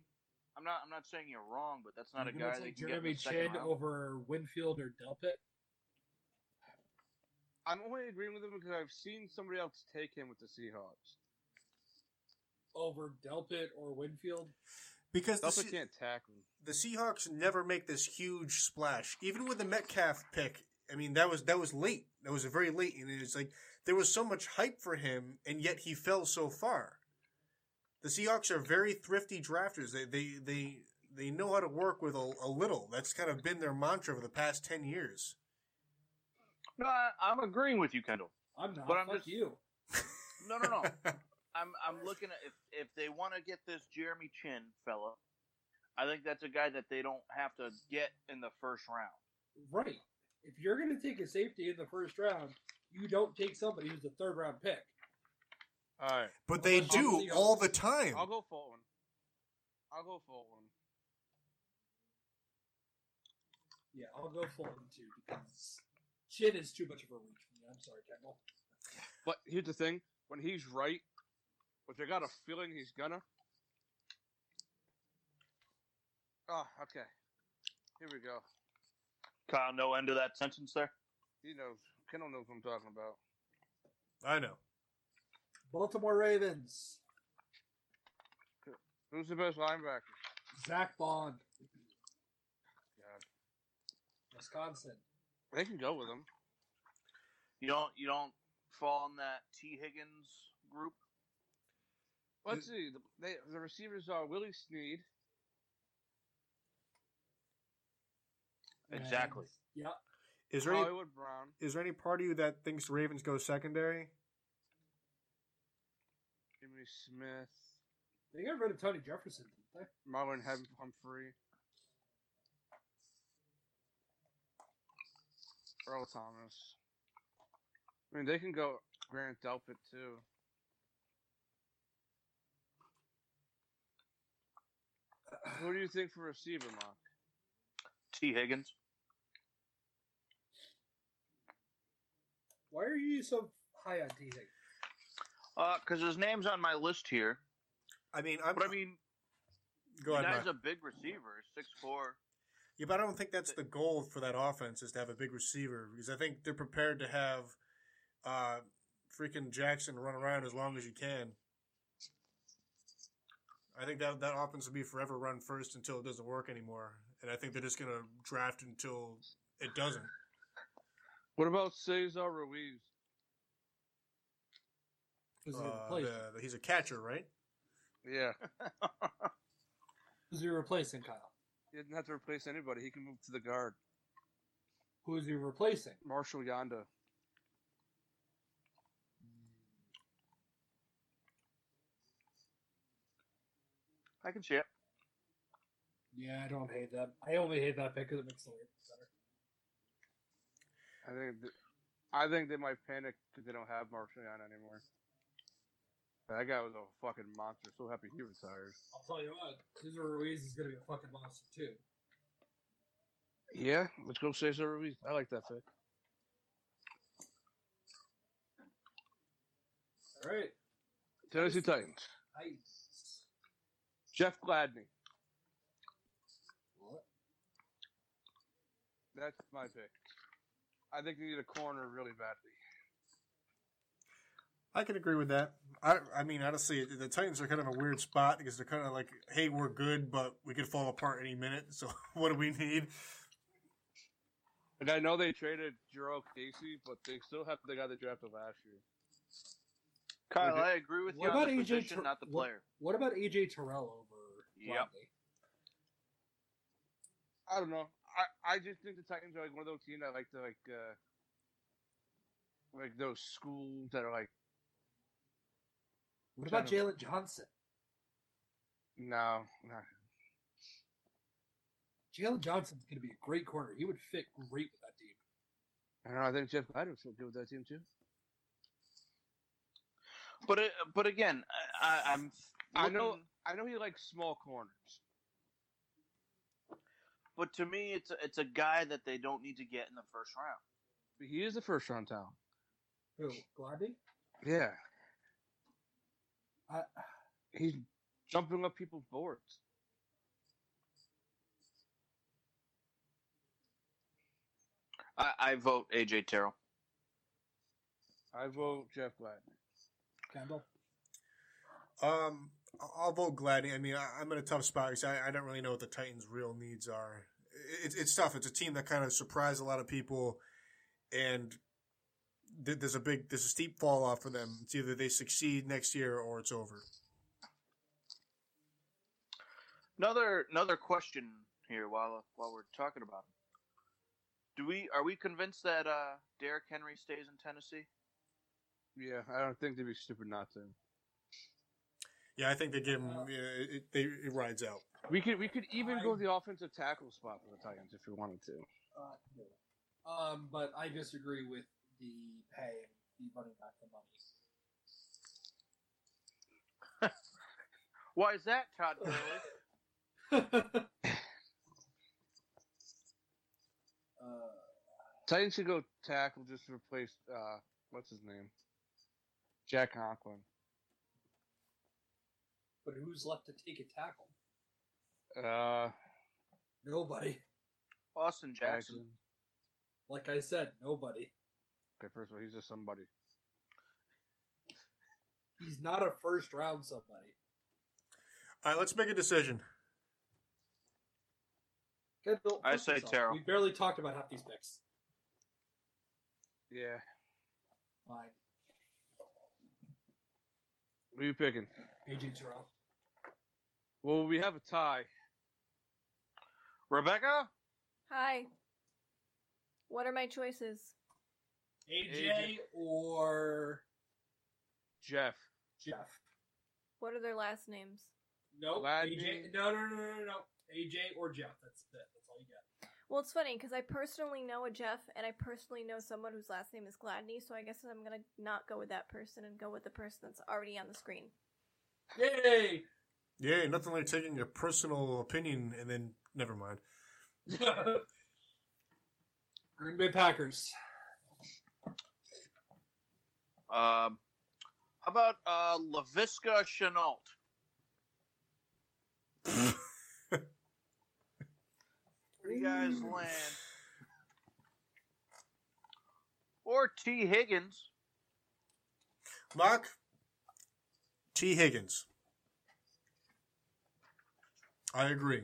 B: I'm not, I'm not saying you're wrong, but that's not a
D: You gonna
B: guy
D: take
B: that can get in
D: Jeremy
B: the second
D: Chin
B: round.
D: over Winfield or Delpit.
C: I'm only agreeing with him because I've seen somebody else take him with the Seahawks.
D: Over Delpit or Winfield.
A: Because the,
C: Delta
A: Se-
C: can't tackle him.
A: the Seahawks never make this huge splash. Even with the Metcalf pick, I mean that was that was late. That was very late, and it's like there was so much hype for him, and yet he fell so far. The Seahawks are very thrifty drafters. They they they they know how to work with a, a little. That's kind of been their mantra for the past ten years.
B: No, I, I'm agreeing with you, Kendall.
D: I'm not.
B: But I'm
D: fuck
B: just-
D: you.
B: No, no,
A: Oh.
B: no. I'm I'm looking at if if they want to get this Jeremy Chin fella, I think that's a guy that they don't have to get in the first round.
D: Right. If you're going to take a safety in the first round, you don't take somebody who's a third round pick.
C: All right,
A: but they do all the time.
C: I'll go Fulton. I'll go Fulton.
D: Yeah, I'll go Fulton too because Chin is too much of a reach for me. I'm sorry, Kendall.
C: But here's the thing: when he's right, which I got a feeling he's gonna. Oh, okay. Here we go.
B: Kyle, no end to that sentence there.
C: He knows. Kendall knows what I'm talking about.
A: I know.
D: Baltimore Ravens.
C: Who's the best linebacker?
D: Zach Bond.
C: God,
D: Wisconsin.
C: they can go with him.
B: You don't you don't fall in that T Higgins group.
C: Let's see. The, they, the receivers are Willie Sneed.
B: Exactly.
D: Yeah.
A: Is there any,
C: Hollywood Brown.
A: is there any part of you that thinks the Ravens go secondary?
C: Jimmy Smith,
D: They got rid of Tony Jefferson, didn't they?
C: Marlon Hum- Humphrey, Earl Thomas. I mean, they can go Grant Delpit too. Who do you think for receiver, Mark?
B: T Higgins.
D: Why are you so high on T Higgins?
B: Uh, Because his name's on my list here,
A: I mean, I'm.
B: But I mean,
A: go ahead.
B: the
A: Mark.
B: guy's a big receiver, six four.
A: Yeah, but I don't think that's the goal for that offense is to have a big receiver because I think they're prepared to have uh, freaking Jackson run around as long as you can. I think that that offense will be forever run first until it doesn't work anymore, and I think they're just going to draft until it doesn't.
C: What about Cesar Ruiz?
D: Who's he
A: Uh,
D: replacing?
A: the- the- he's a catcher, right?
C: Yeah,
D: Who's he replacing, Kyle?
C: he didn't have to replace anybody. He can move to the guard.
D: Who is he replacing?
C: Marshall Yonda.
B: I can see it.
D: Yeah, I don't hate that. I only hate that pick because it makes the league better.
C: I think. Th- I think they might panic because they don't have Marshall Yonda anymore. That guy was a fucking monster. So happy he retired.
D: I'll tell you what, Cesar Ruiz is going to be a fucking monster too.
C: Yeah, let's go Cesar Ruiz. I like that pick.
D: All right,
C: Tennessee Titans.
D: nice.
C: Jeff Gladney.
D: What?
C: That's my pick. I think they need a corner really badly.
A: I can agree with that. I I mean, honestly, the Titans are kind of a weird spot because they're kind of like, hey, we're good, but we could fall apart any minute. So what do we need?
C: And I know they traded Jerome Casey, but they still have the guy they drafted last year.
B: Kyle,
C: Okay.
B: I agree with you
D: What
B: on
D: about
B: the
D: AJ?
B: position,
D: Ter-
B: not the
D: what-
B: player.
D: What, about AJ Terrell over?
B: Yep.
D: Rodney?
C: I don't know. I, I just think the Titans are like one of those teams that like to like uh like those schools that are like
D: What about
C: Kind
D: Jalen Johnson?
C: no, no.
D: Jalen Johnson's going to be a great corner. He would fit great with that team.
C: I don't know. I think Jeff Gladney should do with that team too.
B: But it, but again, I, I, I'm.
C: I know.
B: looking-
C: I know he likes small corners.
B: But to me, it's a, it's a guy that they don't need to get in the first round.
C: But he is a first round talent.
D: Who? Gladney?
C: Yeah,
D: I,
C: he's jumping up people's boards.
B: I, I vote AJ Terrell.
C: I vote Jeff Gladney.
D: Kendall.
A: Um, I'll- I'll vote Gladney. I mean, I, I'm in a tough spot because I, I don't really know what the Titans' real needs are. It, it's- it's tough. It's a team that kind of surprised a lot of people, and th- there's a big, there's a steep fall off for them. It's either they succeed next year or it's over.
B: Another another question here while uh, while we're talking about him. Do we are we convinced that uh, Derrick Henry stays in Tennessee?
C: Yeah, I don't think they'd be stupid not to.
A: Yeah, I think they give them. Yeah, it, it, they it rides out.
C: We could we could even
D: I-
C: go the offensive tackle spot for the Titans if we wanted to.
D: Uh, no. um, but I disagree with the pay the running back the money.
B: Why is that, Todd Gurley?
D: uh, Uh,
C: Titans should go tackle just to replace uh what's his name? Jack Conklin.
D: but who's left to take a tackle?
C: Uh
D: Nobody.
B: Austin Jackson.
C: Jackson.
D: Like I said, nobody.
C: Okay, first of all, he's just somebody.
D: He's not a first round somebody.
A: All right, let's make a decision.
D: Kendall,
B: I
D: fuck
B: say
D: yourself.
B: Terrell.
D: We barely talked about half these picks.
C: Yeah.
D: Fine.
C: Who are you picking?
D: AJ Terrell.
C: Well, we have a tie.
B: Rebecca?
H: Hi. What are my choices?
D: AJ or
C: Jeff.
D: Jeff.
H: What are their last names?
D: No,
C: Gladney.
D: AJ. No, no, no, no, no, no. AJ or Jeff. That's it. That's all you get.
H: Well, it's funny because I personally know a Jeff and I personally know someone whose last name is Gladney, so I guess I'm going to not go with that person and go with the person that's already on the screen.
D: Yay!
A: Yeah, nothing like taking a personal opinion and then never mind.
D: Green Bay Packers.
B: Um, how about uh, LaVisca Chenault? you guys land. Or T. Higgins.
A: Mark T. Higgins. I agree.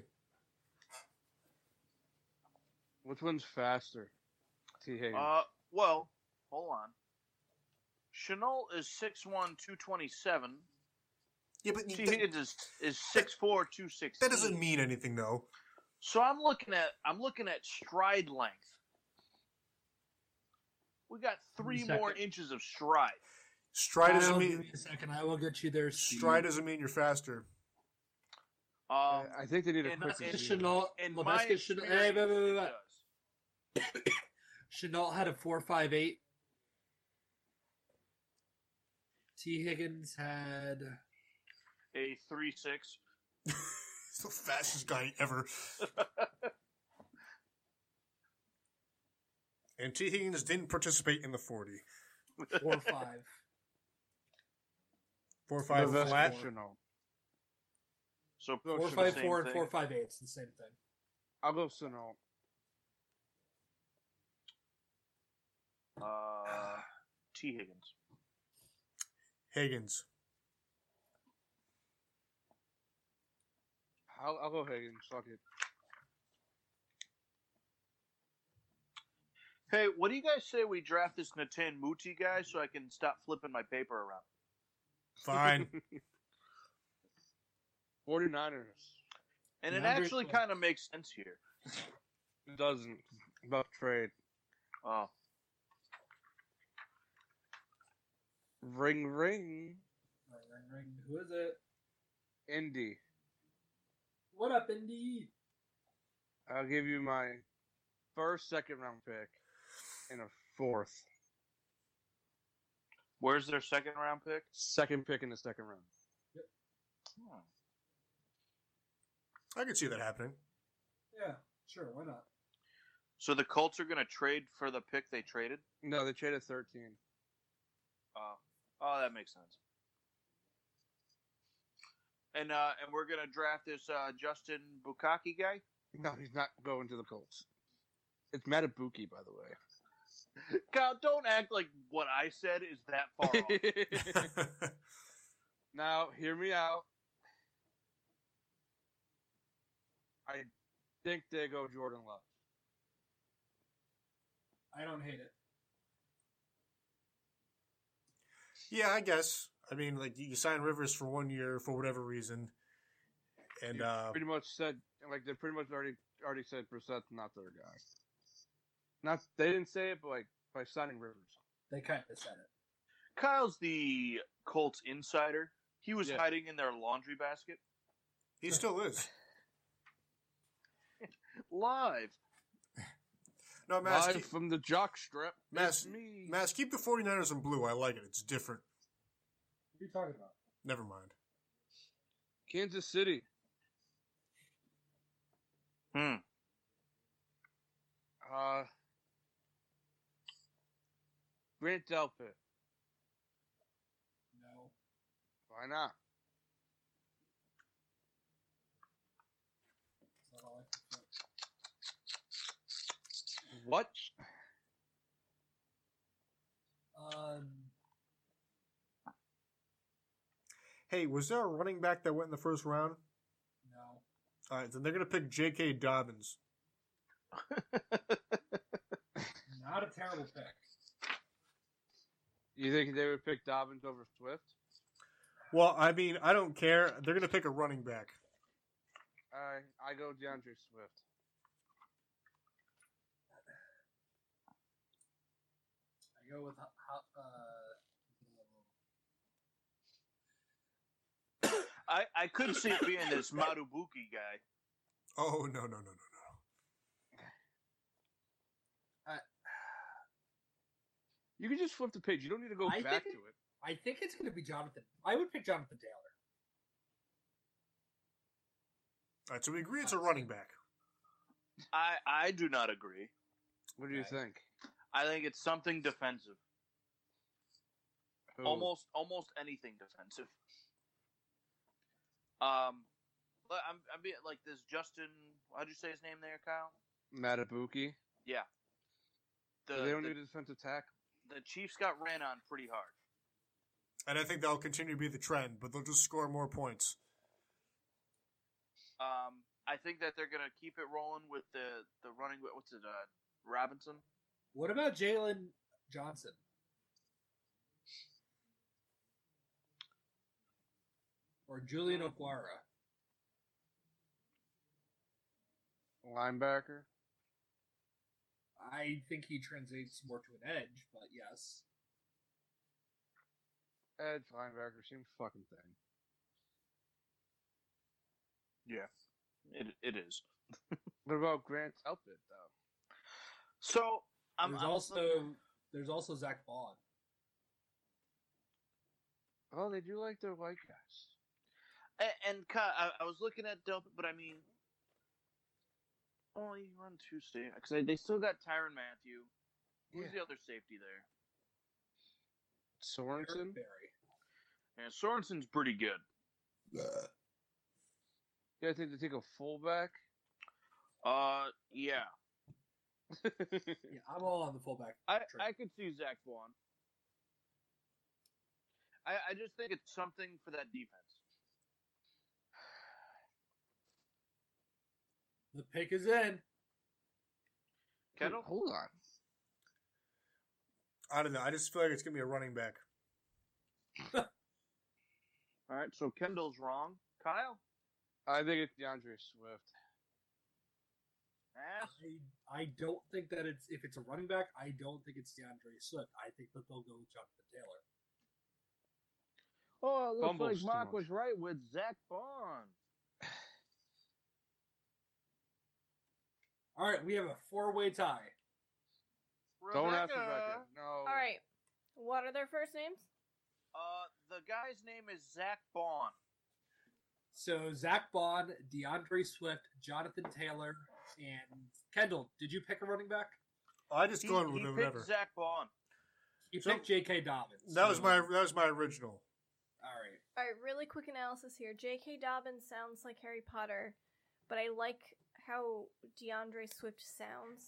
C: Which one's faster? T. Higgins.
B: Uh, well, hold on. Chenault is 6'1", 227.
A: Yeah, but
B: T.
A: that-
B: Higgins is, is 6'4", 216.
A: that doesn't mean anything, though.
B: So I'm looking at I'm looking at stride length. We got three
D: Second.
B: more inches of stride.
A: Stride doesn't
D: Kyle,
A: mean
D: give me a second. I will get you there. Steve.
A: stride doesn't mean you're faster.
B: Um,
C: I I think they need a
B: and-
C: quick
B: and-
C: review.
D: Chenault.
B: in
D: well,
B: my
D: that's good. Chenault, hey, wait,
B: experience,
D: wait, wait,
B: it
D: wait.
B: does.
D: Chenault had a four five eight. T Higgins had
B: a three six.
A: He's the fastest guy ever. and T. Higgins didn't participate in the 40.
D: four five.
A: 4 5
C: No, that's
A: flat.
C: Chenault.
B: So
C: Go
D: four
C: Chenault.
D: five
B: same
D: four and
B: thing.
D: four five eight. It's the same thing.
C: I'll go Chenault.
B: uh, T Higgins.
A: Higgins.
C: I'll, I'll go Higgins. Fuck it.
B: Hey, what do you guys say we draft this Natan Muti guy so I can stop flipping my paper around?
A: Fine.
C: 49ers.
B: And it
D: Number
B: actually
D: twelve.
B: kind of makes sense here.
C: It doesn't. About trade.
B: Oh,
C: Ring, ring.
D: Ring, ring, ring. Who is it?
C: Indy.
D: What up, Indy?
C: I'll give you my first, second round pick and a fourth.
B: where's their second round pick?
C: Second pick in the second round.
B: Hmm.
A: I could see that happening.
D: Yeah, sure. Why not?
B: So the Colts are going to trade for the pick they traded.
C: No, they traded 13.
B: Oh, oh, that makes sense. And uh, and we're going to draft this uh, Justin Bukaki guy.
C: No, he's not going to the Colts. It's Matabuki, by the way.
B: Kyle, don't act like what I said is that far off.
C: now, hear me out. I think they go Jordan Love.
D: I don't hate it.
A: yeah, I guess. I mean, like, you sign Rivers for one year for whatever reason. And,
C: You
A: uh,
C: pretty much said like they pretty much already already said Brissett's not their guy. Not they didn't say it, but like by signing Rivers.
D: They kind of said it.
B: Kyle's the Colts insider. He was
C: Yeah.
B: hiding in their laundry basket
A: he still is.
B: live.
A: No, Mass,
C: Live
A: keep,
C: from the jock strip.
A: Mass-
C: me.
A: Mass, keep the 49ers in blue. I like it. It's different.
D: What are you talking about?
A: Never mind.
C: Kansas City.
B: Hmm.
C: Uh Grant Delpit.
D: No.
C: Why not?
D: It's not all I can think.
C: What?
D: Um,
A: Hey, was there a running back that went in the first round?
D: no.
A: All right, Uh, then they're going to pick J.K. Dobbins.
D: Not a terrible pick.
C: You think they would pick Dobbins over Swift?
A: Well, I mean, I don't care. They're going to pick a running back.
C: Uh, I go DeAndre Swift.
D: I go with uh, ho- ho- uh,
B: I, I could see it being this Marubuki guy.
A: Oh, no, no, no, no.
C: You can just flip the page. You don't need to go
D: I
C: back to
D: think
C: it.
D: I think it's going to be Jonathan. I would pick Jonathan Taylor.
A: All right, so we agree it's a running back.
B: I, I do not agree.
C: What do you
D: Okay.
C: think?
B: I think it's something defensive.
C: Who?
B: Almost almost anything defensive. Um, but I'm I'm being like this Justin. How'd you say his name there, Kyle?
C: Matabuki.
B: Yeah. The,
C: they don't
B: the,
C: need a defensive tackle.
B: the Chiefs got ran on pretty hard.
A: And I think that'll continue to be the trend, but they'll just score more points.
B: Um, I think that they're gonna keep it rolling with the the running. What's it? Uh, Robinson.
D: What about Jalen Johnson? Or Julian Okwara?
C: Linebacker.
D: I think he translates more to an edge, but yes.
C: Edge linebacker. Same fucking thing.
B: Yeah, it it is.
C: What about Grant's outfit though?
B: So I'm,
D: there's
B: I'm
D: also there's also Zach Bond.
C: Oh, they do like their white guys.
B: A- And Ka- I, I was looking at Delta, but I mean, only run two safety because they still got Tyron Matthew. Who's
C: Yeah.
B: the other safety there?
C: Sorensen.
D: Eric Berry.
B: And Sorensen's pretty good.
C: Yeah, I think they take a fullback.
B: Uh, yeah,
D: Yeah, I'm all on the fullback.
B: I
D: True.
B: I could see Zach Vaughn. I I just think it's something for that defense.
D: The pick is in.
B: Kendall,
C: Hold on.
A: I don't know. I just feel like it's going to be a running back.
B: All right, so Kendall's wrong. Kyle?
C: I think it's DeAndre Swift.
B: Eh,
D: I, I don't think that it's if it's a running back, I don't think it's DeAndre Swift. I think that they'll go with Jonathan Taylor.
B: Oh, it looks
C: Fumbles
B: like
C: too
B: Mark
C: much.
B: was right with Zach Bond.
D: All right, we have a four way tie.
C: Don't ask
B: Rebecca.
C: Rebecca. No.
H: All right. What are their first names?
B: Uh, the guy's name is Zach Bond.
D: So Zach Bond, DeAndre Swift, Jonathan Taylor, and Kendall. Did you pick a running back?
A: I just
B: He,
A: going
B: he
A: with
B: picked
A: whatever.
B: Zach Bond.
D: You
A: So-
D: picked J.K. Dobbins.
A: That was
D: So-
A: my
D: All
A: that was my original.
D: right.
H: All right, really quick analysis here. J.K. Dobbins sounds like Harry Potter, but I like how DeAndre Swift sounds.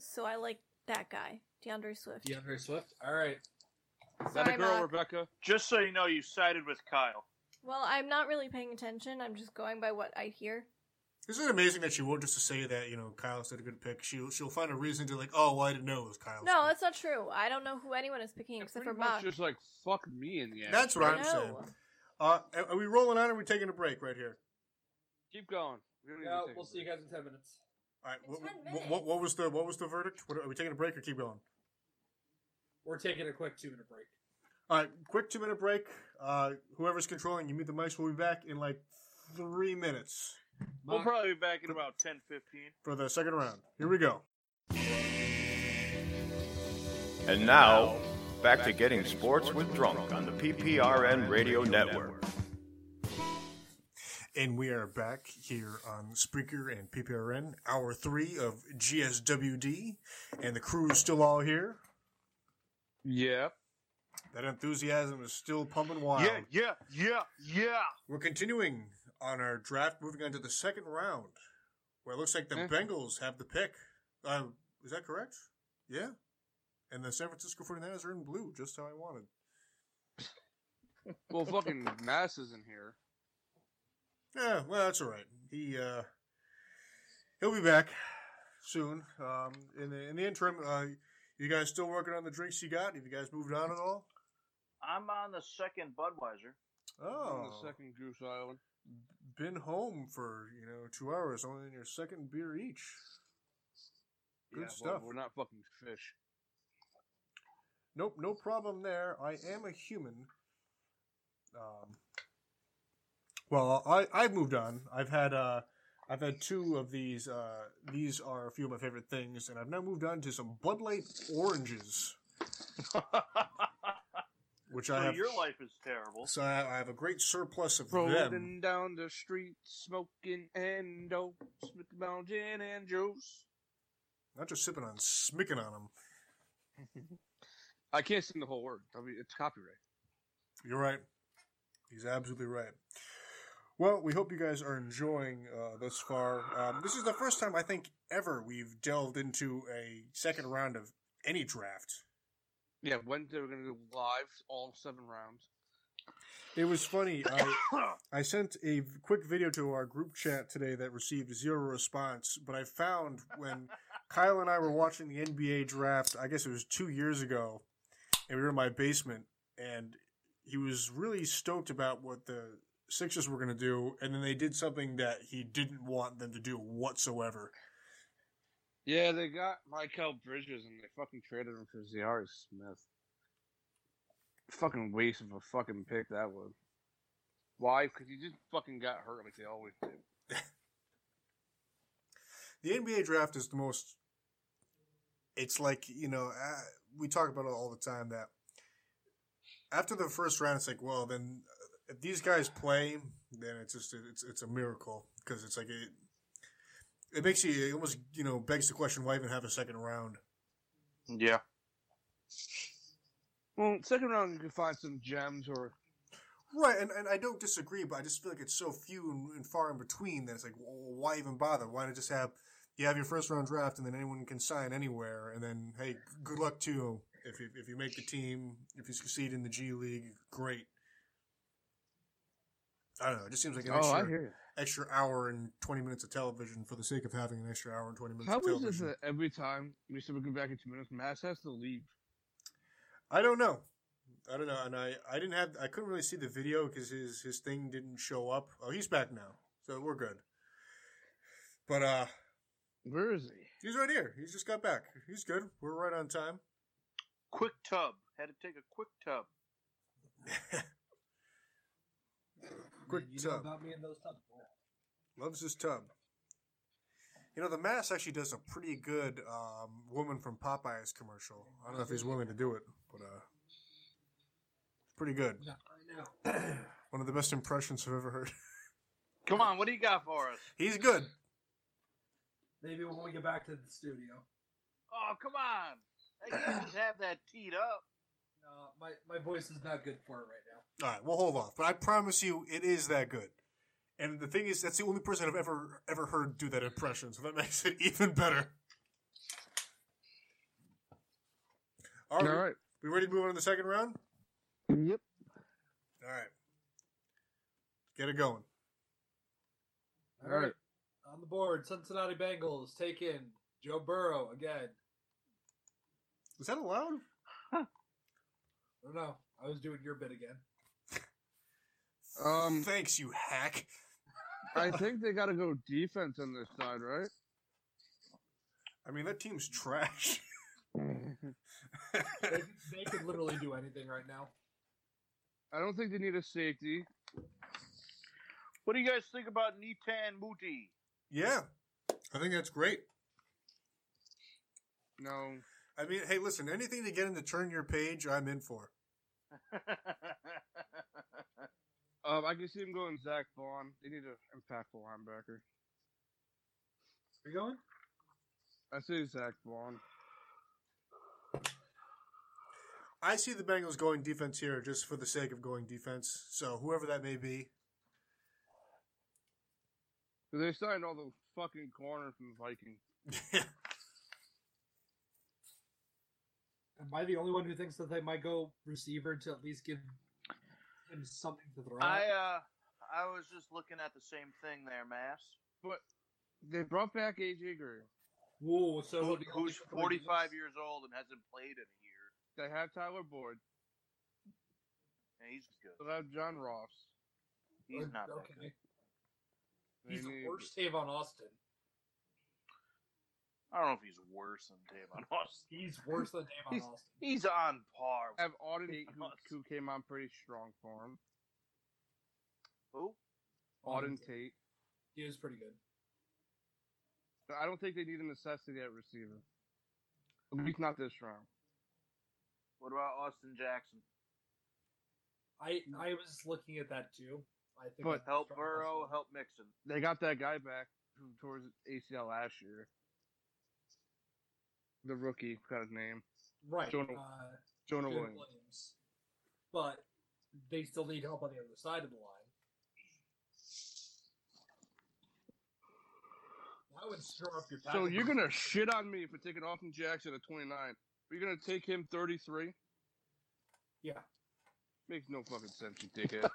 H: So I like that guy, DeAndre Swift.
D: DeAndre Swift. All right.
C: Is that
H: Sorry,
C: a girl,
H: Mark.
C: Rebecca?
B: Just so you know, you sided with Kyle.
H: Well, I'm not really paying attention. I'm just going by what I hear.
A: Isn't it amazing that she won't just to say that you know Kyle said a good pick? She'll she'll find a reason to like, oh, well, I didn't know it was Kyle's.
H: No,
A: pick."
H: that's not true. I don't know who anyone is picking except for
C: Pretty much
H: Bob.
C: just like fuck me in the ass.
A: that's what
H: I
A: I'm saying.
H: know.
A: Uh, are- are we rolling on? or Are we taking a break right here?
C: Keep going. We don't need to
D: Yeah,
C: take a
D: we'll see you
C: break.
D: guys in ten minutes.
A: All right.
H: In
A: What,
H: 10
A: what, what,
H: minutes.
A: what was the what was the verdict? What, are we taking a break or keep going?
D: We're taking a quick two minute break.
A: All right. Quick two minute break. Uh, whoever's controlling, you mute the mics. We'll be back in like three minutes
B: We'll
D: Mark-
B: probably be back in about 10, 15.
A: for the second round. Here we go.
G: And now, back to getting sports with drunk on the PPRN Radio Network.
A: And we are back here on Spreaker and PPRN, hour three of GSWD, and the crew is still all here.
C: Yeah.
A: That enthusiasm is still pumping wild.
B: yeah, yeah, yeah.
A: We're continuing on our draft, moving on to the second round, where it looks like the
C: Mhm.
A: Bengals have the pick. Uh, is that correct? Yeah. And the San Francisco 49ers are in blue, just how I wanted.
C: Well, fucking Mass is in here.
A: Yeah, well, that's all right. He uh, he'll be back soon. Um, in the in the interim, uh, you guys still working on the drinks you got? Have you guys moved on at all?
B: I'm on the second Budweiser.
C: On
A: Oh,
C: the second Goose Island.
A: been home for you know two hours, only in your second beer each. Good
C: yeah, well,
A: stuff.
C: we're not fucking fish.
A: Nope, no problem there. I am a human. Um, well, I I've moved on. I've had uh, I've had two of these. Uh, these are a few of my favorite things, and I've now moved on to some Bud Light oranges, which I
B: so
A: have.
B: your life is terrible.
A: So I I have a great surplus of them.
C: Rolling down the street, smoking and dope, smoking about gin and juice.
A: Not just sipping on, smicking on them.
C: I can't sing the whole word. I mean, it's copyright.
A: You're right. He's absolutely right. Well, we hope you guys are enjoying uh, this far. Um, this is the first time I think ever we've delved into a second round of any draft.
C: Yeah, Wednesday we're gonna do live all seven rounds.
A: It was funny. I, I sent a quick video to our group chat today that received zero response, but I found when Kyle and I were watching the NBA draft, I guess it was two years ago, and we were in my basement, and he was really stoked about what the Sixers were going to do, and then they did something that he didn't want them to do whatsoever.
C: Yeah, they got Michael Bridges and they fucking traded him for Ziari Smith. Fucking waste of a fucking pick that was. Why? Because he just fucking got hurt like they always do.
A: The NBA draft is the most. It's like you know uh, we talk about it all the time that after the first round, it's like well then uh, if these guys play, then it's just it's it's a miracle because it's like it it makes you it almost you know begs the question why even have a second round.
C: Yeah. Well, second round you can find some gems or
A: Right, and, and I don't disagree, but I just feel like it's so few and, and far in between that it's like, well, why even bother? Why not just have you have your first round draft and then anyone can sign anywhere, and then hey, good luck to you if you if you make the team, if you succeed in the G League, great. Oh, I don't know. It just seems like an extra,
C: you.
A: extra hour and twenty minutes of television for the sake of having an extra hour and twenty minutes.
C: How
A: of
C: is
A: television.
C: this that every time we said we go back in two minutes, Mass has to leave?
A: I don't know. I don't know, and I, I didn't have I couldn't really see the video because his his thing didn't show up. Oh, he's back now, so we're good. But uh,
C: Where is he?
A: he's right here. He's just got back. He's good. We're right on time.
B: Quick tub. Had to take a quick tub.
A: Quick
D: you know
A: tub
D: about me and those tubs.
A: loves his tub. You know, the mass actually does a pretty good um, woman from Popeyes commercial. I don't know if he's willing to do it, but uh, pretty good.
D: Not right now.
A: One of the best impressions I've ever heard.
B: Come on, what do you got for us?
A: he's good.
D: Maybe when we get back to the studio.
B: Oh, come on. I can't just have that teed up.
D: No, my, my voice is not good for it right now.
A: All right, we'll hold off. But I promise you, it is that good. And the thing is, that's the only person I've ever ever heard do that impression, so that makes it even better. All right,
C: All right.
A: we ready to move on to the second round?
C: Yep.
A: All right, get it going.
C: All right.
D: On the board, Cincinnati Bengals take in Joe Burrow again.
A: Is that allowed?
D: I don't know. I was doing your bit again.
C: Um,
A: Thanks, you hack.
C: I think they got to go defense on this side, right?
A: I mean, that team's trash.
D: They, they could literally do anything right now.
C: I don't think they need a safety.
B: What do you guys think about Nitan Muti?
A: yeah, I think that's great.
C: No.
A: I mean, hey, listen, anything to get him to turn your page, I'm in for.
C: Um, I can see them going Zach Vaughn. They need an impactful linebacker.
D: Are you going?
C: I say Zach Vaughn.
A: I see the Bengals going defense here just for the sake of going defense. So whoever that may be,
C: 'Cause They signed all the fucking corners from the Vikings.
D: Am I the only one who thinks that they might go receiver to at least give him something to throw?
B: I
D: at?
B: uh I was just looking at the same thing there, Mass.
C: They brought back AJ Green.
D: Whoa, so
B: Who,
D: it'll be only
B: who's
D: for three
B: forty five years
D: games?
B: old and hasn't played in a year.
C: They have Tyler Boyd.
B: And he's good.
C: They have John Ross.
B: He's
D: Or-
B: not that
D: okay.
B: good.
C: They
D: He's
C: need-
D: worse Tavon Austin.
B: I don't know if he's worse than Tavon Austin.
D: He's worse than Tavon
C: He's-
D: Austin.
B: He's on par.
C: Have Auden Eight, who,
B: Ross.
C: who came on pretty strong for him.
B: Who?
C: Auden Tate.
D: He was pretty good.
C: But I don't think they need a necessity at receiver. At least not this round.
B: What about Austin Jackson?
D: I
C: Mm-hmm.
D: I was looking at that too. I think
C: But-
D: that's
B: Help
D: strong
B: Burrow,
D: Austin.
B: help Mixon.
C: They got that guy back who tore his ACL last year. The rookie, got his name.
D: right.
C: Jonah-
D: uh,
C: Jonah
D: Jonah
C: Williams.
D: Williams. But they still need help on the other side of the line. I would stir up your
C: So
D: tackle.
C: you're gonna shit on me for taking Austin Jackson at 29. You're gonna take him 33.
D: Yeah.
C: Makes no fucking sense, you dickhead.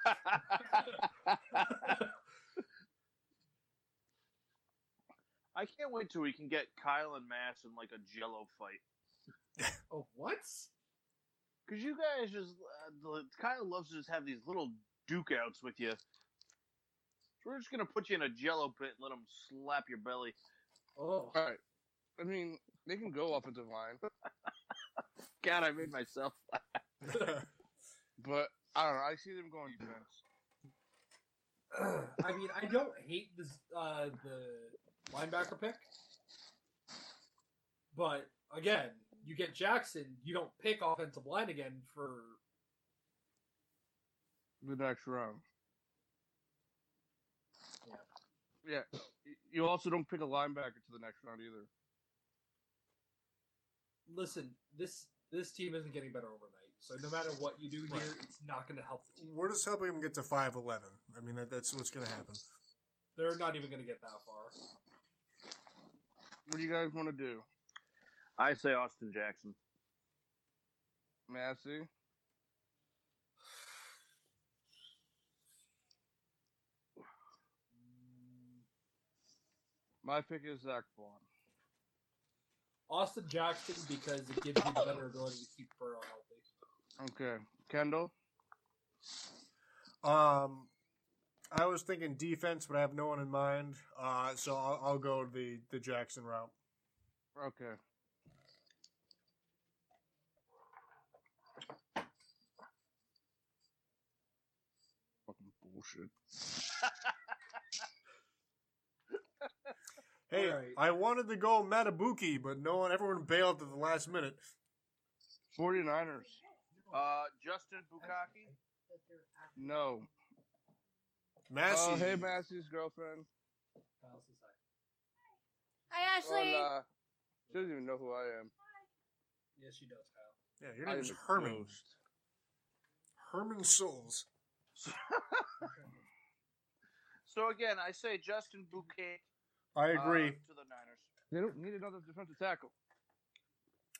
B: I can't wait till we can get Kyle and Mass in like a Jello fight.
D: Oh, what?
B: Cause you guys just uh, the- Kyle loves to just have these little duke outs with you. So we're just gonna put you in a Jello pit and let him slap your belly.
D: Oh,
C: All right. I mean, they can go offensive line,
B: God, I made myself. laugh.
C: but I don't know. I see them going defense. Uh,
D: I mean, I don't hate this uh, the linebacker pick, but again, you get Jackson, you don't pick offensive line again for
C: the next round.
D: Yeah.
C: Yeah. Y- You also don't pick a linebacker to the next round either.
D: listen. This this team isn't getting better overnight, so no matter what you do here, it's not going to help the team.
A: We're just helping him get to five eleven. I mean, that, that's what's going to happen.
D: They're not even going to get that far.
C: What do you guys want to do?
B: I say Austin Jackson.
C: Massey? My pick is Zach Vaughn.
D: Austin Jackson because it gives you the better ability to keep Burrow healthy.
C: Okay. Kendall?
A: Um, I was thinking defense, but I have no one in mind. Uh, so I'll, I'll go the the Jackson route.
C: Okay. Fucking bullshit.
A: Hey,
D: All right.
A: I wanted to go Matabuki, but no one, everyone bailed at the last minute.
C: 49ers.
B: Uh, Justin Bukaki.
C: No.
A: Massey,
C: Oh, hey, Massey's girlfriend.
D: Kyle's is like,
H: Hi, Ashley.
C: Hola. uh, She doesn't even know who I am.
D: Yes, she does, Kyle.
A: yeah, your
C: I
A: name's
C: am
A: Herman.
C: exposed.
A: Herman Souls.
B: So again, I say Justin Bouquet.
A: I
B: uh,
A: agree.
B: to the Niners.
C: They don't need another defensive tackle.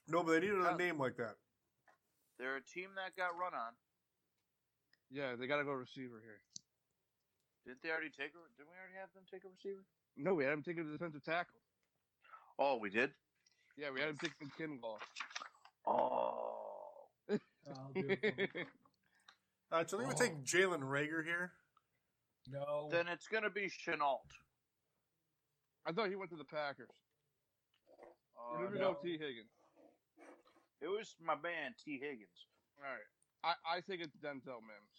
A: no, but they needed
B: uh,
A: a name like that.
B: They're a team that got run on.
C: Yeah, they got to go receiver here.
B: Didn't they already take? a- Didn't we already have them take a receiver?
C: No, we had him taking the defensive tackle.
B: Oh, we did.
C: Yeah, we had him taking Kinlaw.
B: Oh,
D: Kyle, do it for me.
A: Uh, so they would take Jalen Rager here.
D: no.
B: then it's gonna be Chenault.
C: I thought he went to the Packers.
B: Oh,
C: Let me
D: no.
C: go T. Higgins.
B: It was my man T Higgins.
C: All right. I, I think it's Denzel Mims.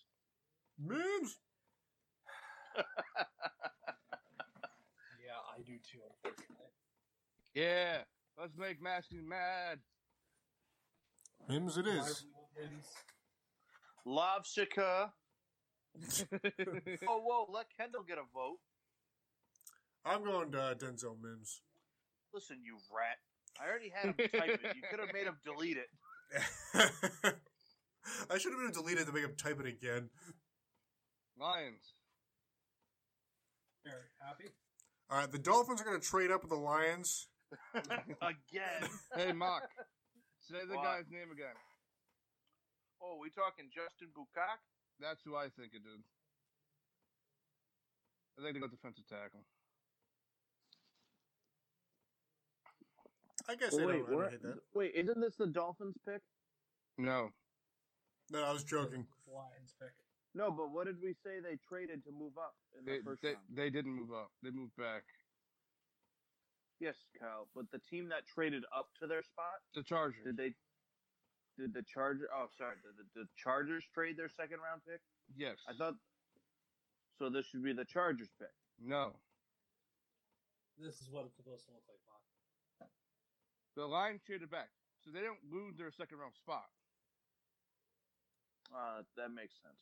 A: Mims.
D: yeah, I do too, unfortunately.
C: Yeah. Let's make Massey mad.
A: Mims it is.
D: Live weekends.
B: Lovsica. Oh, whoa! Let Kendall get a vote.
A: I'm going to uh, Denzel Mims.
B: Listen, you rat. I already had him type it. You could have made him delete it.
A: I should have been deleted to make him type it again.
C: Lions.
D: Very happy.
A: All right, the Dolphins are going to trade up with the Lions.
B: Again.
C: Hey, Mock. Say the
B: What?
C: guy's name again.
B: Oh, we talking Justin Bukak?
C: That's who I think it is. I think they go defensive tackle.
A: I guess they don't. I don't hate that.
B: wait, isn't this the Dolphins pick?
C: No.
A: No, I was joking.
D: Lions pick.
B: No, but what did we say they traded to move up in
C: They, they, they didn't move up. They moved back.
B: Yes, Kyle. But the team that traded up to their spot,
C: The Chargers.
B: did they? Did the Charger? Oh, sorry. Did the, the Chargers trade their second round pick?
C: Yes.
B: I thought. So this should be the Chargers pick.
C: No.
D: This is what it's supposed to look like, Bob.
C: The Lions traded back. So they don't lose their second round spot.
B: Uh, that makes sense.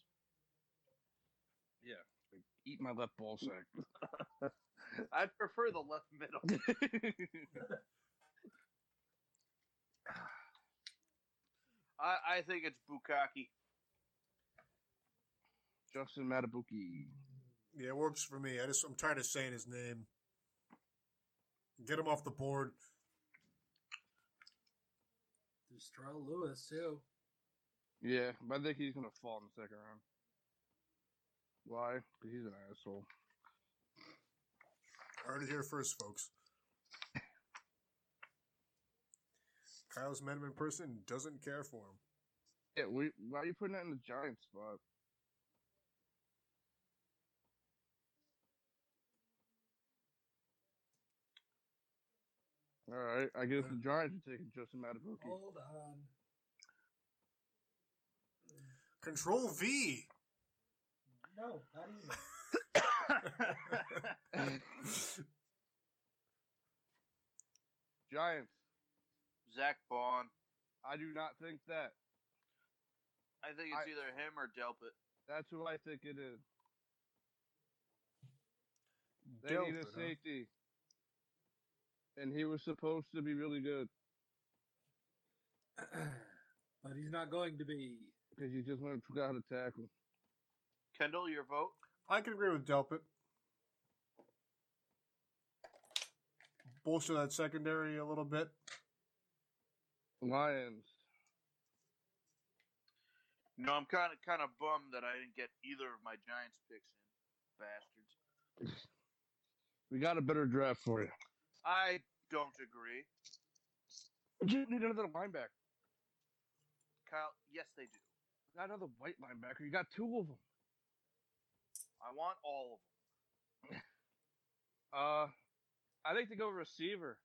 C: Eat my left ball sack.
B: I prefer the left middle. I, I think it's Bukaki.
C: Justin Matabuki.
A: Yeah, it works for me. I just I'm tired of saying his name. Get him off the board.
D: There's Terrell Lewis too.
C: Yeah, but I think he's gonna fall in the second round. Why? 'Cause he's an asshole.
A: Heard it here first, folks. Kyle's Madman person doesn't care for him.
C: Yeah, we, why are you putting that in the giant spot? All right, I guess the Giants are taking Justin Matabuki.
D: Hold on.
A: Control V.
D: No, not even.
C: Giants,
B: Zach Bond.
C: I do not think that.
B: I think it's
C: I-
B: either him or Delpit.
C: That's who I think it is. They need a
A: Delpit, huh?
C: safety. And he was supposed to be really good
D: but he's not going to be.
C: because he just went and forgot how to tackle.
B: Kendall, your vote.
A: I can agree with Delpit. Bolster that secondary a little bit.
C: Lions.
B: No, I'm kind of kind of bummed that I didn't get either of my Giants picks in, bastards.
C: We got a better draft for you.
B: I don't agree,
C: You need another linebacker.
B: Kyle. Yes, they do.
C: Not another white linebacker. You got two of them.
B: I want all of them.
C: Uh, I think to go receiver.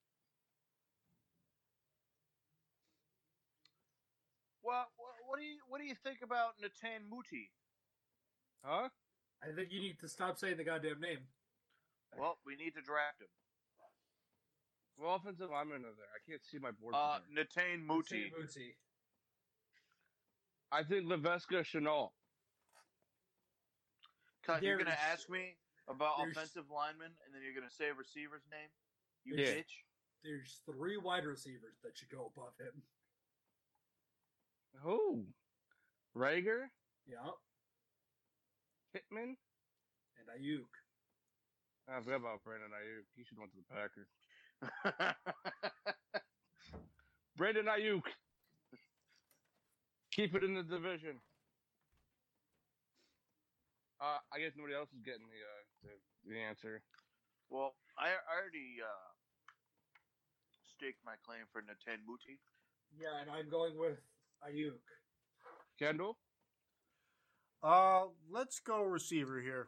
B: Well, wha- what do you what do you think about Natan Muti?
C: Huh?
D: I think you need to stop saying the goddamn name.
B: Well, we need to draft him.
C: Well, offensive lineman are there. I can't see my board. from
B: Uh,
C: here.
B: Natan Muti.
D: Mooty.
C: I think Levesca Chanel.
B: Kyle, you're gonna
D: There's-
B: ask me about
D: there's-
B: offensive lineman, and then you're gonna say a receiver's name. You
C: Yeah.
B: bitch.
D: There's three wide receivers that should go above him.
C: Who? Rager?
D: Yeah,
C: Pittman?
D: and Ayuk.
C: I forgot about Brandon Ayuk. He should went to the Packers. Brandon Ayuk. Keep it in the division. Uh, I guess nobody else is getting the uh, the, the answer.
B: Well, I I already uh, staked my claim for Natan Muti.
D: Yeah, and I'm going with Ayuk.
C: Kendall.
A: Uh, let's go receiver here.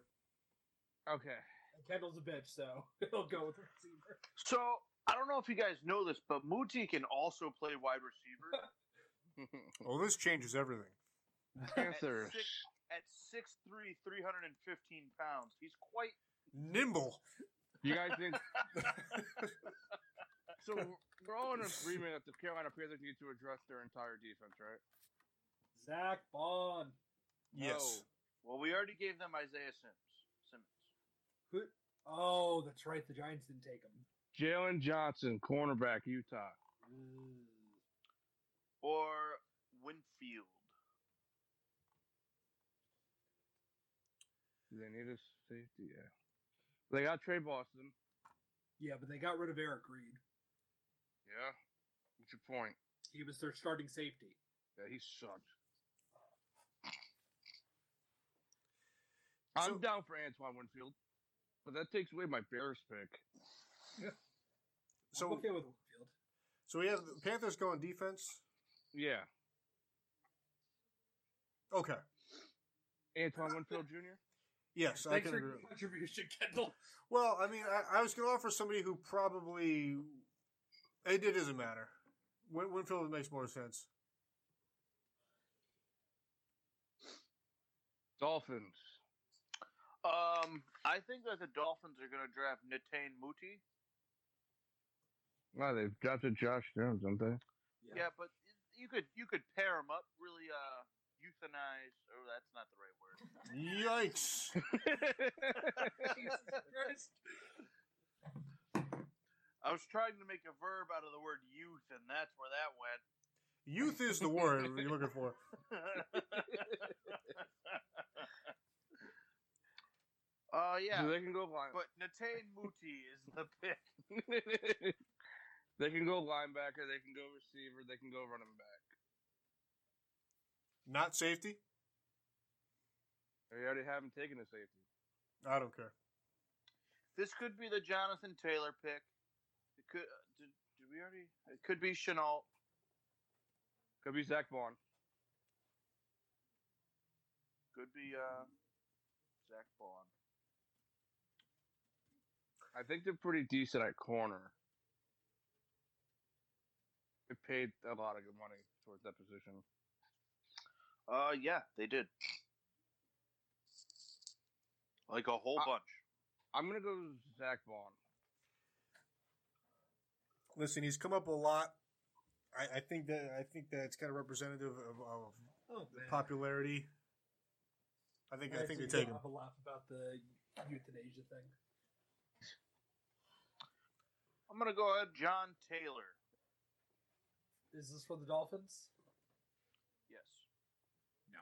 C: Okay.
D: And Kendall's a bitch, so he'll go with the receiver.
B: So I don't know if you guys know this, but Muti can also play wide receiver.
A: Oh, this changes everything.
C: Answer.
B: At, six, at 6'3", 315 pounds, he's quite.
A: Nimble.
C: You guys think? so we're all in agreement that the Carolina Panthers need to address their entire defense, right?
D: Zach Bond.
C: Oh.
A: Yes.
B: Well, we already gave them Isaiah Sims. Simmons.
D: Who? Oh, that's right. The Giants didn't take him.
C: Jalen Johnson, cornerback, Utah.
B: or Winfield.
C: Do they need a safety? Yeah. They got Trey Boston.
D: Yeah, but they got rid of Eric Reed.
C: Yeah. What's your point?
D: He was their starting safety.
C: Yeah, he sucked.
A: So-
C: I'm down for Antoine Winfield, but that takes away my Bears pick.
D: So
A: So,
D: okay with Winfield.
A: so we have the Panthers going defense.
C: Yeah,
A: Okay.
C: Antoine Winfield Jr.
A: Yes, I
D: Thanks
A: can
D: for
A: agree.
D: your
A: with-
D: contribution, Kendall.
A: Well, I mean, I, I was going to offer somebody who probably it, it doesn't matter. Win, Winfield makes more sense.
C: Dolphins.
B: Um, I think that the Dolphins are going to draft Natane Muti.
C: Wow, they've drafted Josh Jones, haven't they?
B: Yeah. but you could you could pair them up. Really, uh, euthanize. Oh, that's not the right word.
A: Yikes!
B: I was trying to make a verb out of the word youth, and that's where that went.
A: Youth is the word you're looking for.
B: Uh, yeah.
C: So they can go line.
B: But Natane Muti is the pick.
C: they can go linebacker. They can go receiver. They can go running back.
A: Not safety?
C: They already haven't taken a safety.
A: I don't care.
B: This could be the Jonathan Taylor pick. It could. Did, did we already? It could be Chenault.
C: Could be Zach Vaughn.
B: Could be uh, Zach Bond.
C: I think they're pretty decent at corner. They paid a lot of good money towards that position.
B: Uh, yeah, they did. Like a whole
C: Uh,
B: bunch.
C: I'm gonna go Zach Vaughn.
A: Listen, he's come up a lot. I, I think that I think that's kind of representative of, of
D: Oh,
A: the popularity. I think I think they take him.
D: A laugh about the euthanasia thing.
B: I'm gonna go ahead, John Taylor.
D: Is this for the Dolphins?
B: Yes. No.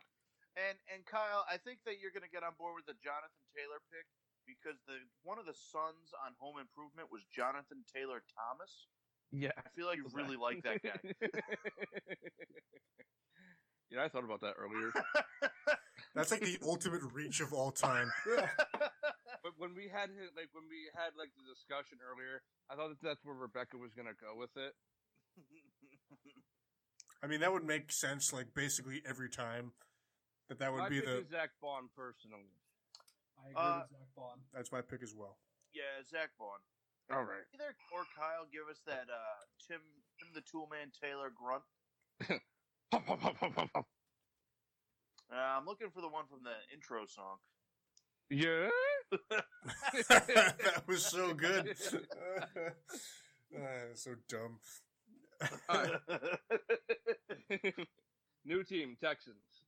B: And and Kyle, I think that you're gonna get on board with the Jonathan Taylor pick because the one of the sons on Home Improvement was Jonathan Taylor Thomas.
C: Yeah,
B: I feel like you really like that guy.
C: yeah, I thought about that earlier.
A: That's like the ultimate reach of all time.
C: but when we had his, like when we had like the discussion earlier, I thought that that's where Rebecca was gonna go with it.
A: I mean, that would make sense. Like basically every time that that would
C: I
A: be
C: picked
A: the.
C: Zach Vaughn personally.
D: I agree
B: Uh,
D: with Zach Bond.
A: That's my pick as well.
B: yeah, Zach Bond.
C: All right.
B: Either or Kyle give us that uh, Tim Tim the Toolman Taylor grunt.
C: Hop, hop, hop, hop, hop, hop.
B: Uh, I'm looking for the one from the intro song.
C: Yeah.
A: that was so good. Uh, so dumb.
C: All right. New team Texans.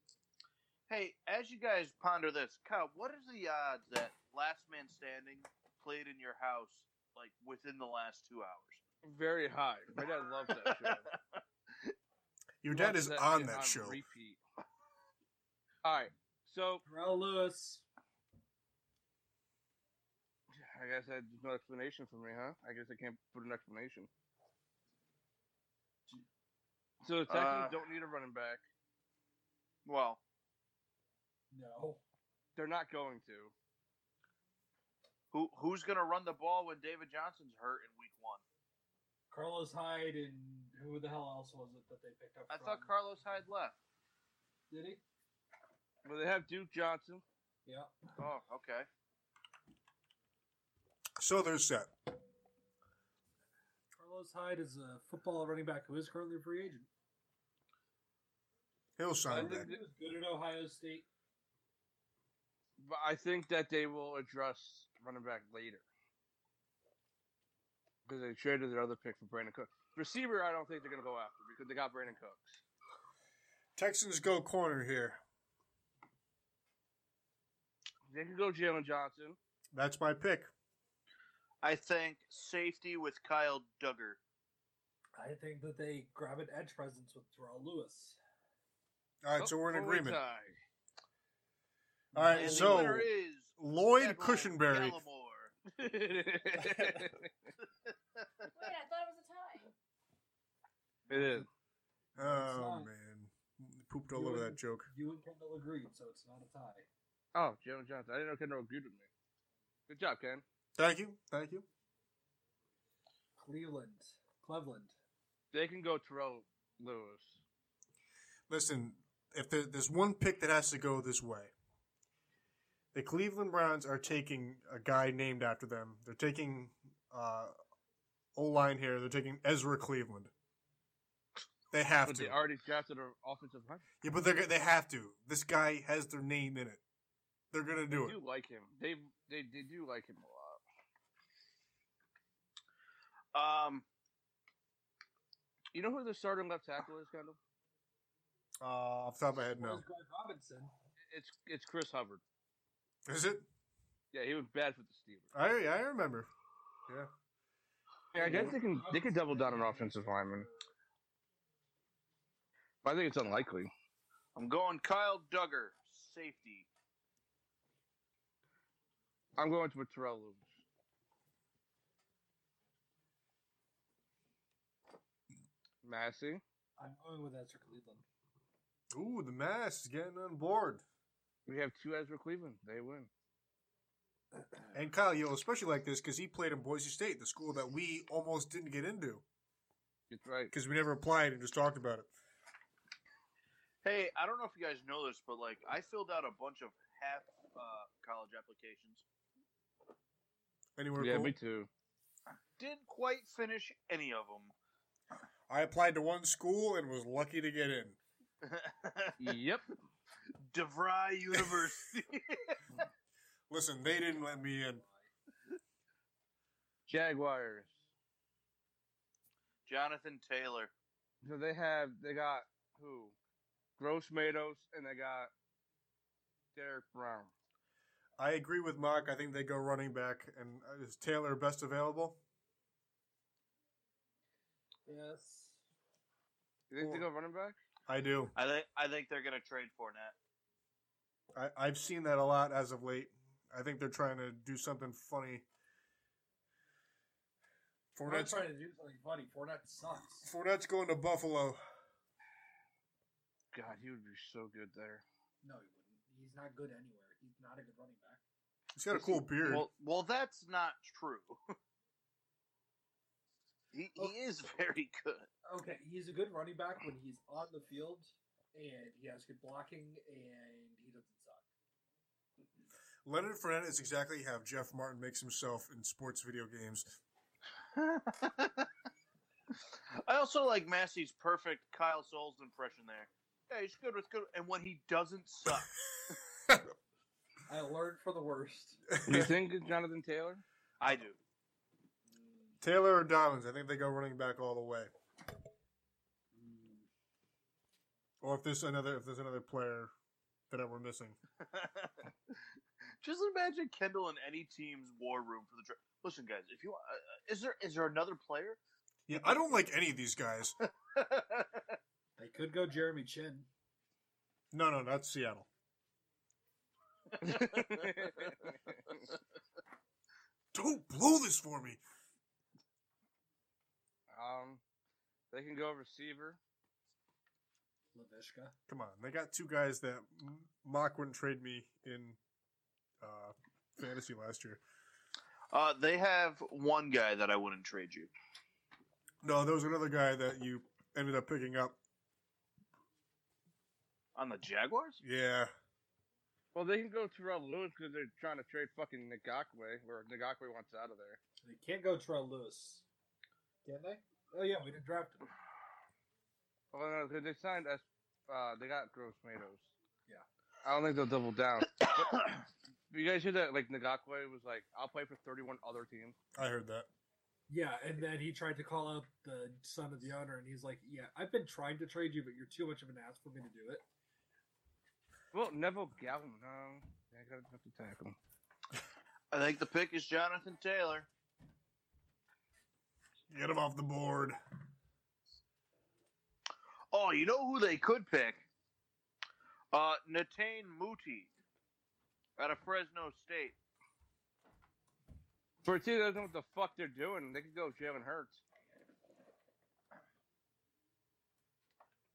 B: Hey, as you guys ponder this, Kyle, what is the odds that Last Man Standing played in your house like within the last two hours?
C: Very high. My dad loves that show.
A: Your dad
C: Loves
A: is on
C: shit
A: that show.
C: Repeat. All right. So
D: Terrell Lewis.
C: I guess I, there's no explanation for me, huh? I guess I can't put an explanation. So the Texans
B: Uh,
C: don't need a running back.
B: Well,
D: No.
C: They're not going to.
B: who who's gonna run the ball when David Johnson's hurt in week one?
D: Carlos Hyde and who the hell else was it that they picked up?
B: I
D: from?
B: thought Carlos Hyde left.
D: Did he?
C: Well, they have Duke Johnson.
D: Yeah.
B: Oh, okay.
A: So they're set.
D: Carlos Hyde is a football running back who is currently a free agent.
A: He'll
D: I
A: sign
D: think
A: back.
D: he was good at Ohio State.
C: But I think that they will address running back later. Because they traded their other pick for Brandon Cooks. Receiver, I don't think they're going to go after because they got Brandon Cooks.
A: Texans go corner here.
C: They could go Jalen Johnson.
A: That's my pick.
B: I think safety with Kyle Duggar.
D: I think that they grab an edge presence with Terrell Lewis.
A: All right,
C: Oh,
A: so we're in
C: full
A: agreement.
C: tie.
A: All right,
B: And the
A: Uh, so
B: winner is
A: Lloyd
B: Neville
A: Cushenberry.
B: Gallimore.
C: it
H: Wait, I thought it was a tie.
C: is.
A: Oh man, pooped all over that joke.
D: You and Kendall agreed, so it's not a tie.
C: Oh, Jalen Johnson. I didn't know Kendall agreed with me. Good job, Ken.
A: Thank you, thank you.
D: Cleveland. Cleveland.
C: They can go Terrell Lewis.
A: Listen, if there, there's one pick that has to go this way, the Cleveland Browns are taking a guy named after them. They're taking uh, O line here. They're taking Ezra Cleveland. They have
C: But
A: to.
C: they already drafted an offensive line.
A: yeah, but they're go- they have to. This guy has their name in it. They're gonna do
C: They
A: it.
C: do like him. They, they they do like him a lot.
B: Um,
C: You know who the starting left tackle is, Kendall?
A: Uh, off the top of my head, no.
D: Where's Greg Robinson?
C: It's it's Chris Hubbard.
A: Is it?
C: Yeah, he was bad for the Steelers.
A: I I remember.
C: Yeah, I guess they can they can double down on offensive linemen. But I think it's unlikely.
B: I'm going Kyle Duggar, safety.
C: I'm going to with Terrell Lewis. Massey.
D: I'm going with Ezra Cleveland.
A: Ooh, the mass is getting on board.
C: We have two Ezra Cleveland. They win.
A: And Kyle, you'll especially like this because he played in Boise State, the school that we almost didn't get into
C: That's right.
A: because we never applied and just talked about it.
I: Hey, I don't know if you guys know this, but like I filled out a bunch of half uh, college applications.
A: Anywhere
C: yeah,
A: cool?
C: me too.
I: Didn't quite finish any of them.
A: I applied to one school and was lucky to get in.
C: yep.
I: DeVry University.
A: Listen, they didn't let me in.
C: Jaguars.
I: Jonathan Taylor.
C: So they have they got who? Gross Matos and they got Derek Brown.
A: I agree with Mark. I think they go running back. And uh, is Taylor best available?
D: Yes.
C: You think they go running back?
A: I do.
I: I think I think they're gonna trade Fournette.
A: I, I've seen that a lot as of late. I think they're trying to do something funny.
D: We're not
A: Fournette's,
D: trying to do something funny. Fournette sucks.
A: Fournette's going to Buffalo.
C: God, he would be so good there.
D: No, he wouldn't. He's not good anywhere. He's not a good running back.
A: He's got a cool beard.
I: Well, well, that's not true. he he is very good.
D: Okay, he's a good running back when he's on the field and he has good blocking and he doesn't suck.
A: Leonard Fournette is exactly how Jeff Martin makes himself in sports video games.
I: I also like Massey's perfect Kyle Souls impression there. Yeah, he's good with good, and when he doesn't suck,
D: I learned for the worst.
C: you think it's Jonathan Taylor?
I: I do.
A: Taylor or Dobbins, I think they go running back all the way. Or if there's another if there's another player that we're missing.
I: Just imagine Kendall in any team's war room for the draft. Listen, guys, if you want, uh, uh, is there is there another player?
A: Yeah, I don't like any of these guys.
D: They could go Jeremy Chin.
A: No, no, that's Seattle. Don't blow this for me.
C: um they can go receiver.
D: Lavishka.
A: Come on, they got two guys that M- Mock wouldn't trade me in uh, fantasy last year.
I: Uh, they have one guy that I wouldn't trade you.
A: No, there was another guy that you ended up picking up.
I: On the Jaguars?
A: Yeah,
C: Well, they can go Terrell Lewis because they're trying to trade fucking Ngakwe, where Ngakwe wants out of there.
D: They can't go Terrell Lewis. Can they? Oh yeah, we didn't draft him.
C: Well, no, 'cause they signed us. Uh, they got Gross Matos.
D: Yeah.
C: I don't think they'll double down. you guys hear that? Like Nagakwe was like, "I'll play for 31 other teams."
A: I heard that.
D: Yeah, and then he tried to call out the son of the owner, and he's like, "Yeah, I've been trying to trade you, but you're too much of an ass for me to do it."
C: Well, Neville Galvin. No, I gotta have to tackle him.
I: I think the pick is Jonathan Taylor.
A: Get him off the board.
I: Oh, you know who they could pick? Uh, Natane Muti out of Fresno State.
C: For a team that doesn't know what the fuck they're doing, they could go Jalen Hurts.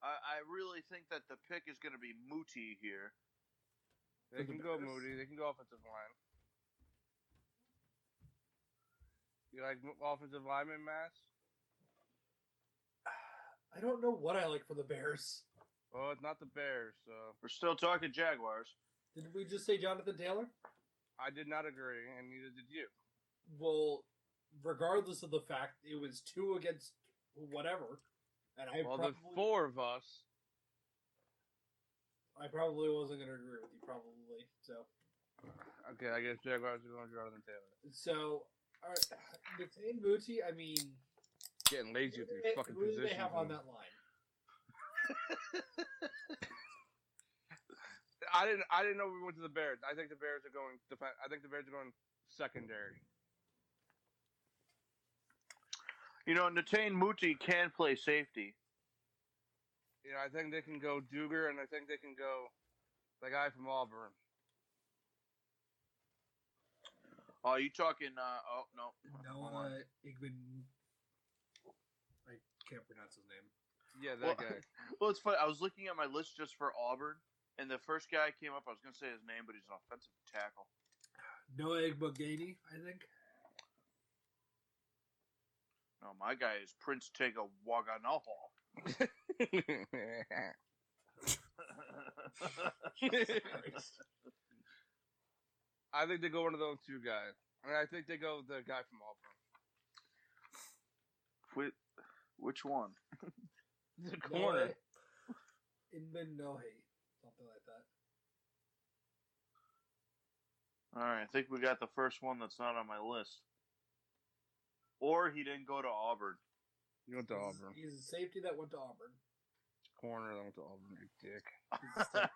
I: I, I really think that the pick is going to be Muti here.
C: They can go Moody. They can go offensive line. You like m- offensive lineman, Mass?
D: I don't know what I like for the Bears.
C: Well, Oh, it's not the Bears, so
I: We're still talking Jaguars.
D: Didn't we just say Jonathan Taylor?
C: I did not agree, and neither did you.
D: Well, regardless of the fact it was two against whatever, and I
C: well,
D: probably
C: the four of us
D: I probably wasn't going to agree with you, probably. So,
C: Okay, I guess Jaguars are going Jonathan Taylor.
D: so all right, Nathan Booty. I mean,
C: Getting lazy
D: who
C: with
D: do
C: your
D: they,
C: fucking
D: who do
C: positions.
D: they have on
C: and-
D: that line?
C: I didn't. I didn't know we went to the Bears. I think the Bears are going. Defen- I think the Bears are going secondary.
I: You know, Natane Muti can play safety.
C: You know, I think they can go Duger, and I think they can go the guy from Auburn.
I: Oh, you talking? Uh, oh no,
D: Noah Igman. I can't pronounce his name.
C: Yeah, that
I: Well,
C: guy.
I: well, it's funny. I was looking at my list just for Auburn, and the first guy came up. I was going to say his name, but he's an offensive tackle.
D: Noah Igbogany, I think.
I: No, my guy is Prince Tega Waganoho.
C: I think they go one of those two guys. I, mean, I think they go the guy from Auburn,
I: Which, which one?
C: the corner.
D: Igman Nohe. Something like that.
I: All right, I think we got the first one that's not on my list. Or he didn't go to Auburn.
C: You went to Auburn,
D: He's a safety that went to Auburn.
C: corner. That went to Auburn, you dick.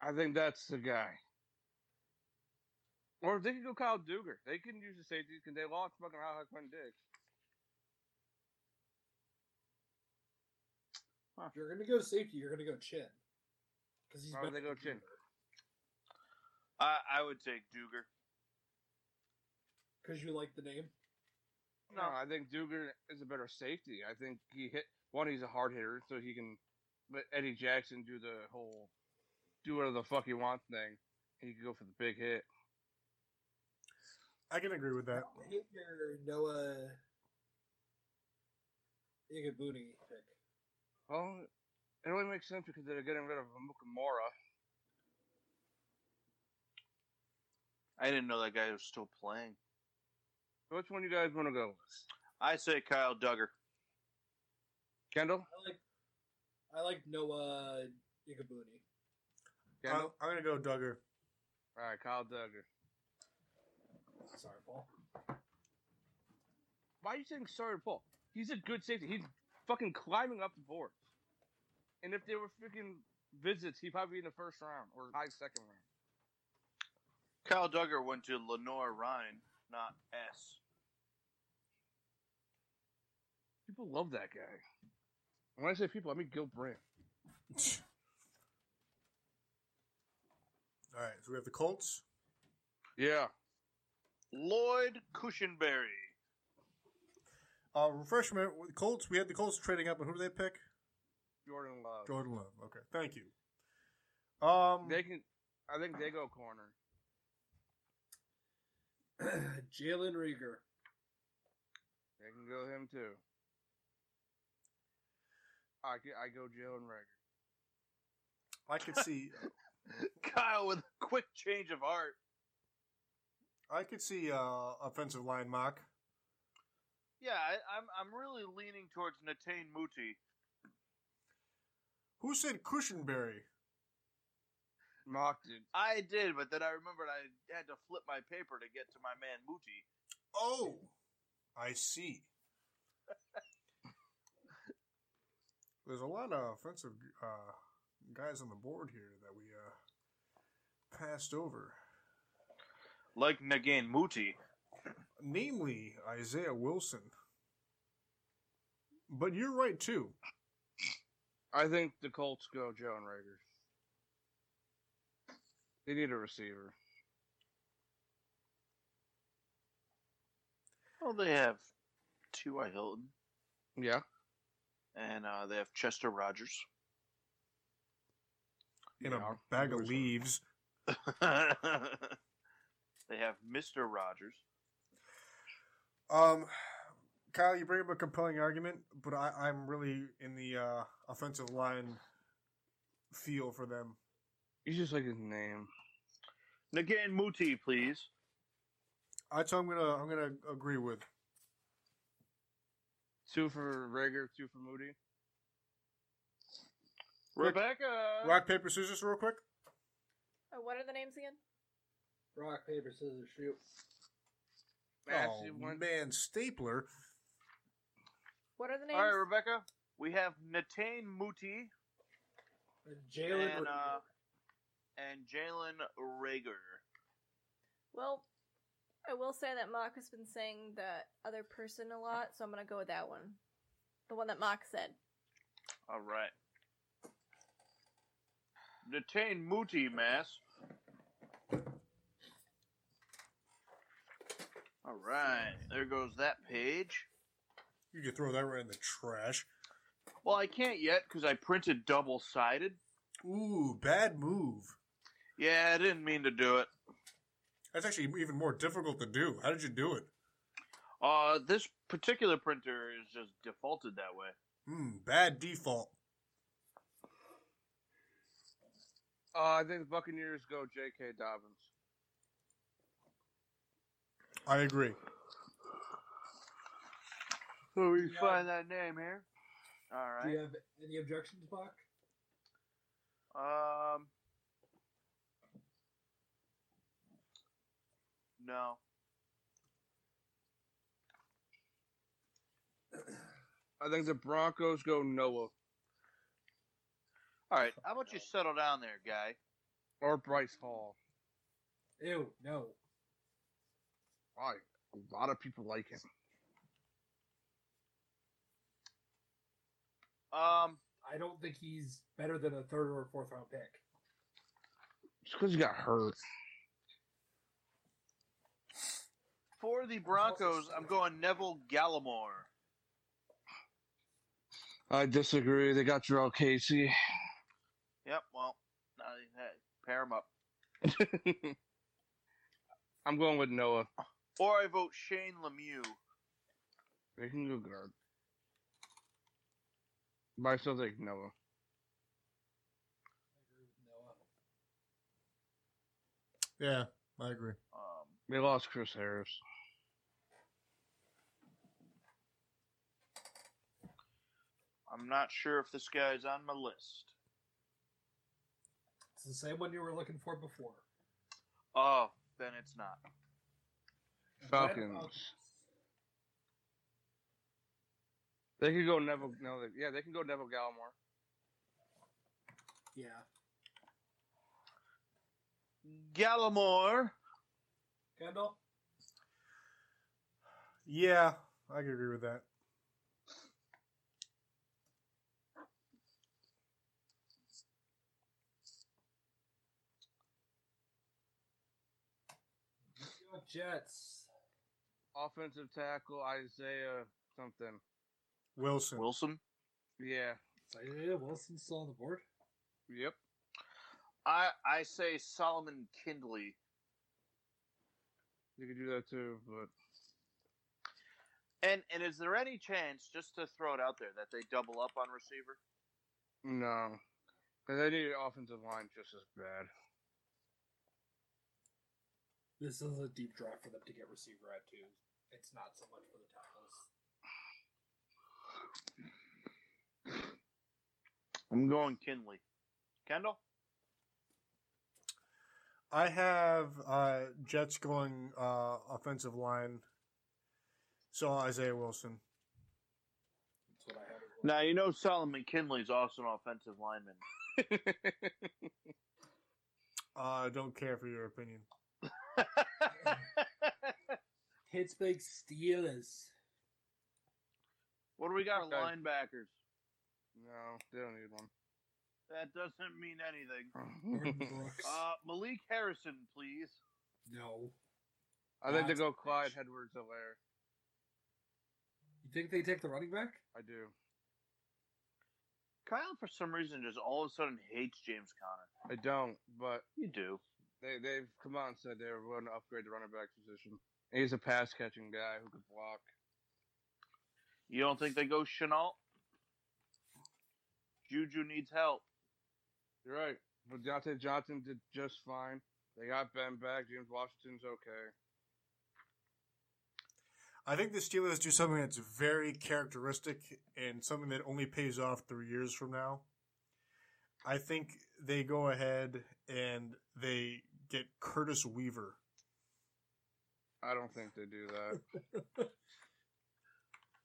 C: I think that's the guy. Or they could go Kyle Duger. They can use the safety because they lost fucking how Quinn Diggs.
D: If you're going to go safety, you're going to go Chin. Because he's
C: Why would
D: better
C: they go
D: than
C: Chin?
D: Duger.
I: I, I would take Duger.
D: Because you like the name.
C: No, I think Duger is a better safety. I think he hit one. He's a hard hitter, so he can let Eddie Jackson do the whole do whatever the fuck he wants thing. He could go for the big hit.
A: I can agree with that.
D: I hate your Noah Igabuni pick.
C: Well, it only makes sense because they're getting rid of Mukamura.
I: I didn't know that guy was still playing.
C: So which one you guys want to go with?
I: I say Kyle Duggar.
C: Kendall?
D: I like, I like Noah Igabuni.
A: I'm,
C: Kendall?
A: I'm gonna go Duggar.
C: All right, Kyle Duggar.
D: Sorry, Paul.
C: Why are you saying sorry, Paul? He's a good safety. He's fucking climbing up the board. And if there were freaking visits, he'd probably be in the first round or high second round.
I: Kyle Duggar went to Lenore Ryan, not S.
C: People love that guy. And When I say people, I mean Gil Brandt.
A: All right, so we have the Colts.
C: Yeah.
I: Lloyd Cushenberry.
A: Uh, refreshment with Colts. We had the Colts trading up, and who do they pick?
C: Jordan Love.
A: Jordan Love. Okay, thank you. Um,
C: They can I think they go corner.
D: Jalen Rieger.
C: They can go him too. I, g- I go Jalen Rager.
A: I could see,
I: Kyle with a quick change of heart.
A: I could see uh, offensive line mock.
I: Yeah, I, I'm I'm really leaning towards Natane Muti.
A: Who said Cushionberry?
C: Mocked it.
I: I did, but then I remembered I had to flip my paper to get to my man Muti.
A: Oh, I see. There's a lot of offensive uh, guys on the board here that we uh, passed over,
I: Like Nagain Muti.
A: namely Isaiah Wilson. But you're right too.
C: I think the Colts go Jalen Rager. They need a receiver.
I: Well, they have T.Y. Hilton,
C: Yeah.
I: and uh, they have Chester Rogers.
A: In
C: Yeah.
A: a bag of leaves.
I: they have Mr. Rogers.
A: Um, Kyle, you bring up a compelling argument, but I, I'm really in the uh, offensive line feel for them.
C: You just like his name.
I: Nagain Muti, please.
A: I so I'm gonna I'm gonna agree with.
C: Two for Rager, two for Moody.
I: Rebecca.
A: Rock paper scissors, real quick.
H: Oh, what are the names again?
D: Rock, paper, scissors, shoot.
A: Oh
C: Actually, one-
A: man, stapler.
H: What are the names?
C: All right, Rebecca.
I: We have Natane Muti
D: And Jalen
I: and
D: Rieger.
I: uh, and Jalen Rager.
H: Well, I will say that Mock has been saying the other person a lot, so I'm gonna go with that one. The one that Mock said.
I: All right. Natane Muti, Mass. All right, there goes that page.
A: You could throw that right in the trash.
I: Well, I can't yet because I printed double sided.
A: Ooh, bad move.
I: Yeah, I didn't mean to do it.
A: That's actually even more difficult to do. How did you do it?
I: Uh, this particular printer is just defaulted that way.
A: Hmm, bad default.
C: Uh, I think the Buccaneers go J.K. Dobbins.
A: I agree.
I: So we
D: Yeah.
I: find that name here. All
D: Do you
I: right.
D: have any objections, Buck?
I: Um. No.
C: I think the Broncos go Noah
I: All right. How about you settle down there, guy?
C: or Bryce Hall.
D: Ew, no.
C: Why? A lot of people like him.
I: Um.
D: I don't think he's better than a third or a fourth round pick.
C: It's because he got hurt.
I: For the Broncos, I'm going Neville Gallimore.
C: I disagree. They got Jarrell Casey.
I: Yep. Well, uh, hey, pair him up.
C: I'm going with Noah.
I: Or I vote Shane Lemieux.
C: They can go guard. But I still think Noah.
D: I agree with Noah.
A: Yeah, I agree.
I: Um.
C: They lost Chris Harris.
I: I'm not sure if this guy's on my list.
D: It's the same one you were looking for before.
I: Oh, then it's not.
C: Falcons. They could go Neville. No, they, yeah, they can go Neville Gallimore.
D: Yeah.
I: Gallimore.
D: Kendall?
A: Yeah, I could agree with that.
D: Go Jets.
C: Offensive tackle Isaiah something.
A: Wilson.
I: Wilson.
C: Yeah.
D: Isaiah Wilson still on the board?
C: Yep.
I: I I say Solomon Kindley.
C: You could do that too, but
I: And and is there any chance, just to throw it out there, that they double up on receiver?
C: no, because they need an offensive line just as bad.
D: This is a deep draft for them to get receiver at, too. It's not so much for the tackles.
I: I'm going Kindley. Kendall.
A: I have uh, Jets going uh, offensive line. So Isaiah Wilson.
D: That's what I have. as well.
I: Now you know Solomon Kindley's also an offensive lineman.
A: I don't care for your opinion.
D: Pittsburgh Steelers.
I: what do we got? for
C: Okay.
I: Linebackers.
C: no, they don't need one.
I: That doesn't mean anything.
D: Gordon Brooks.
I: Uh, Malik Harrison, please.
D: no.
C: I think they
D: God's
C: go Clyde Edwards Alaire.
D: You think they take the running back?
C: I do.
I: Kyle, for some reason, just all of a sudden hates James Conner.
C: I don't, but
I: You do.
C: they they've come out and said they were willing to upgrade the running back position. And he's a pass catching guy who could block.
I: You don't think they go Chenault? Juju needs help.
C: You're right. But Deontay Johnson did just fine. They got Ben back. James Washington's okay.
A: I think the Steelers do something that's very characteristic and something that only pays off three years from now. I think they go ahead and they get Curtis Weaver.
C: I don't think they do that.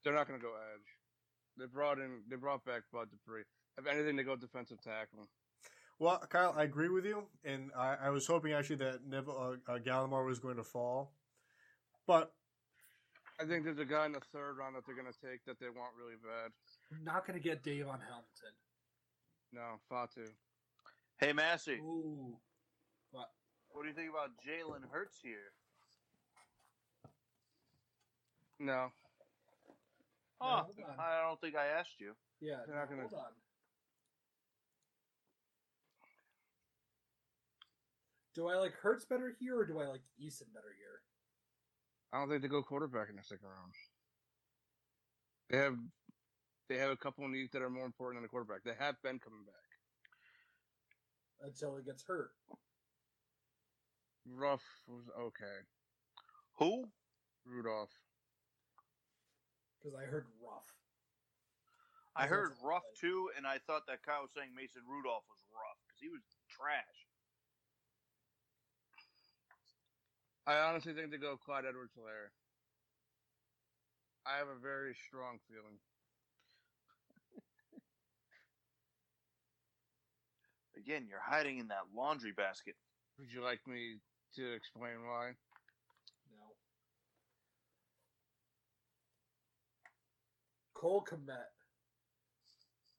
C: They're not going to go edge. They brought in. They brought back Bud Dupree. If anything, they go defensive tackle.
A: Well, Kyle, I agree with you, and I, I was hoping actually that Neville uh, uh, Gallimore was going to fall, but
C: I think there's a guy in the third round that they're going to take that they want really bad.
D: I'm not going to get Dave on Hamilton.
C: No, Fatu.
I: Hey, Massey,
D: Ooh. But
B: What do you think about Jalen Hurts here?
C: No.
B: Huh.
D: hold on.
B: I don't think I asked you.
D: Yeah,
C: They're not gonna-
D: hold on. Do I like Hurts better here or do I like Eason better here?
C: I don't think they go quarterback in the second round. They have they have a couple needs that are more important than the quarterback. They have been coming back.
D: Until he gets hurt.
C: Ruff was okay.
B: Who?
C: Rudolph.
D: Because I heard rough.
B: I heard
D: That's-
B: rough too, and I thought that Kyle was saying Mason Rudolph was rough because he was trash.
C: I honestly think they go Clyde Edwards Hilaire. I have a very strong feeling.
B: Again, you're hiding in that laundry basket.
C: Would you like me to explain why?
D: No. Cole Komet.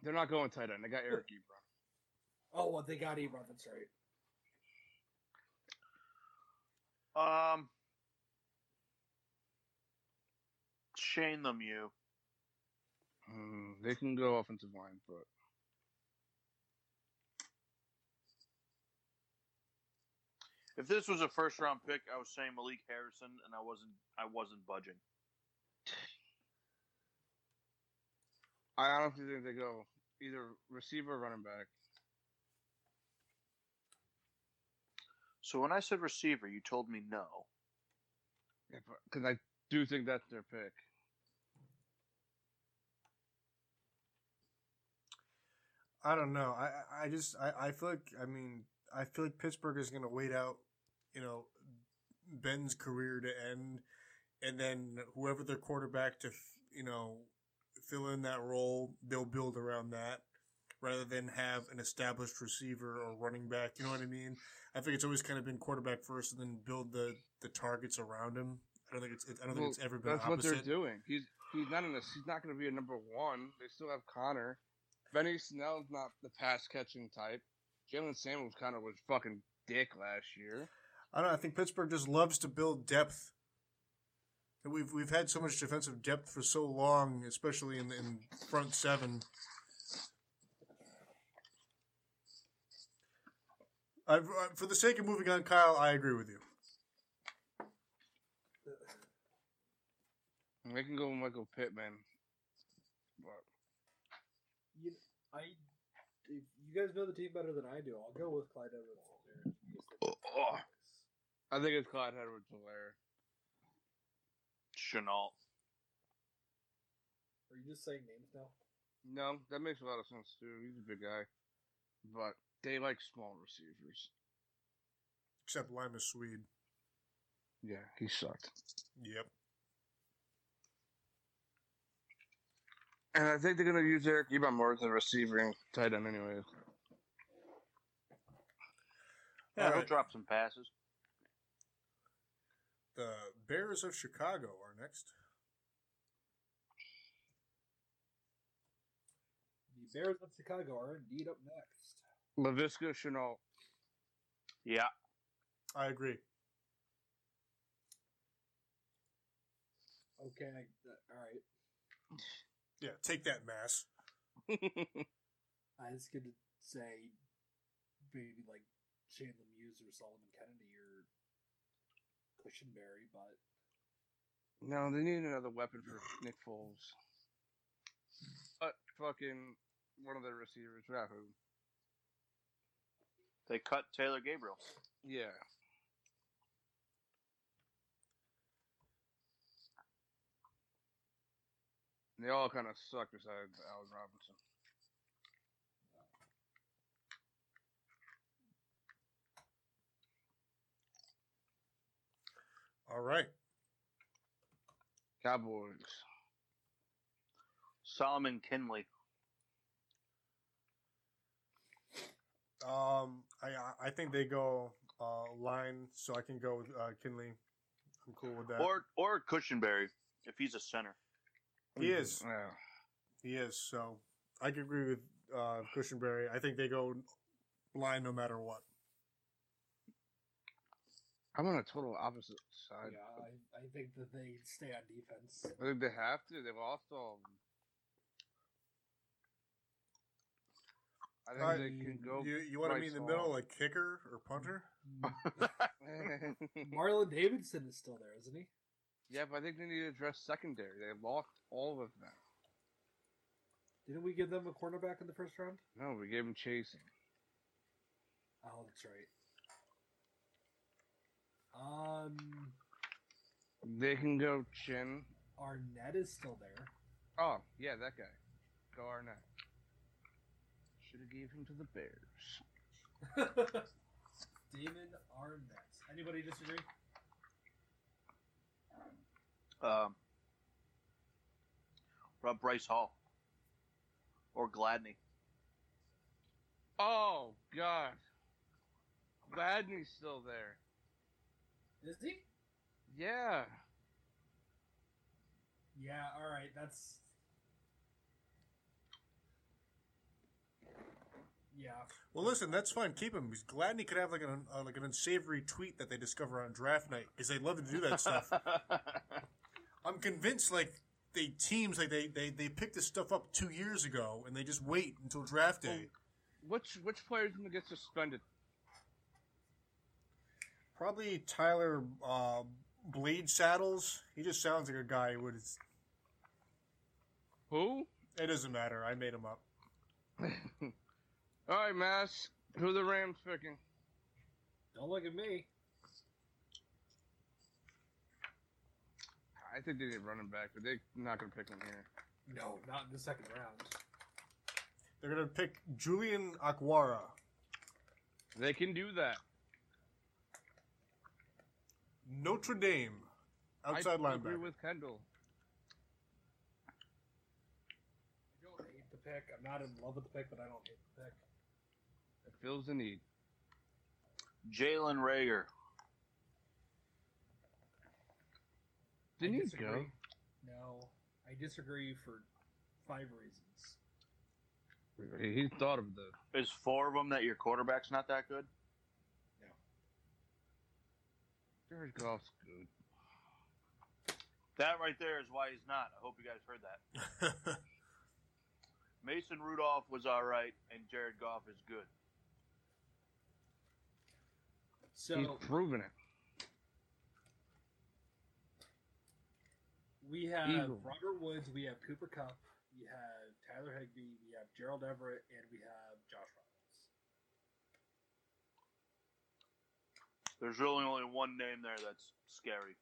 C: They're not going tight end. They got Eric Ebron.
D: Oh, well, they got Ebron. That's right.
B: Um, Shane Lemieux.
C: Hmm, they can go offensive line, but
B: If this was a first round pick, I was saying Malik Harrison, and I wasn't. I wasn't budging.
C: I honestly think they go either receiver or running back.
B: So when I said receiver, you told me no.
C: Because I do think that's their pick.
A: I don't know. I I- I just I, I feel like I mean I feel like Pittsburgh is going to wait out, you know, Ben's career to end, and then whoever their quarterback to f- you know fill in that role, they'll build around that rather than have an established receiver or running back. You know what I mean? I think it's always kind of been quarterback first, and then build the the targets around him. I don't think it's I don't
C: Well,
A: think it's ever been
C: That's what
A: opposite.
C: they're doing. He's he's not in this. He's not going to be a number one. They still have Connor. Benny Snell's not the pass catching type. Jalen Samuels kind of was fucking dick last year.
A: I don't know. I think Pittsburgh just loves to build depth. And We've we've had so much defensive depth for so long, especially in in front seven. I, I- uh, for the sake of moving on, Kyle, I agree with you.
C: And they can go with Michael Pittman. But
D: You, I, if you guys know the team better than I do. I'll go with Clyde Edwards.
C: I think it's Clyde Edwards Hilaire.
B: Chenault.
D: Are you just saying names now?
C: No, that makes a lot of sense too. He's a big guy. But they like small receivers.
A: Except Lima Swede.
C: Yeah, he sucked.
A: Yep.
C: And I think they're going to use Eric Ebron more as a receiver and tight end anyway.
B: Yeah,
A: All
B: he'll
A: right.
B: drop some passes.
A: The Bears of Chicago are next.
D: The Bears of Chicago are indeed up next.
C: LaVisca Chenault.
B: Yeah.
A: I agree.
D: Okay, I- all right.
A: Yeah, take that, Mass.
D: I was going to say maybe like Shane Muse or Solomon Kennedy or Cushionberry, but
C: No, they need another weapon for Nick Foles. But fucking one of their receivers, Rahu.
B: They cut Taylor Gabriel.
C: Yeah. They all kind of suck besides Allen Robinson.
A: All right.
C: Cowboys.
B: Solomon Kinley.
A: Um, I I- I think they go uh, line, so I can go with uh, Kinley. I'm cool with that.
B: Or or Cushionberry, if he's a center.
A: He is.
C: Yeah.
A: He is. So I could agree with uh, Cushionberry. I think they go line no matter what.
C: I'm on a total opposite side.
D: Yeah, I, I think that they stay on defense.
C: I think they have to. They've also. I think
A: Alright,
C: they can go.
A: You, you want to
C: right
A: be in the
C: side.
A: middle, like kicker or punter?
D: Marlon Davidson is still there, isn't he?
C: yeah, but I think they need to address secondary. They lost all of them.
D: Didn't we give them a cornerback in the first round?
C: No, we gave them chasing.
D: Oh, that's right. Um,
C: They can go chin.
D: Arnett is still there.
C: Oh, yeah, that guy. Go Arnett. Should have gave him to the Bears.
D: Damon Arnett. Anybody disagree?
B: Um, what about Bryce Hall or Gladney?
C: Oh, God. Gladney's still there.
D: Is he?
C: Yeah.
D: Yeah. All right. That's. Yeah.
A: Well, listen, that's fine. Keep him. He's glad he could have like an uh, like an unsavory tweet that they discover on draft night because they love to do that stuff. I'm convinced, like they teams like they they they pick this stuff up two years ago and they just wait until draft day.
C: Which which player's going to get suspended?
A: Probably Tyler uh, Blade Saddles. He just sounds like a guy who would.
C: Who?
A: It doesn't matter. I made him up.
C: all right, Mass. Who the Rams picking?
D: Don't look at me.
C: I think they need a running back, but they're not going to pick him here.
D: No, not in the second round.
A: They're gonna pick Julian Aquara.
C: They can do that.
A: Notre Dame, outside
C: I agree
A: linebacker.
C: with Kendall.
D: I don't hate the pick. I'm not in love with the pick, but I don't hate the pick.
C: It fills the need.
B: Jalen Rager.
C: Didn't
D: I
C: you
D: disagree.
C: go?
D: No, I disagree for five reasons.
C: He he thought of the.
B: Is four of them that your quarterback's not that good?
C: Jared Goff's good.
B: That right there is why he's not. I hope you guys heard that. Mason Rudolph was all right, and Jared Goff is good.
C: He's
D: So
C: proven it.
D: we have
C: Eagle.
D: Robert Woods, we have Cooper Cup, we have Tyler Higbee, we have Gerald Everett, and we have Josh Roberts.
B: There's really only one name there that's scary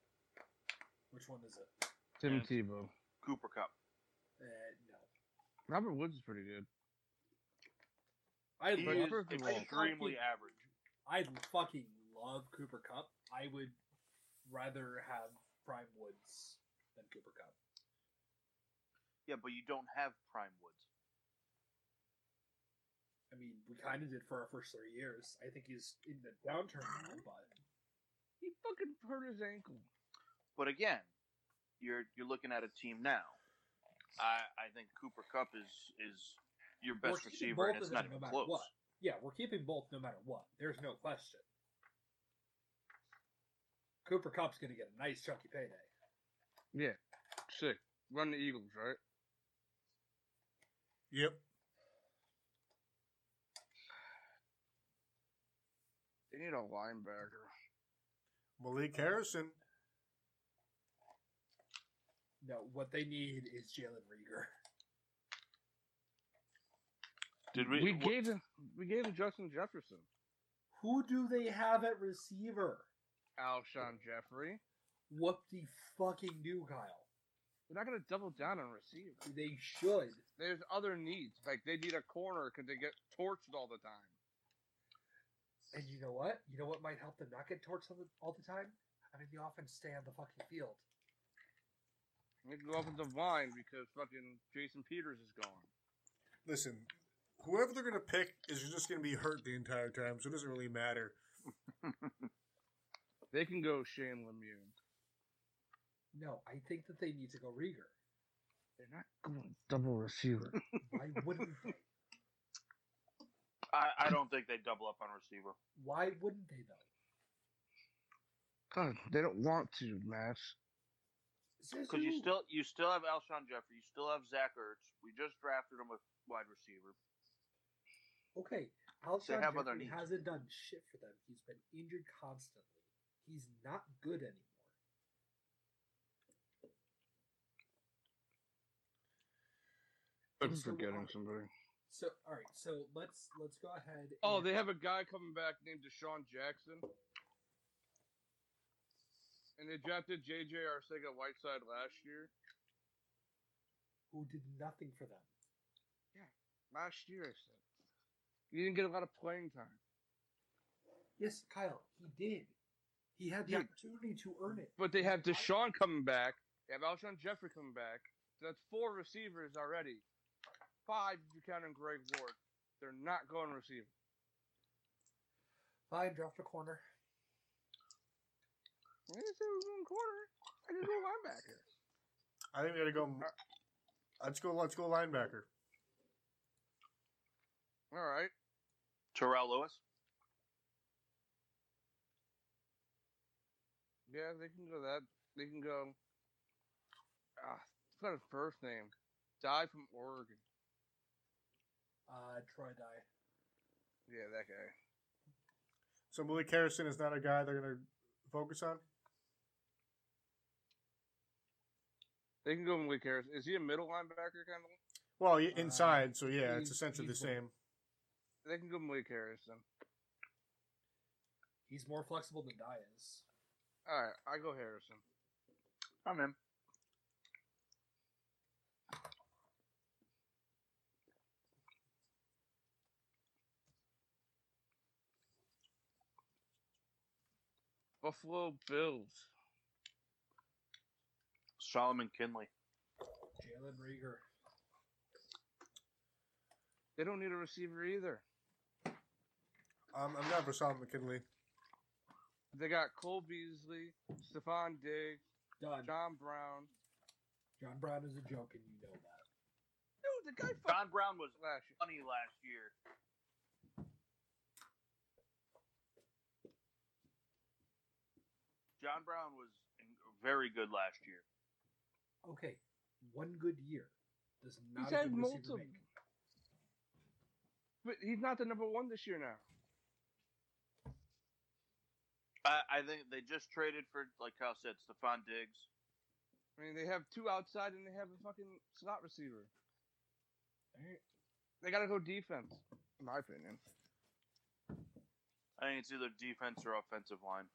D: Which one is it?
C: Tim
B: Yes.
C: Tebow.
B: Cooper Cup.
D: Uh, no,
C: Robert Woods is pretty good.
D: I
B: He
C: But
B: is
D: love,
C: Cooper Kupp-
B: extremely average.
D: I fucking love Cooper Cup. I would rather have Prime Woods than Cooper Cup.
B: Yeah, but you don't have Prime Woods.
D: I mean, we kind of did for our first three years. I think he's in the downturn
B: Mm-hmm.
D: now, but
C: He fucking hurt his ankle.
B: But again, you're you're looking at a team now. I I think Cooper Cup is is your best
D: We're keeping
B: receiver, and
D: both
B: it's
D: of
B: not
D: them
B: even
D: no matter
B: close.
D: What. Yeah, we're keeping both no matter what. There's no question. Cooper Cup's going to get a nice chunky payday.
C: Yeah. Sick. Run the Eagles, right?
A: yep.
C: They need a linebacker.
A: Malik Harrison.
D: No, what they need is Jalen Rieger.
B: Did we?
C: We
B: wh-
C: gave him. We gave him Justin Jefferson.
D: Who do they have at receiver?
C: Alshon Jeffrey.
D: What the fucking do, Kyle?
C: They're not going to double down on receiver.
D: They should.
C: There's other needs. Like they need a corner because they get torched all the time.
D: And you know what? You know what might help them not get torched all the, all the time? I mean, the offense stay on the fucking field.
C: They can go up into Vine because fucking Jason Peters is gone.
A: Listen, whoever they're gonna pick is just gonna be hurt the entire time, so it doesn't really matter.
C: They can go Shane Lemieux.
D: No, I think that they need to go Rieger.
C: They're not going double receiver.
D: Why wouldn't they?
B: I I don't think they double up on receiver.
D: Why wouldn't they though?
C: God, they don't want to, Mass.
B: Because you still you still have Alshon Jeffrey, you still have Zach Ertz. We just drafted him a wide receiver.
D: Okay, Alshon
B: have other
D: Jeffrey
B: needs.
D: hasn't done shit for them. He's been injured constantly. He's not good anymore.
C: I'm
D: So,
C: forgetting
D: alright,
C: somebody.
D: So all right, so let's let's go ahead.
C: Oh,
D: and-
C: they have a guy coming back named Deshaun Jackson. And they drafted JJ Arcega Whiteside last year.
D: who did nothing for them.
C: Last year, I said. You didn't get a lot of playing time.
D: Yes, Kyle, he did. He had the
C: Yeah.
D: opportunity to earn it.
C: But they have Deshaun coming back. They have Alshon Jeffrey coming back. So that's four receivers already. Five if you count in Greg Ward. They're not going receiver.
D: Fine, draft a corner.
C: I didn't say we were going corner. I didn't go linebacker.
A: I think we gotta go. Let's go. Let's go linebacker.
C: All right.
B: Terrell Lewis.
C: Yeah, they can go that. They can go. Ah, it's got his first name. Die from Oregon.
D: Uh, Troy die.
C: Yeah, that guy.
A: So Malik Harrison is not a guy they're gonna focus on.
C: They can go Malik Harris. Is he a middle linebacker kind of?
A: Well,
D: Uh,
A: y- inside. So yeah,
D: he's-
A: it's essentially the
D: he's one.
A: same.
C: They can go Malik Harris then.
D: He's more flexible than die is.
C: All right, I go Harrison.
B: I'm in.
C: Buffalo Bills.
B: Solomon Kinley.
D: Jalen Rieger.
C: They don't need a receiver either.
A: Um, I'm not for Solomon McKinley.
C: They got Cole Beasley, Stephon Diggs,
D: Done.
C: John Brown.
D: John Brown is a joke, and you know that.
C: Dude, the guy fucking
B: John Brown was
C: last year.
B: funny last year. John Brown was very good last year.
D: Okay, one good year does not.
C: He's
D: a
C: had
D: good receiver
C: multiple.
D: make.
C: But he's not the number one this year now.
B: I, I think they just traded for, like Kyle said, Stephon Diggs.
C: I mean, they have two outside and they have a fucking slot receiver. They gotta go defense, in my opinion.
B: I think it's either defense or offensive line.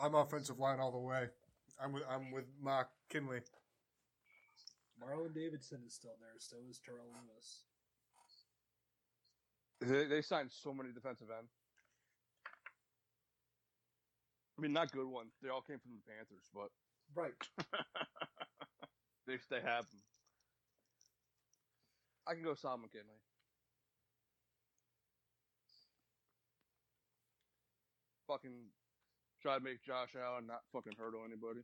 A: I'm offensive line all the way. I'm with I'm with Mark Kinley.
D: Marlon Davidson is still there. So is Terrell Lewis.
C: They, they signed so many defensive ends. I mean, not good ones. They all came from the Panthers, but
D: Right.
C: they they have them. I can go Solomon Kinley. Fucking try to make Josh Allen not fucking hurdle anybody.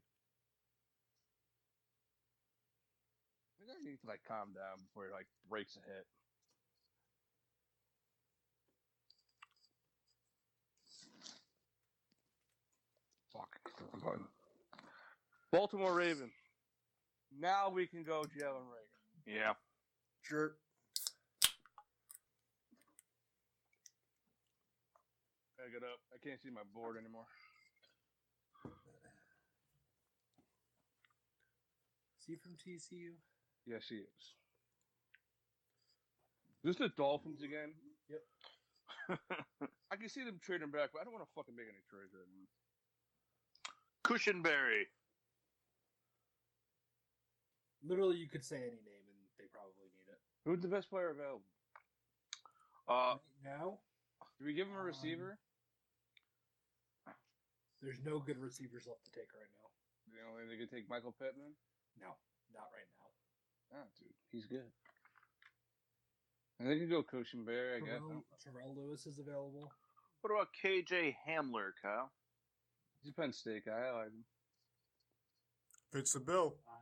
C: The guy needs to like calm down before he like breaks a hit. Fuck. I'm going- Baltimore Ravens. Now we can go Jalen Rager.
B: Yeah.
A: Jerk.
C: I get up. I can't see my board anymore.
D: Is he from TCU?
C: Yes, he is. Is this the Dolphins again?
D: Yep.
C: I can see them trading back, but I don't want to fucking make any trades right now.
B: Cushionberry.
D: Literally, you could say any name, and they probably need it.
C: Who's the best player available?
B: Uh,
D: Right now,
C: Do we give him a
D: Um,
C: receiver?
D: there's no good receivers left to take right now.
C: You know, they could take Michael Pittman.
D: No, not right now.
C: Ah, dude, he's good. And they could go Cushionberry, I guess.
D: Terrell, Terrell Lewis is available.
B: what about KJ Hamler, Kyle?
C: He's a Penn State guy. I like him.
A: Fits the bill.
D: Uh,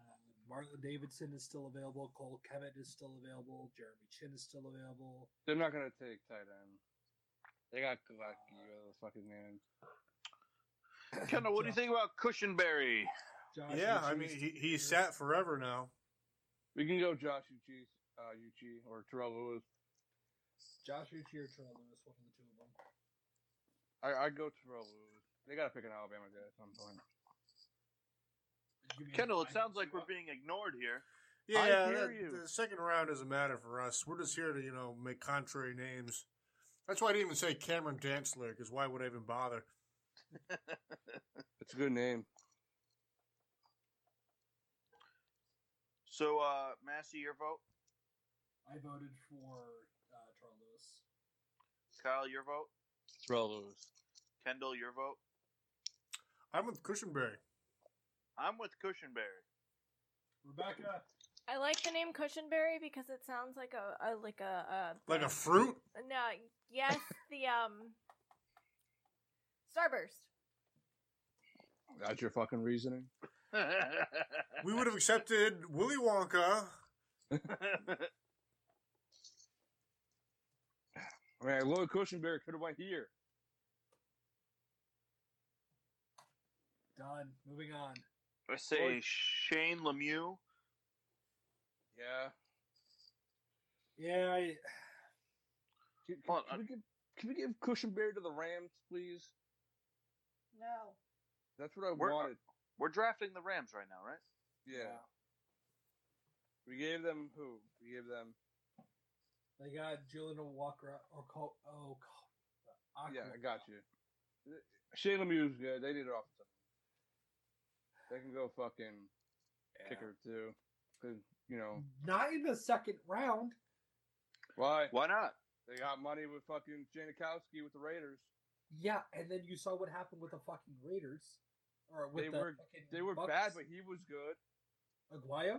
D: Marlon Davidson is still available. Cole Kemet is still available. Jeremy Chin is still available.
C: They're not gonna take tight end. They got Glucky, whatever the fuck his name is.
J: Kendall, what do you think about Cushionberry?
D: Josh,
A: Yeah,
D: you
A: I mean,
D: choose
A: he,
D: to-
A: he's sat forever now.
C: We can go Josh Uchi, uh, Uchi or Terrell Lewis.
D: Josh Uchi or Terrell Lewis, one of the two of them.
C: I I go Terrell Lewis. They gotta pick an Alabama guy at some point.
D: Give me a
I: Kendall, it
D: five.
I: sounds like we're being ignored here.
A: Yeah,
C: hear
A: that-
C: you.
A: the second round doesn't matter for us. We're just here to, you know, make contrary names. That's why I didn't even say Cameron Dantzler, because why would I even bother?
C: It's a good name.
I: So, uh, Massey, your vote.
D: I voted for uh, Terrell Lewis.
I: Kyle, your vote.
C: Terrell Lewis.
I: Kendall, your vote.
A: I'm with Cushionberry.
I: I'm with Cushionberry.
D: Rebecca,
H: I like the name Cushionberry because it sounds like a, a like a, a
A: Like a fruit?
H: no yes the um starburst.
C: That's your fucking reasoning.
A: We would have accepted Willy Wonka.
C: Man, Lloyd Cushenberry could have went here.
D: done. Moving on.
I: I say Shane Lemieux.
C: Yeah.
D: Yeah, I,
C: Can, can-
I: Well,
C: can
I: uh,
C: we give Can we give Cushenberry to the Rams, please?
F: No.
C: That's what I
I: We're-
C: wanted.
I: We're drafting the Rams right now, right?
C: uh, Yeah. We gave them who? We gave them.
D: they got Julian Walker or Col- oh, Col-
C: Yeah, I got you. Shane Lemieux's good. They need an offensive. They can go fucking kicker too. 'Cause, you know
D: Not in the second round.
C: why?
I: Why not?
C: They got money with fucking Janikowski with the Raiders.
D: Yeah, and then you saw what happened with the fucking Raiders. Or with
C: They
D: the
C: were-
D: fucking
C: They were
D: Bucks.
C: bad, but he was good.
D: Aguayo?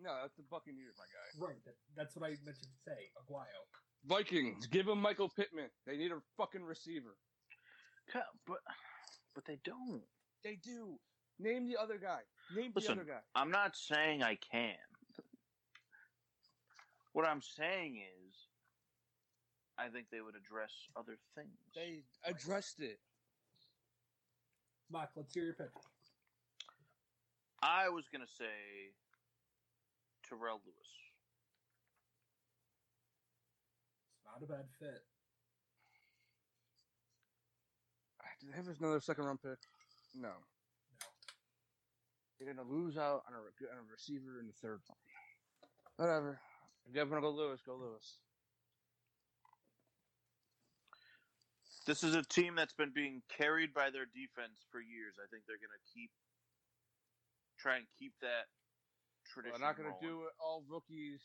C: No, that's the Buccaneers, my guy.
D: Right, that, that's what I meant to say. Aguayo.
C: Vikings, give him Michael Pittman. They need a fucking receiver.
I: Ca- But but they don't.
C: They do. Name the other guy. Name
I: Listen.
C: the other guy.
I: I'm not saying I can. what I'm saying is, I think they would address other things.
C: They addressed it.
D: Mark, let's hear your pick.
I: I was gonna say Terrell Lewis.
D: It's not a bad fit.
C: Do they have another second round pick? No. No. They're gonna lose out on a, on a receiver in the third round. Whatever. If you guys wanna go Lewis, go Lewis.
I: This is a team that's been being carried by their defense for years. I think they're gonna keep try and keep that
C: They're
I: tradition.
C: not gonna do
I: rolling.
C: it all rookies.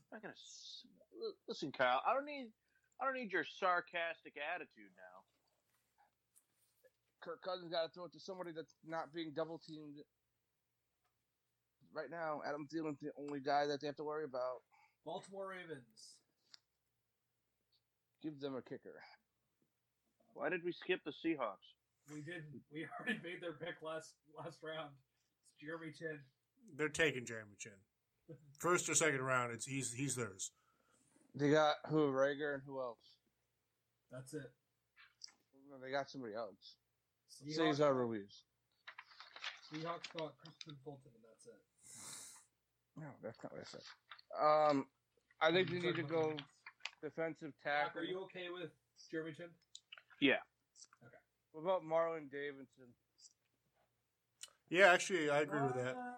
I: I'm not gonna s- l- listen, Kyle. I don't need I don't need your sarcastic attitude now.
C: Kirk Cousins gotta throw it to somebody that's not being double teamed. Right now, Adam Thielen's the only guy that they have to worry about.
D: Baltimore Ravens.
C: Give them a kicker.
I: Why did we skip the Seahawks?
D: We didn't. We already made their pick last last round. It's Jeremy Chin.
A: They're taking Jeremy Chin. First or second round, it's he's he's theirs.
C: They got who Rager and who else?
D: That's it.
C: No, they got somebody else.
D: Seahawks,
C: Cesar Ruiz.
D: Seahawks got Christian Fulton, and that's it.
C: No, that's not what I said. Um, I think you
D: Sorry,
C: need to
D: Mark.
C: go defensive
D: Mark,
C: tackle.
D: Are you okay with Jeremy Chin?
C: What about Marlon Davidson?
A: Yeah, actually, I agree with that.
D: Uh,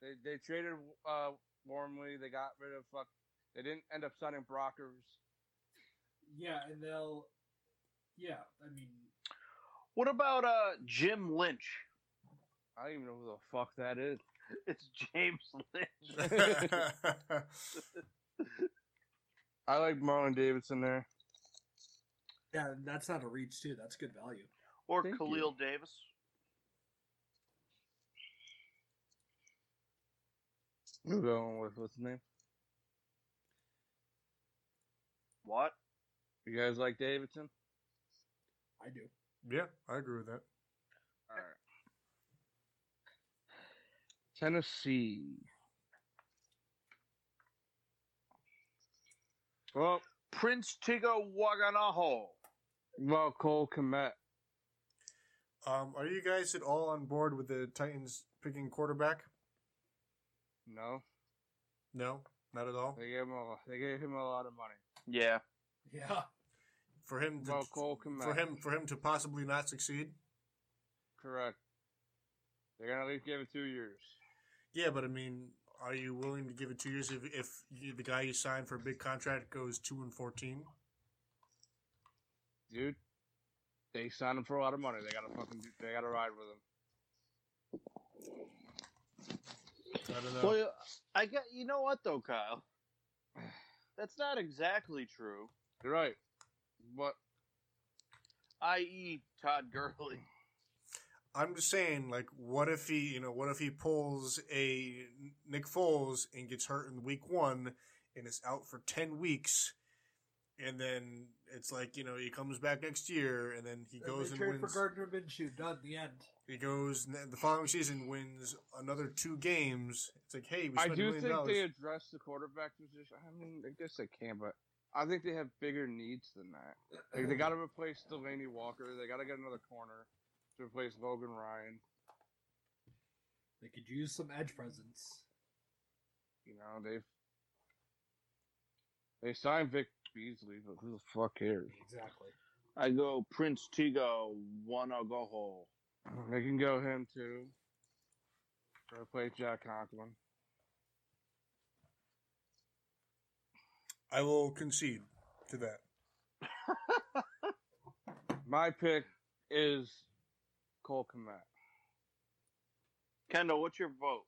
C: They they traded uh warmly. They got rid of fuck. They didn't end up signing Brockers.
D: Yeah, and they'll. Yeah, I mean,
I: What about uh, Jim Lynch?
C: I don't even know who the fuck that is.
I: It's James Lynch.
C: I like Marlon Davidson there.
D: yeah, and that's not a reach too. That's good value.
I: Or
C: Thank
I: Khalil Davis.
C: Who going with what's his name?
I: What?
C: You guys like Davidson?
D: I do.
A: yeah, I agree with that.
C: All right. Tennessee. Well,
I: Prince Tigo Waganaho.
C: Well, Cole Komet.
A: Um, are you guys at all on board with the Titans picking quarterback?
C: No,
A: No, not at all.
C: they gave him a, they gave him a lot of money.
I: Yeah.
D: Yeah.
A: For him, to,
C: Well, Cole Komet.
A: for him, for him to possibly not succeed.
C: correct. They're gonna at least give it two years.
A: Yeah, but I mean, are you willing to give it two years if, if you, the guy you signed for a big contract goes two and fourteen?
C: dude. They signed him for a lot of money. They gotta fucking, do- they gotta ride with him.
A: I don't know.
B: Well, I get you know what though, Kyle. That's not exactly true.
C: You're right. But
B: I.e., Todd Gurley.
A: I'm just saying, like, what if he, you know, what if he pulls a Nick Foles and gets hurt in week one and is out for 10 weeks? And then it's like, you know, he comes back next year and then he goes and
D: they trade for
A: wins.
D: Gardner Minshew. Not in the end.
A: He goes and then the following season wins another two games. It's like, hey, we
C: I
A: spent a
C: do
A: million
C: think they
A: dollars.
C: address the quarterback position. I mean, I guess they can, but I think they have bigger needs than that. Like, they gotta replace Delaney Walker. They gotta get another corner to replace Logan Ryan.
D: They could use some edge presence.
C: You know, they've they signed Vic Beasley, but who the fuck cares?
D: Exactly.
B: I go Prince Tigo Wanagoho.
C: They can go him too. Replace Jack Conklin.
A: I will concede to that.
C: My pick is Cole Komet.
B: Kendall, what's your vote?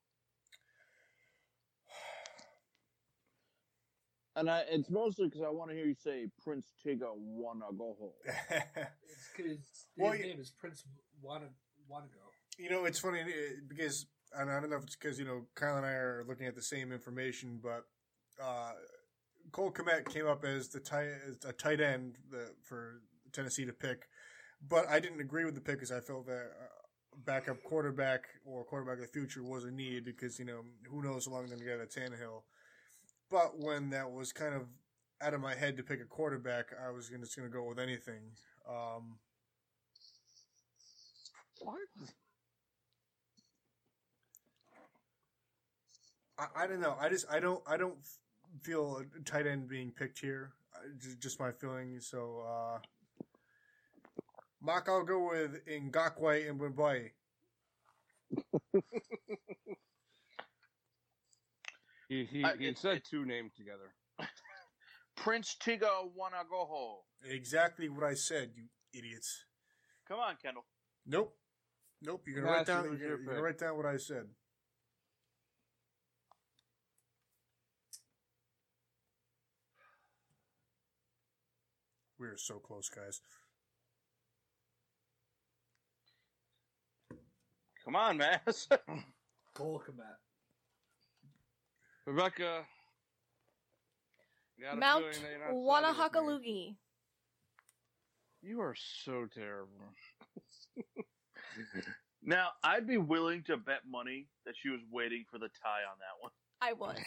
B: And I, it's mostly because I want to hear you say Prince Tigo Wanagoho.
D: It's because
A: Well,
D: his
A: you-
D: name is Prince Wana Wanago.
A: you know, it's funny eh, because, and I don't know if it's because, you know, Kyle and I are looking at the same information, but uh, Cole Komet came up as the tight, as a tight end the, for Tennessee to pick, but I didn't agree with the pick because I felt that uh, backup quarterback or quarterback of the future was a need because, you know, who knows how long they're going to get out of Tannehill. But when that was kind of out of my head to pick a quarterback, I was gonna, just going to go with anything. Um,
C: What?
A: I, I don't know. I just I don't I don't feel a tight end being picked here. I- ju- Just my feeling. So, uh, Mock, I'll go with Ngakwe and Wimbai.
C: He he,
B: I-
C: he
B: it-
C: said two names together.
I: Prince Tigo Wanagoho.
A: Exactly what I said, you idiots.
B: Come on, Kendall.
A: Nope, nope. You're gonna
C: Yeah,
A: write
C: so
A: down.
C: it
A: You're
C: was
A: gonna,
C: your
A: you're gonna
C: pick.
A: write down what I said. We are so close, guys.
B: Come on, man.
D: Cole Komet.
C: Rebecca. got a
H: Mount
C: feeling that you're not siding with me.
H: Wanahakalugi.
C: You are so terrible.
B: now, I'd be willing to bet money that she was waiting for the tie on that one.
H: I was.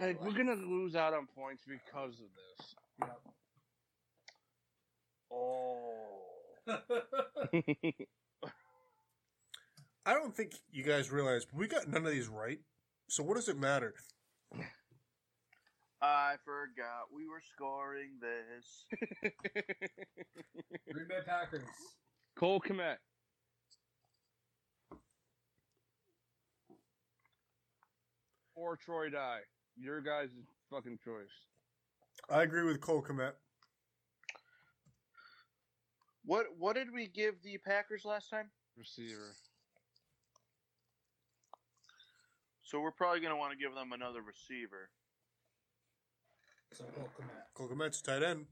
C: Like, we're gonna lose out on points because of this.
A: I don't think you guys realize we got none of these right. So what does it matter?
B: I forgot we were scoring this.
D: Green Bay Packers.
C: Cole Komet. Or Troy Dye. Your guys' fucking choice.
A: I agree with Cole Komet.
B: What what did we give the Packers last time?
C: Receiver.
B: So we're probably going to want to give them another receiver.
D: So oh, Cole Komet.
A: Cole Komet's tight end.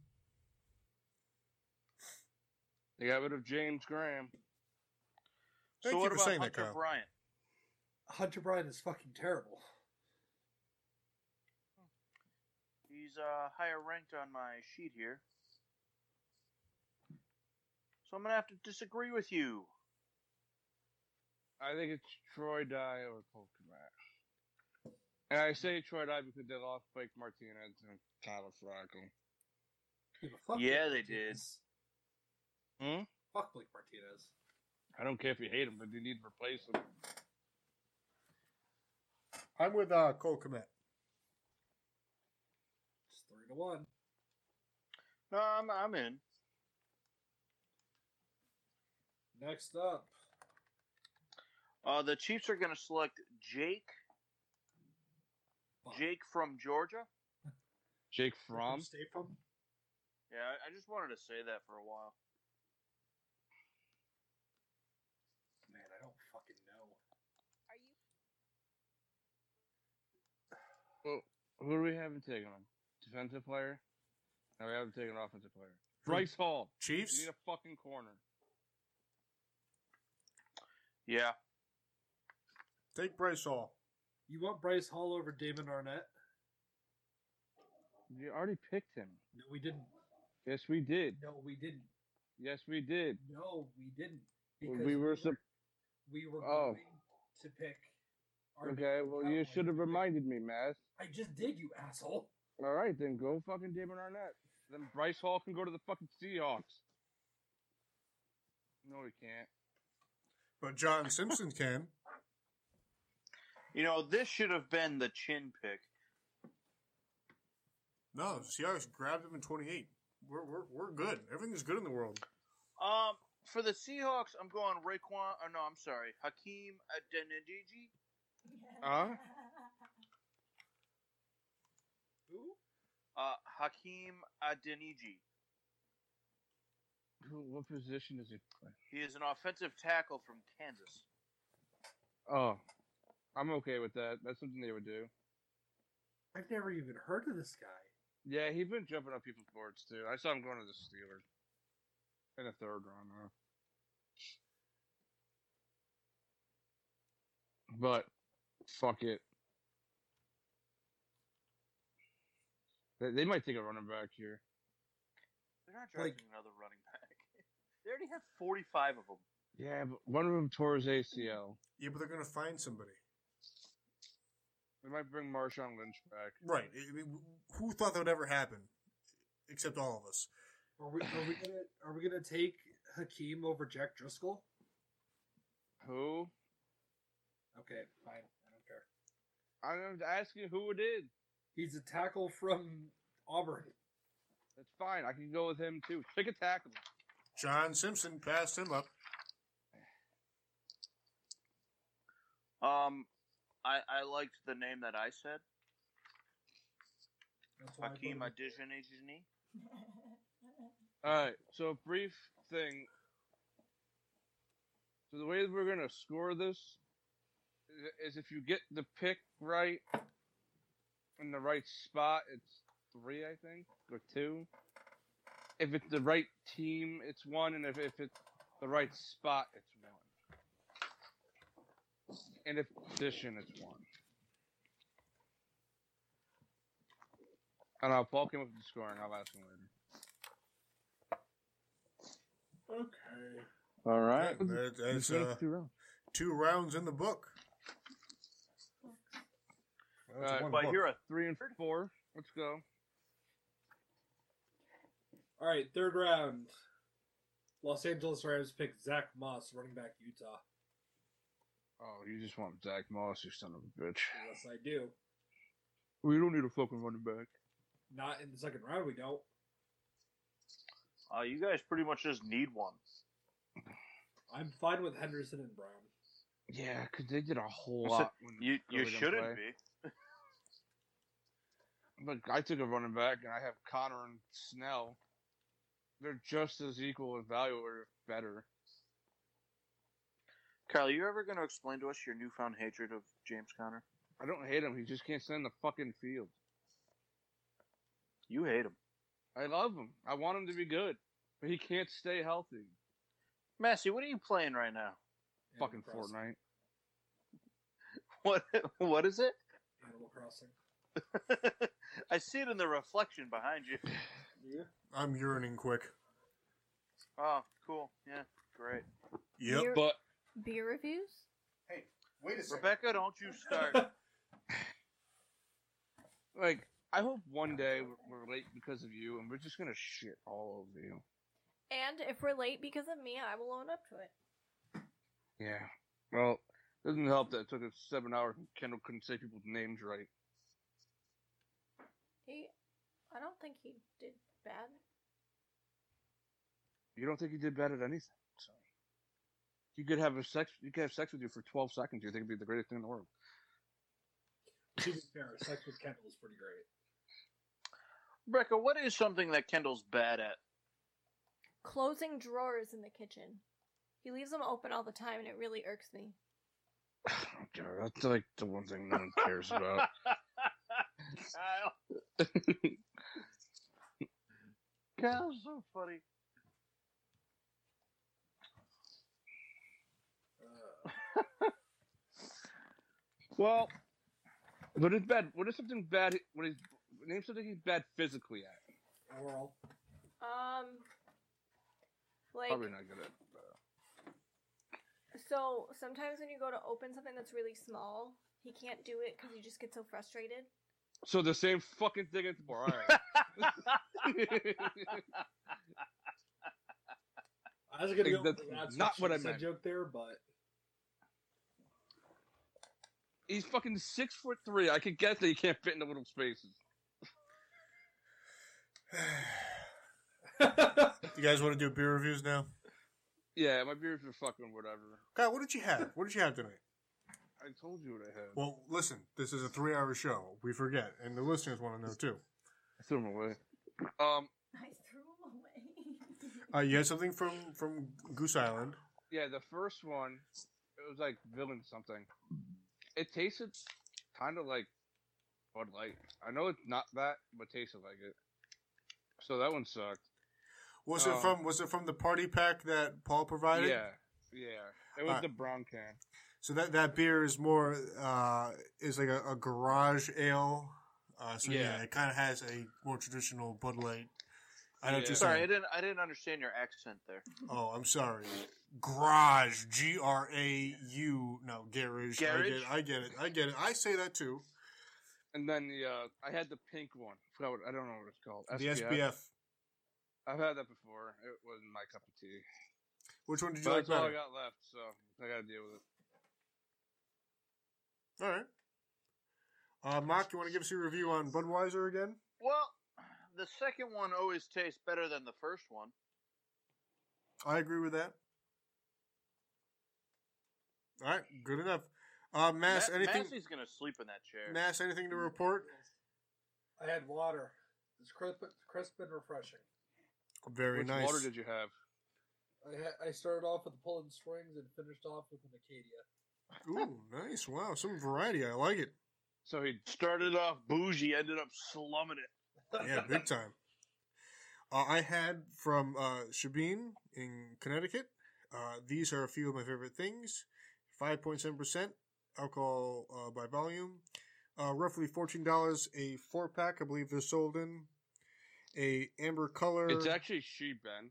C: They got rid of James Graham.
A: Thank
B: so
A: you
B: what
A: for
B: about
A: saying that,
B: Hunter
A: Kyle.
B: Bryant?
D: Hunter Bryant is fucking terrible.
B: He's uh, higher ranked on my sheet here. So I'm going to have to disagree with you.
C: I think it's Troy Dye or Cole Komet. And I say Troy Dye because they lost Blake Martinez and Tyler Flacco.
B: Yeah, they did.
C: Hmm?
D: Fuck Blake Martinez.
C: I don't care if you hate him, but you need to replace him.
A: I'm with uh, Cole Komet.
D: It's three to one.
B: No, I'm, I'm in.
D: Next up,
B: Uh, the Chiefs are going to select Jake. Jake from Georgia.
C: Jake Fromm.
D: State from
B: Yeah, I, I just wanted to say that for a while.
D: man, I don't fucking know.
C: Well, who do we haven't taken on? Defensive player? No, we haven't taken an offensive player. Bryce Hall.
A: Chiefs?
C: You need a fucking corner.
B: Yeah.
A: Take Bryce Hall.
D: You want Bryce Hall over Damon Arnett?
C: You already picked him.
D: No, we didn't.
C: Yes, we did.
D: No, we didn't.
C: Yes, we did.
D: No, we didn't.
C: we were. Sup-
D: we were
C: Oh.
D: going to pick. Arnett
C: okay, well,
D: that
C: you
D: way.
C: should have reminded me, Mass.
D: I just did, you asshole.
C: All right, then go fucking Damon Arnett. Then Bryce Hall can go to the fucking Seahawks. No, he can't.
A: But John Simpson can.
B: You know, this should have been the chin pick.
A: No, Seahawks grabbed him in 28. We're, we're, we're good. Everything's good in the world.
B: Um, for the Seahawks, I'm going Raquan. Oh no, I'm sorry, Hakeem Adeniji.
C: Huh?
D: Who?
B: Uh, Hakeem Adeniji.
C: Who- What position does he play?
B: He is an offensive tackle from Kansas.
C: Oh, I'm okay with that. That's something they would do.
D: I've never even heard of this guy.
C: Yeah, he's been jumping on people's boards too. I saw him going to the Steelers in the third round. Huh? But fuck it, they, they might take a running back here.
B: They're not
D: Like-
B: drafting another running back. They already have 45 of them.
C: Yeah, but one of them tore his ACL.
A: Yeah, but they're going to find somebody.
C: They might bring Marshawn Lynch back.
A: Right. I mean, who thought that would ever happen? Except all of us.
D: Are we are we gonna are we gonna take Hakeem over Jack Driscoll?
C: Who?
D: Okay, fine. I don't care.
C: I'm going to ask you who it is.
D: He's a tackle from Auburn.
C: That's fine. I can go with him too. Pick a tackle.
A: John Simpson passed him up.
B: Um, I I liked the name that I said,
D: That's why I
B: Hakeem
D: voted.
B: Adeniji.
C: All right. So brief thing. So the way that we're gonna score this i- is if you get the pick right in the right spot, it's three, I think, or two. If it's the right team, it's one, and if, if it's the right spot, it's one. And if position, it's one. I don't know. if Paul came up with the scoring. I'll ask him later.
D: Okay.
I: All right.
A: That, that's uh, two rounds in the book. Well, it's
C: All right,
A: one
B: But
A: book.
B: you're a
C: Three and four. Let's go.
D: All right, third round. Los Angeles Rams pick Zach Moss, running back Utah.
C: Oh, you just want Zach Moss, you son of a bitch.
D: Yes, I do.
C: We don't need a fucking running back.
D: Not in the second round, we don't.
B: Uh, you guys pretty much just need one.
D: I'm fine with Henderson and Brown.
C: Yeah, because they did a whole
B: You
C: lot.
B: said-
C: When
B: You you
C: Gurley didn't
B: shouldn't
C: play.
B: be.
C: But I took a running back, and I have Connor and Snell. They're just as equal in value, or better.
B: Kyle, you ever going to explain to us your newfound hatred of James Conner?
C: I don't hate him. He just can't stand the fucking field.
B: You hate him.
C: I love him. I want him to be good, but he can't stay healthy.
B: Massey, what are you playing right now?
D: Animal
C: fucking
D: Crossing.
C: Fortnite.
B: What what is it?
D: Animal Crossing.
B: I see it in the reflection behind you.
D: Yeah.
A: I'm urinating quick.
B: Oh, cool. Yeah, great.
A: Yep.
H: You're-
C: But
H: Beer reviews?
A: Wait a
B: Rebecca, don't you start.
C: Like, I hope one day we're- we're late because of you, and we're just gonna shit all over you.
H: And if we're late because of me, I will own up to it.
C: Yeah. Well, doesn't help that it took us seven hours and Kendall couldn't say people's names right.
H: He, I don't think he did bad.
C: You don't think he did bad at anything. So you could have a sex. You could have sex with you for twelve seconds. You think it'd be the greatest thing in the world?
D: To be fair, sex with Kendall is pretty great.
I: Becca, what is something that Kendall's bad at?
H: Closing drawers in the kitchen. He leaves them open all the time, and it really irks me.
C: Yeah, that's like the one thing no one cares about.
B: Kyle,
I: Kyle's so funny.
C: well, what is bad? What is something bad? What is name something he's bad physically at?
D: Oral.
H: Um, like
C: Probably not good at.
H: so sometimes when you go to open something that's really small, he can't do it because he just gets so frustrated.
C: So the same fucking thing at the bar. All right.
D: I was gonna go
C: That's
D: with that's
C: not what I
D: she said
C: meant.
D: joke there, but
C: he's fucking six foot three. I could guess that he can't fit into little spaces.
A: You guys want to do beer reviews now?
C: Yeah, my beers are fucking whatever.
A: Kyle, what did you have? What did you have tonight?
C: I told you what I had.
A: Well, listen, this is a three-hour show. We forget, and the listeners want to know too.
C: I threw them away. Um,
H: I threw them away.
A: Uh, you had something from from Goose Island.
C: yeah, the first one, it was like villain something. It tasted kind of like Bud Light. I know it's not that, but tasted like it. So that one sucked.
A: Was
C: Um,
A: it from Was it from the party pack that Paul provided?
C: yeah, yeah. It was
A: Uh,
C: the brown can.
A: So that that beer is more uh, is like a, a garage ale. Uh, so yeah,
C: Yeah.
A: it kind of has a more traditional Bud Light. I know what
C: Yeah.
A: you're
I: Sorry, I
A: saying.
I: didn't. I didn't understand your accent there.
A: Oh, I'm sorry. Garage, G R A U. No, garage.
I: Garage?
A: I get it. I get it. I get it. I say that too.
C: And then the uh, I had the pink one. I, forgot what, I don't know what it's called.
A: The SBF.
C: I've had that before. It wasn't my cup of tea.
A: Which one did you
C: But
A: like
C: that's all I
A: better?
C: got left, so I gotta deal with it.
A: All right. Uh, Mark, you want to give us your review on Budweiser again?
I: Well, the second one always tastes better than the first one.
A: I agree with that. All right, good enough. Uh, Mass,
I: Ma-
A: anything?
I: Massey's gonna sleep in that chair.
A: Mass, anything to report?
D: I had water. It's crisp, crisp and refreshing.
A: Very
C: Which
A: nice.
C: water did you have?
D: I ha- I started off with the Poland Springs and finished off with an Acadia.
A: Ooh, nice. Wow, some variety. I like it.
C: So he
I: Started off bougie, ended up slumming it.
A: Yeah, big time. Uh, I had from uh, Shebeen in Connecticut. Uh, these are a few of my favorite things. 5.7% alcohol uh, by volume. Uh, roughly $14 a four pack. I believe they're sold in a amber color.
C: It's actually she, Ben.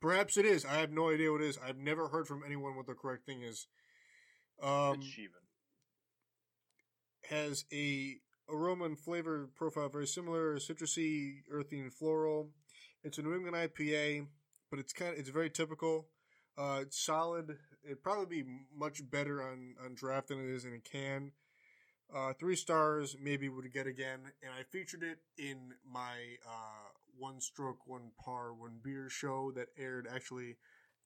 A: Perhaps it is. I have no idea what it is. I've never heard from anyone what the correct thing is. Um,
I: it's Sheevan.
A: has a aroma and flavor profile very similar, citrusy, earthy, and floral. It's a New England IPA, but it's kind of it's very typical. Uh, it's solid. It'd probably be much better on on draft than it is in a can. Uh, three stars, maybe would get again. And I featured it in my uh, one stroke, one par, one beer show that aired actually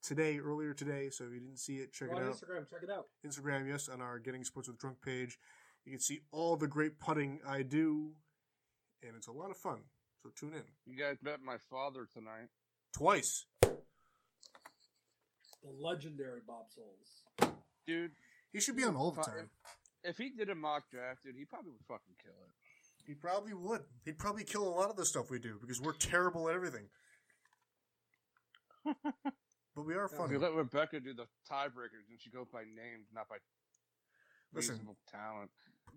A: today, earlier today. So if you didn't see it, check
D: Go
A: it
D: on
A: out.
D: Instagram, check it out.
A: Instagram, yes, on our Getting Sports with Drunk page. You can see all the great putting I do, and it's a lot of fun. So tune in
C: You guys met my father tonight.
A: twice.
D: The legendary Bob Souls.
C: Dude,
A: He should be on all the
C: Fu-
A: time.
C: if he did a mock draft, dude, he probably would fucking kill it.
A: He probably would. He'd probably kill a lot of the stuff we do because we're terrible at everything. but we are
C: If you
A: funny.
C: let Rebecca do the tiebreakers and she goes by names, not by
A: Listen.
C: reasonable talent.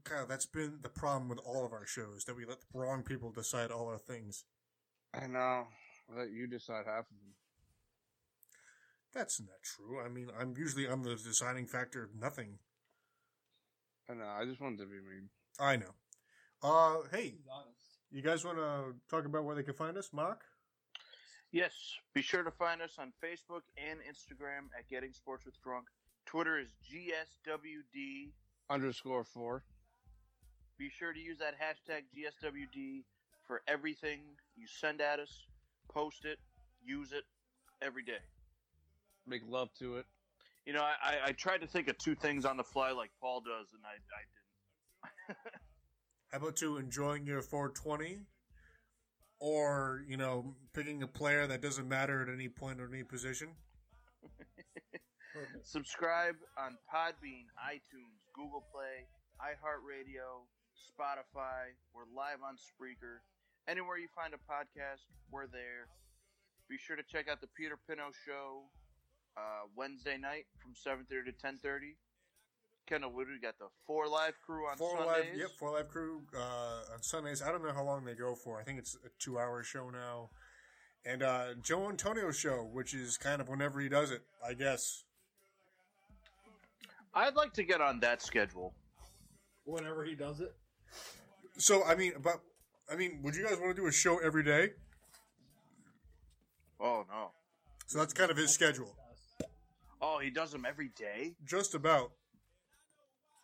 A: Kyle, that's been the problem with all of our shows that we let the wrong people decide all our things.
C: I know. I'll let you decide half of them.
A: That's not true. I mean, I'm usually I'm the deciding factor of nothing.
C: I know. I just wanted to be mean.
A: I know. Uh, hey, you guys want to talk about where they can find us, Mark?
B: Yes, be sure to find us on Facebook and Instagram at Getting Sports with Drunk. Twitter is GSWD.
C: Underscore four.
B: Be sure to use that hashtag GSWD for everything you send at us. Post it, use it every day.
C: Make love to it.
B: You know, I, I, I tried to think of two things on the fly like Paul does, and I, I didn't.
A: How about to enjoying your 420? Or, you know, picking a player that doesn't matter at any point or any position?
B: Subscribe on Podbean, iTunes, Google Play, iHeartRadio, Spotify. We're live on Spreaker. Anywhere you find a podcast, we're there. Be sure to check out the Peter Pino Show uh, Wednesday night from 7.30 to 10.30. Kendall, what do we got? The Four Live Crew on
A: Four
B: Sundays.
A: Live, yep, Four Live Crew uh, on Sundays. I don't know how long they go for. I think it's a two-hour show now. And uh, Joe Antonio show, which is kind of whenever he does it, I guess.
B: I'd like to get on that schedule.
D: Whenever he does it.
A: So I mean, but I mean, would you guys want to do a show every day?
B: Oh, no.
A: So that's kind of his schedule,
B: Oh, he does them every day?
A: just about.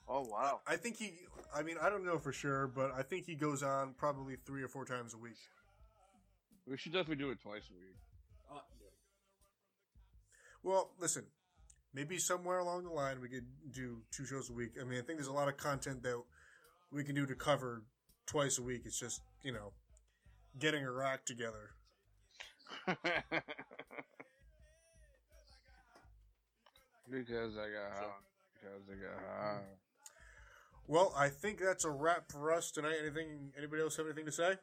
B: Oh, wow.
A: I think he. I mean, I don't know for sure, but I think he goes on probably three or four times a week.
C: We should definitely do it twice a week.
D: Uh,
A: Well, listen, maybe somewhere along the line we could do two shows a week. I mean, I think there's a lot of content that we can do to cover twice a week. It's just, you know, getting a rack together.
C: Because I got high. Because I got high.
A: Well, I think that's a wrap for us tonight. Anything anybody else have anything to say?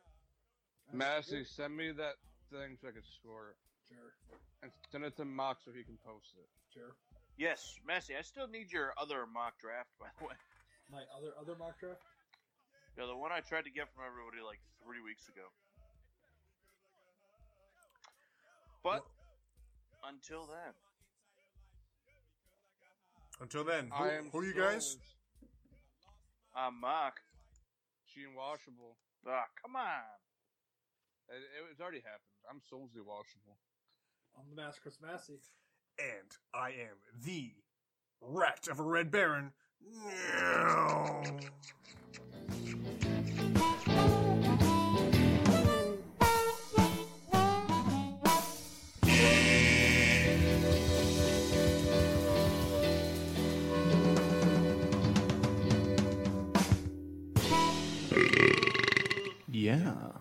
C: Massey, send me that thing so I can score it.
D: Sure.
C: And send it to Mock so he can post it.
D: Sure.
B: Yes, Massey, I still need your other mock draft, by the way.
D: My other other mock draft.
B: Yeah, the one I tried to get from everybody like three weeks ago. But until then,
A: Until then, who,
C: I am
A: who are you guys?
C: Stones,
B: I'm Mark.
C: Gene Washable.
B: Ah, come on.
C: It, it- it's already happened. I'm Soulsy Washable.
D: I'm the master Chris Massey.
A: And I am the rat of a red baron. Meow.
K: Yeah.